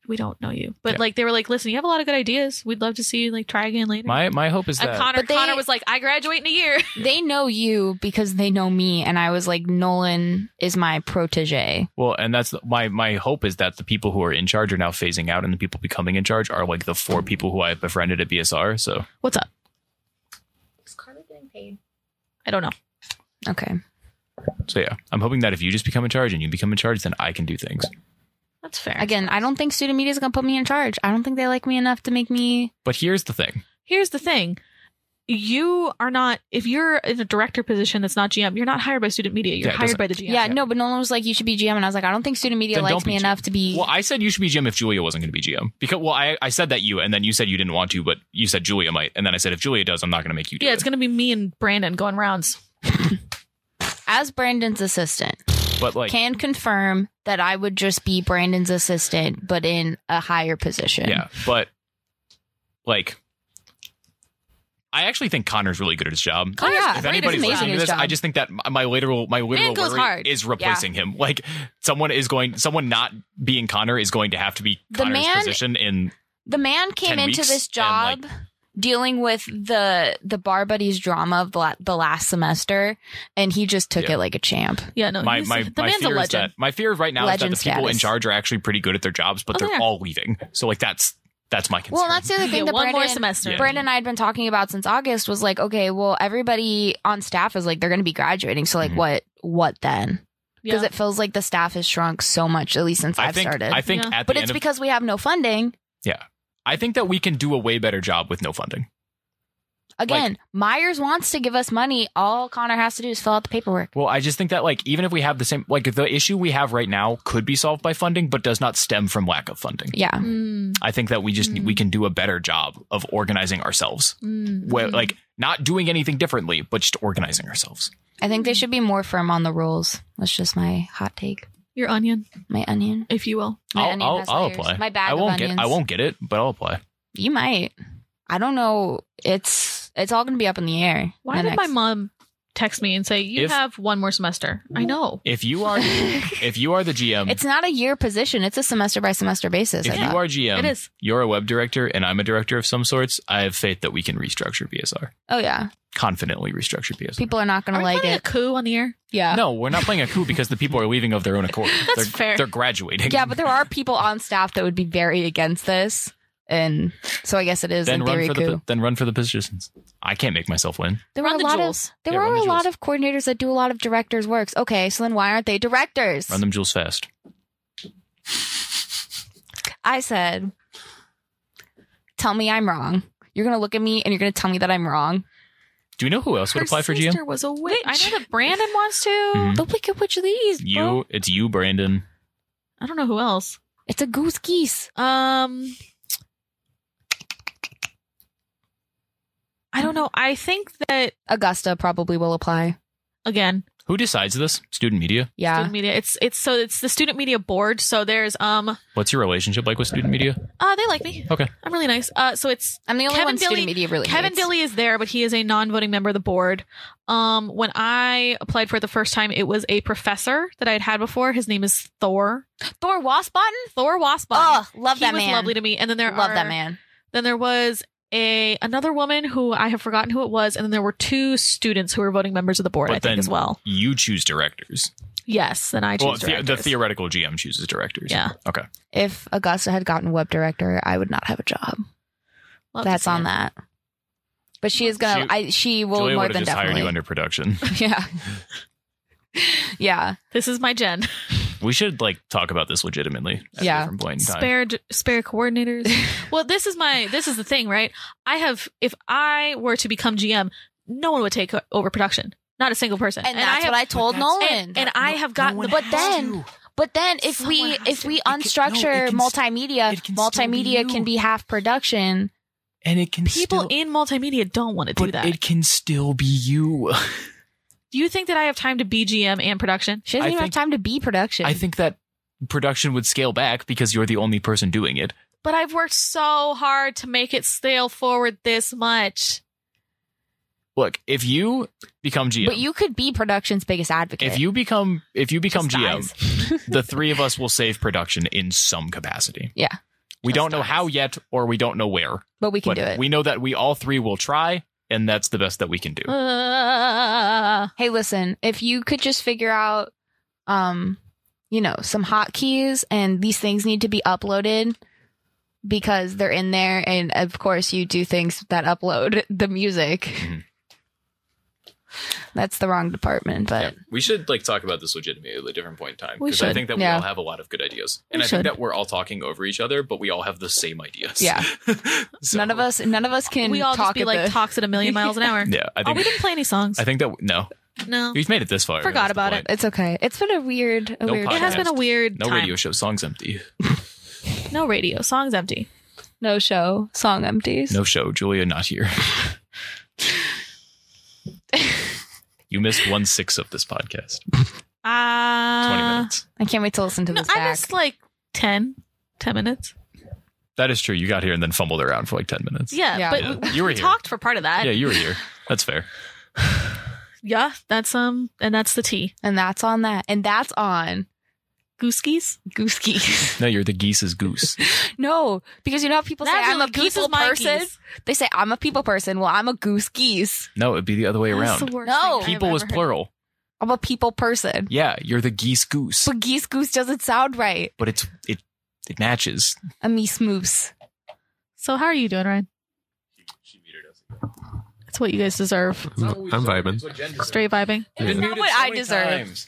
S3: we don't know you. But
S2: Yeah.
S3: like they were like listen, you have a lot of good ideas. We'd love to see you like try again later.
S2: my my hope is
S3: and
S2: that
S3: Connor
S1: But they-
S3: Connor was like I graduate in a year.
S1: They know you because they know me, and I was like, Nolan is my protege.
S2: well, and that's my my hope is that the people who are in charge are now phasing out, and the people becoming in charge are like the four people who I have befriended at BSR. So
S3: What's up?
S1: Is Carla getting paid?
S3: I don't know.
S1: Okay.
S2: so yeah, I'm hoping that if you just become in charge and you become in charge, then I can do things.
S3: That's fair.
S1: Again, I don't think student media is going to put me in charge. I don't think they like me enough to make me.
S2: But here's the thing.
S3: Here's the thing. You are not if you're in a director position that's not GM, you're not hired by student media. You're
S2: Yeah, it
S3: hired
S2: doesn't-
S3: by the GM.
S1: Yeah, no, but Nolan was like, you should be GM. And I was like, I don't think student media
S2: Then
S1: likes
S2: don't be
S1: me
S2: GM.
S1: enough to be.
S2: Well, I said you should be GM if Julia wasn't going to be GM because well, I, I said that you, and then you said you didn't want to, but you said Julia might, and then I said if Julia does, I'm not going to make you do
S3: Yeah,
S2: it.
S3: it's gonna be me and Brandon going rounds.
S1: as Brandon's assistant,
S2: but like,
S1: can confirm that I would just be Brandon's assistant, but in a higher position.
S2: yeah, but like, I actually think Connor's really good at his job.
S1: Oh, yeah.
S2: If
S1: Brandon's
S2: anybody's
S1: amazing
S2: listening
S1: at
S2: to
S1: his
S2: this,
S1: job.
S2: I just think that my literal my literal
S3: goes
S2: worry
S3: hard.
S2: is replacing him. Like someone is going, someone not being Connor is going to have to be
S1: The
S2: Connor's
S1: man-
S2: position in
S1: the man came
S2: 10
S1: into
S2: weeks
S1: this job
S2: and,
S1: dealing with the the bar buddies drama of the, la- the last semester, and he just took
S2: Yeah.
S1: it like a champ.
S3: Yeah, no,
S2: my
S3: he's-
S2: my,
S3: Oh, the
S2: my
S3: man's a
S2: fear is
S3: legend.
S2: that my fear right now
S1: Legend
S2: is that the people in
S1: status.
S2: charge are actually pretty good at their jobs, but
S3: Oh,
S2: they're
S3: they are.
S2: all leaving. So like that's that's my concern.
S1: Well, that's the other thing
S3: Yeah,
S1: that
S3: one more
S1: Brandon
S3: semester.
S2: Yeah.
S1: Brandon and I had been talking about since August was like, okay, well, everybody on staff is like they're going to be graduating, so like,
S2: Mhm.
S1: what, what then? Because
S3: Yeah.
S1: it feels like the staff has shrunk so much, at least since
S2: I
S1: have
S2: think
S1: started.
S2: I think
S3: Yeah.
S2: at the
S1: but it's
S2: end of,
S1: because we have no funding.
S2: I think that we can do a way better job with no funding.
S1: Again, Myers wants to give us money. All Connor has to do is fill out the paperwork.
S2: Well, I just think that like even if we have the same like the issue we have right now could be solved by funding, but does not stem from lack of funding.
S1: Yeah.
S3: Mm,
S2: I think that we just
S3: Mm.
S2: we can do a better job of organizing ourselves.
S3: mm,
S2: Where,
S3: mm.
S2: like not doing anything differently, but just organizing ourselves.
S1: I think they should be more firm on the rules. That's just my hot take.
S3: your onion,
S1: My onion.
S3: if you will.
S1: My
S2: I'll
S1: onion
S2: I'll,
S1: has
S2: I'll
S1: layers.
S2: apply.
S1: My bag
S2: I
S1: of
S2: won't get
S1: onions.
S2: I won't get it, but I'll apply.
S1: You might. I don't know. It's It's all going to be up in the air.
S3: Why
S1: the
S3: did my
S1: next-
S3: mom text me and say you
S2: If-
S3: have one more semester? I know.
S2: If you are if you are the GM,
S1: It's not a year position. It's a semester by semester basis.
S2: if
S1: I
S2: you
S1: thought.
S2: are GM,
S3: it is.
S2: you're a web director and I'm a director of some sorts, I have faith that we can restructure BSR.
S1: oh yeah,
S2: Confidently restructure BSR.
S1: people are not going
S3: Are
S1: to
S3: we
S1: like
S3: planning
S1: it.
S3: a coup on the air?
S1: yeah.
S2: no, we're not playing a coup because the people are leaving of their own accord.
S3: That's
S2: they're,
S3: fair.
S2: They're graduating.
S1: Yeah, but there are people on staff that would be very against this, and so I guess it is in
S2: then run
S1: theory
S2: for
S1: coup.
S2: the then run for the positions. I can't make myself win.
S1: there
S3: Run
S1: were a
S3: the
S1: lot
S3: jewels.
S1: of there
S2: Yeah,
S1: were
S2: run the
S1: a lot
S2: jewels.
S1: of coordinators that do a lot of directors' works. Okay, so then why aren't they directors?
S2: Run them jewels fast.
S1: I said, "Tell me I'm wrong." You're gonna look at me and you're gonna tell me that I'm wrong.
S2: Do we know who else would apply for GM?
S3: was a witch. I know that Brandon wants to.
S2: Mhm.
S1: The Wicked Witch of the East. bro.
S2: You, it's you, Brandon.
S3: I don't know who else.
S1: It's a goose geese.
S3: Um, I don't know. I think that
S1: Augusta probably will apply.
S3: again,
S2: Who decides this? Student media.
S1: Yeah.
S3: student media. It's it's so it's the student media board. So there's um,
S2: What's your relationship like with student media?
S3: uh, they like me.
S2: Okay.
S3: I'm really nice. Uh, so it's
S1: I'm the only
S3: Kevin
S1: one student
S3: Dilly-
S1: media really
S3: Kevin
S1: hates.
S3: Dilly is there, but he is a non-voting member of the board. Um, when I applied for it the first time, it was a professor that I had had before. His name is Thor.
S1: Thor Wasbotton?
S3: Thor Wasbon.
S1: Oh, love
S3: he
S1: that
S3: was
S1: man.
S3: lovely to me. And then there
S1: love
S3: are,
S1: that man.
S3: Then there was a another woman who I have forgotten who it was, and then there were two students who were voting members of the board,
S2: But
S3: I think,
S2: then-
S3: as well.
S2: You choose directors.
S3: Yes, then I choose
S2: well, the, the
S3: directors.
S2: theoretical GM chooses directors.
S3: Yeah.
S2: Okay.
S1: If Augusta had gotten web director, I would not have a job.
S3: Love to
S1: That's
S3: see
S1: on
S3: it.
S1: that. But she is gonna.
S2: She-
S1: I she will
S2: Julia
S1: more
S2: would have
S1: than
S2: just hired you
S1: definitely.
S2: under production.
S1: yeah. yeah.
S3: This is my gen.
S2: we should like talk about this legitimately at
S1: Yeah.
S2: a different point in time.
S3: spare d- spare coordinators. well, this is my this is the thing, right? I have if I were to become GM, no one would take o- over production. Not a single person.
S1: And, that's
S3: I have,
S1: what I told
S7: that's-
S1: Nolan.
S3: and, and I have gotten the
S1: but then but then if
S3: Someone
S1: we
S3: has
S1: if
S3: to-
S1: we
S2: it can- no, it
S1: unstructure
S2: can s-
S1: multimedia,
S2: it can still be
S1: multimedia
S2: you.
S1: can be half production.
S2: and it can
S3: people
S2: still,
S3: in multimedia don't want to do
S2: but
S3: that.
S2: it can still be you.
S3: do you think that I have time to be GM and production?
S1: She doesn't
S2: I
S1: even
S2: think-
S1: have time to be production.
S2: I think that production would scale back because you're the only person doing it.
S3: But I've worked so hard to make it scale forward this much.
S2: Look, if you become GM,
S1: But you could be production's biggest advocate.
S2: if you become if you become
S3: Just
S2: GM,
S3: dies.
S2: the three of us will save production in some capacity.
S1: Yeah.
S2: We
S3: Just
S2: don't know
S3: dies.
S2: how yet, or we don't know where.
S1: but we can
S2: but
S1: do it.
S2: we know that we all three will try, and that's the best that we can do.
S3: Uh,
S1: hey listen if you could just figure out um you know some hotkeys and these things need to be uploaded because they're in there and of course you do things that upload the music
S2: Mhm.
S1: that's the wrong department but
S2: We should like talk about this legitimately at a different point in time
S3: We
S2: because I
S3: should,
S2: think that we
S1: yeah.
S2: all have a lot of good ideas, and
S3: We
S2: I
S3: should.
S2: think that we're all talking over each other, but we all have the same ideas.
S1: Yeah.
S2: So-
S1: none of us none of us can
S3: we all
S1: talk
S3: just be
S1: at
S3: like
S1: the-
S3: talks at a million miles an hour.
S2: Yeah, I
S3: oh, we
S2: think.
S3: didn't play any songs.
S2: I think that no,
S3: no.
S2: we've made it this far.
S3: Forgot
S2: Oh, That's the
S3: about
S2: point.
S1: it's okay it's been a weird a
S2: No
S1: weird
S3: It has been a
S2: podcast.
S3: weird
S2: No
S3: time.
S2: radio show. Songs empty.
S3: No radio. Song's empty.
S1: no show song empties
S2: No show. Julia not here. you missed one sixth of this podcast.
S3: Uh,
S2: Twenty minutes.
S1: i can't wait to listen to
S3: No,
S1: this
S3: I
S1: back
S3: missed like 10, 10 minutes.
S2: That is true. You got here and then fumbled around for like ten minutes.
S3: Yeah,
S1: Yeah.
S3: but
S2: Yeah.
S3: we- we,
S2: You were
S3: we
S2: here.
S3: talked for part of that.
S2: Yeah,
S3: Yeah.
S2: you were here. That's fair.
S3: that's um, and that's the T.
S1: and that's on that and that's on
S3: Gooskies.
S1: goose geese
S2: No, you're the geese's goose.
S1: No, because you know how people
S3: That's
S1: say I'm
S3: really
S1: a
S3: goose
S1: people
S3: is my
S1: person.
S3: geese.
S1: They say I'm a people person. Well, I'm a goose geese.
S2: No, it'd be the other way
S3: That's the
S2: around.
S3: worst
S1: No.
S3: thing I've
S2: People
S3: ever
S2: is
S3: heard.
S2: plural.
S1: I'm a people person.
S2: Yeah, you're the geese goose.
S1: But geese goose doesn't sound right.
S2: But it's it it matches.
S1: A meese moose.
S3: So how are you doing, Ryan? That's what you guys deserve.
S5: Oh,
S4: I'm vibing.
S3: Straight vibing.
S4: Yeah.
S1: It's not what I deserve.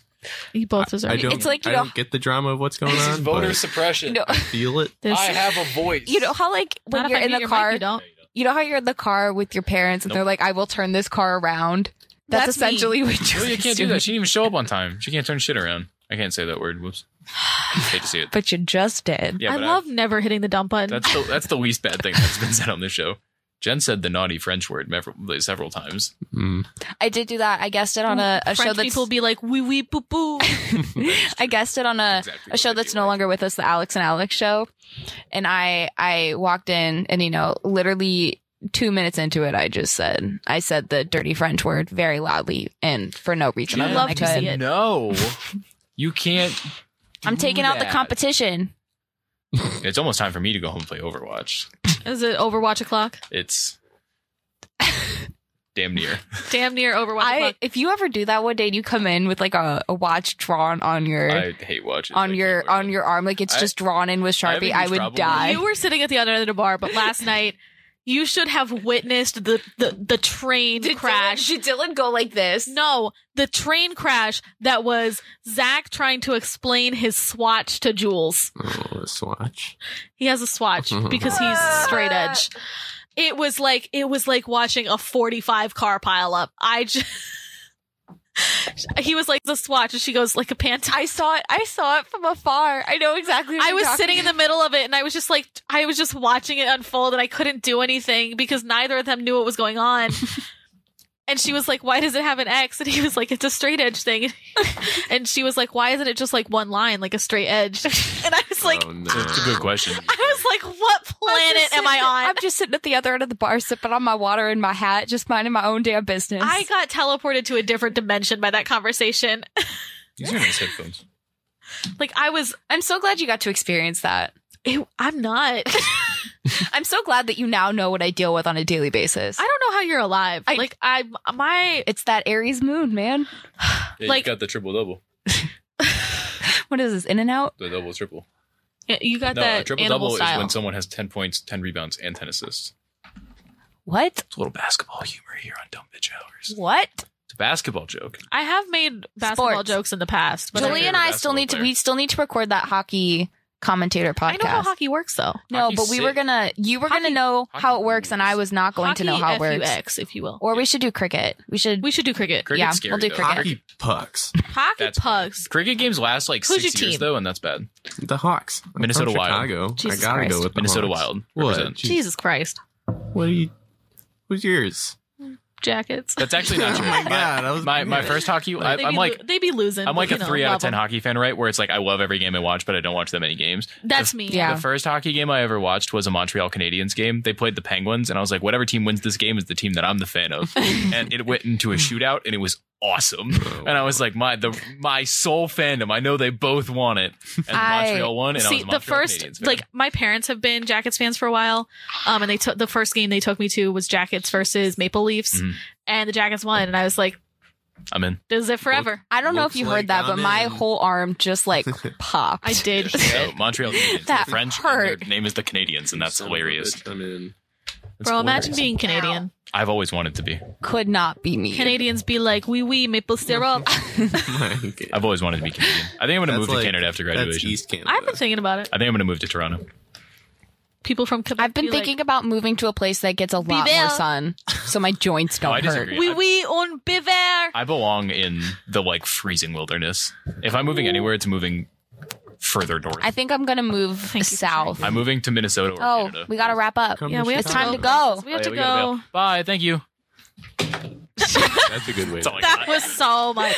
S3: You both deserve.
S4: I
S3: it.
S4: don't,
S1: It's like, you
S4: I
S1: know-
S4: don't get the drama of what's going
S2: This is
S4: on.
S2: voter
S4: Voters
S2: suppression.
S1: You know,
S4: feel it.
S3: This-
S2: a voice.
S1: you know how like when
S3: Not if
S1: you're
S3: I
S1: in
S3: mute
S1: the
S3: your mic,
S1: car,
S3: you don't.
S1: you know how you're in the car with your parents and
S2: Nope.
S1: they're like, "I will turn this car around." That's,
S3: That's me.
S1: essentially what you're
S2: Julia can't do that. She didn't even show up on time. She can't turn shit around. I can't say that word. Whoops. Hate to see it.
S1: But you just did.
S2: Yeah,
S3: I
S2: but
S3: love never hitting the dump button.
S2: that's the that's the least bad thing that's been said on this show. Jen said the naughty French word mev- like, several times.
S6: Hmm.
S4: Mm.
S1: I did do that. I guessed it on a, a
S3: French
S1: show that's
S3: people be like wee wee boo boo.
S1: I guessed it on a
S2: Exactly
S1: Uh, a
S2: what
S1: show
S2: I
S1: that's
S2: do.
S1: no longer with us, the Alex and Alex show. And I I walked in and you know, literally two minutes into it, I just said I said the dirty French word very loudly and for no reason.
S3: You'd
S1: other than
S3: love
S1: I
S3: to see
S1: could.
S3: it.
S2: No, you can't.
S1: I'm
S2: do
S1: taking out the
S2: that.
S1: competition.
S2: It's almost time for me to go home and play Overwatch.
S3: Is it Overwatch o'clock?
S2: It's damn near.
S3: Damn near Overwatch
S1: I
S3: o'clock.
S1: if you ever do that one day, and you come in with like a, a watch drawn on your
S2: I hate watching
S1: on your on your arm, like it's
S2: I-
S1: just drawn in with
S2: I have a
S1: sharpie.
S2: huge
S1: I would
S2: problem with-
S1: die.
S3: you were sitting at the other end of the bar, but last night you should have witnessed the the, the train crash.
S1: Dylan, did Dylan go like this?
S3: No, the train crash that was Zach trying to explain his swatch to Jules.
S4: Oh, a swatch.
S3: He has a swatch because he's straight
S1: Ah.
S3: edge. It was like it was like watching a 45 car pile up. I just He was like the swatch and she goes like a pant.
S1: I saw it. I saw it from afar. I know exactly. What
S3: I
S1: you're
S3: was
S1: talking
S3: sitting in the middle of it and I was just like I was just watching it unfold and I couldn't do anything because neither of them knew what was going on. and she was like, Why does it have an X? And he was like, It's a straight edge thing. and she was like, Why isn't it just like one line, like a straight edge? and I was like
S4: oh, no.
S2: It's a good question.
S3: I was like, What
S1: I'm just
S3: planet am
S1: sitting-
S3: I on?
S1: I'm just sitting at the other end of the bar, sipping on my water in my hat, just minding my own damn business.
S3: I got teleported to a different dimension by that conversation.
S2: These are nice headphones.
S3: Like I was
S1: I'm so glad you got to experience that.
S3: ew, I'm not.
S1: I'm so glad that you now know what I deal with on a daily basis.
S3: I don't know how you're alive.
S1: I-
S3: like I my
S1: it's that Aries moon, man.
S2: Yeah,
S3: Like-
S2: you got the triple double,
S1: What is this? In and out?
S2: the double triple.
S3: you got
S2: No, a
S3: that
S2: triple
S3: animal
S2: double
S3: style.
S2: is when someone has ten points, ten rebounds, and ten assists.
S1: What?
S2: It's a little basketball humor here on Dumb Bitch Hours.
S1: What?
S2: It's a basketball joke.
S3: I have made basketball
S1: Sports.
S3: jokes in the past, but
S2: What's your
S1: Julie and
S2: favorite
S1: I still
S2: basketball
S1: need to.
S2: player?
S1: We still need to record that hockey commentator podcast.
S3: I know how hockey works though.
S1: no,
S2: Hockey's
S1: but we were
S2: sick.
S1: gonna. You were gonna
S3: Hockey-
S1: know how
S2: hockey
S1: it works, and I
S2: rules.
S1: was not going to know how it
S3: Hockey,
S1: works.
S3: F-U-X, if you will.
S1: Or we should do cricket. We should.
S3: We should do cricket.
S2: Cricket's
S1: Yeah,
S2: scary,
S1: we'll do
S2: though.
S1: cricket.
S4: Hockey pucks.
S3: Hockey
S2: That's-
S3: pugs.
S2: Cricket games last like
S3: Who's
S2: six
S3: your
S2: years
S3: team?
S2: though, and that's bad.
S4: The Hawks. I'm from
S2: Minnesota Wild.
S4: Chicago.
S1: Jesus
S4: I gotta
S1: Christ.
S4: go with the
S2: Minnesota
S4: Hawks.
S2: Wild.
S4: What?
S2: Represent.
S4: Jeez,
S3: Jesus Christ.
S4: What are you? Who's yours?
S3: Jackets.
S2: That's actually not
S4: Oh
S2: true.
S4: my
S2: My-
S4: God, I was-
S2: my my first hockey. I,
S3: They
S2: I'm
S3: be
S2: like
S3: lo- they be losing.
S2: I'm like a
S3: but, you know,
S2: three out of
S3: love 'em.
S2: ten hockey fan, right? Where it's like I love every game I watch, but I don't watch that many games.
S3: That's me.
S1: Yeah.
S2: The first hockey game I ever watched was a Montreal Canadiens game. They played the Penguins, and I was like, whatever team wins this game is the team that I'm the fan of. and it went into a shootout, and it was awesome.
S4: Oh.
S2: And I was like, my the my sole fandom. I know they both want it, and
S1: I-
S2: Montreal won. And I
S3: See,
S2: was a
S3: the
S2: Montreal
S3: first,
S2: Canadiens fan.
S3: like, my parents have been Jackets fans for a while. Um, and they took the first game they took me to was Jackets versus Maple Leafs.
S2: Mhm.
S3: And the Jackets won. And I was like,
S2: I'm in.
S3: this is it forever.
S1: I don't know if
S4: Looks
S1: you
S4: like
S1: heard that, but
S4: I'm
S1: my
S4: in.
S1: whole arm just like popped.
S3: I did.
S2: So, Montreal Canadiens,
S1: That
S2: the French. and
S1: hurt.
S2: Their name is the Canadians, and that's
S6: Son of a
S2: hilarious.
S6: bitch, I'm in.
S2: That's
S3: Bro,
S2: hilarious.
S3: imagine being Canadian.
S2: I've always wanted to be.
S1: Could not be me.
S3: Canadians be like, wee wee, maple syrup.
S4: My God.
S2: I've always wanted to be Canadian. I think I'm going to
S4: That's
S2: move
S4: like-
S2: to Canada after
S4: That's
S2: graduation.
S4: East Canada.
S3: I've been thinking about it.
S2: I think I'm going to move to Toronto.
S3: People from Quebec.
S1: I've been
S3: be
S1: thinking about moving to a place that gets a lot more
S3: belle.
S1: sun, so my joints don't
S2: No, I
S1: hurt.
S2: disagree.
S3: Like, wee
S2: I-
S3: wee on biver.
S2: I belong in the like freezing wilderness. If I'm moving anywhere, it's moving further north.
S1: I think I'm gonna move
S3: Thank you for
S1: south.
S2: I'm moving to Minnesota or
S1: Oh,
S2: Canada.
S1: we gotta wrap up.
S4: Come
S3: Yeah, we have
S1: It's
S3: to
S1: time to
S4: Chicago.
S1: go.
S3: We have
S2: Oh,
S3: to
S2: yeah, we gotta
S3: go.
S2: bail. Bye. Thank you.
S4: That's a good way.
S2: That's all I
S3: That
S2: got.
S3: was so much.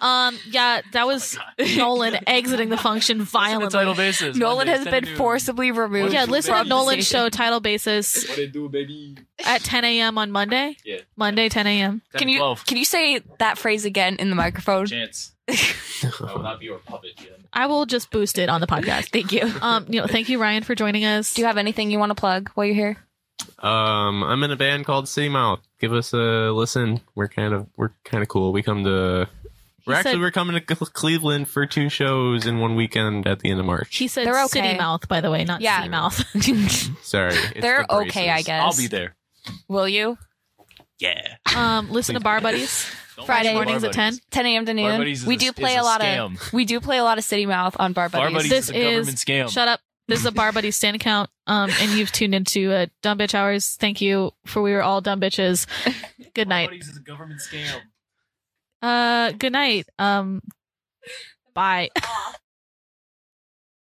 S3: Um, yeah, that was
S2: Oh
S3: Nolan exiting the function
S2: Listen to
S3: violently.
S2: title basis.
S1: Nolan
S2: Mondays,
S1: has
S2: 10
S1: been
S2: to noon.
S1: forcibly removed.
S3: Yeah,
S2: Two
S3: listen to
S2: babies.
S3: Nolan's show title basis
S6: What it do, baby?
S3: at 10 a.m. on Monday.
S6: Yeah.
S3: Monday, 10 a.m.
S2: 10
S1: Can
S2: to
S1: you
S2: 12.
S1: can you say that phrase again in the microphone?
S2: chance? I will not be your puppet yet.
S3: I will just boost it on the podcast.
S1: Thank you.
S3: Um, you know, thank you, Ryan, for joining us.
S1: Do you have anything you want to plug while you're here?
S4: Um, I'm in a band called City Mouth. Give us a listen. We're kind of we're kind of cool. We come to. We're
S3: He
S4: actually
S3: said-
S4: we're coming to Cle- Cleveland for two shows in one weekend at the end of March.
S3: he said
S1: They're okay.
S3: city mouth, by the way, not
S1: Yeah.
S3: city mouth.
S4: Sorry, it's
S1: They're
S4: the braces.
S1: okay, I guess.
S2: I'll be there.
S1: Will you?
S2: Yeah.
S3: Um, listen to Bar Buddies
S2: Don't
S1: Friday
S2: watch Bar
S3: mornings at
S2: Buddies.
S3: 10.
S1: 10 a.m. to
S2: Bar
S1: noon.
S2: Buddies is
S1: We
S2: a-
S1: do
S2: is
S1: play a
S2: a
S1: lot of
S2: scam.
S1: we do play a lot of city mouth on bar
S2: Bar
S1: buddies.
S2: Buddies
S3: This
S2: is a
S3: is-
S2: government
S6: Um,
S2: scam.
S3: Shut up. This is a Bar Buddies stand account. Um, and you've tuned into uh, Dumb Bitch Hours. Thank you for we were all dumb bitches. Good
S2: Bar
S3: night.
S2: Buddies is a government scam.
S3: Uh, good night. Um, bye.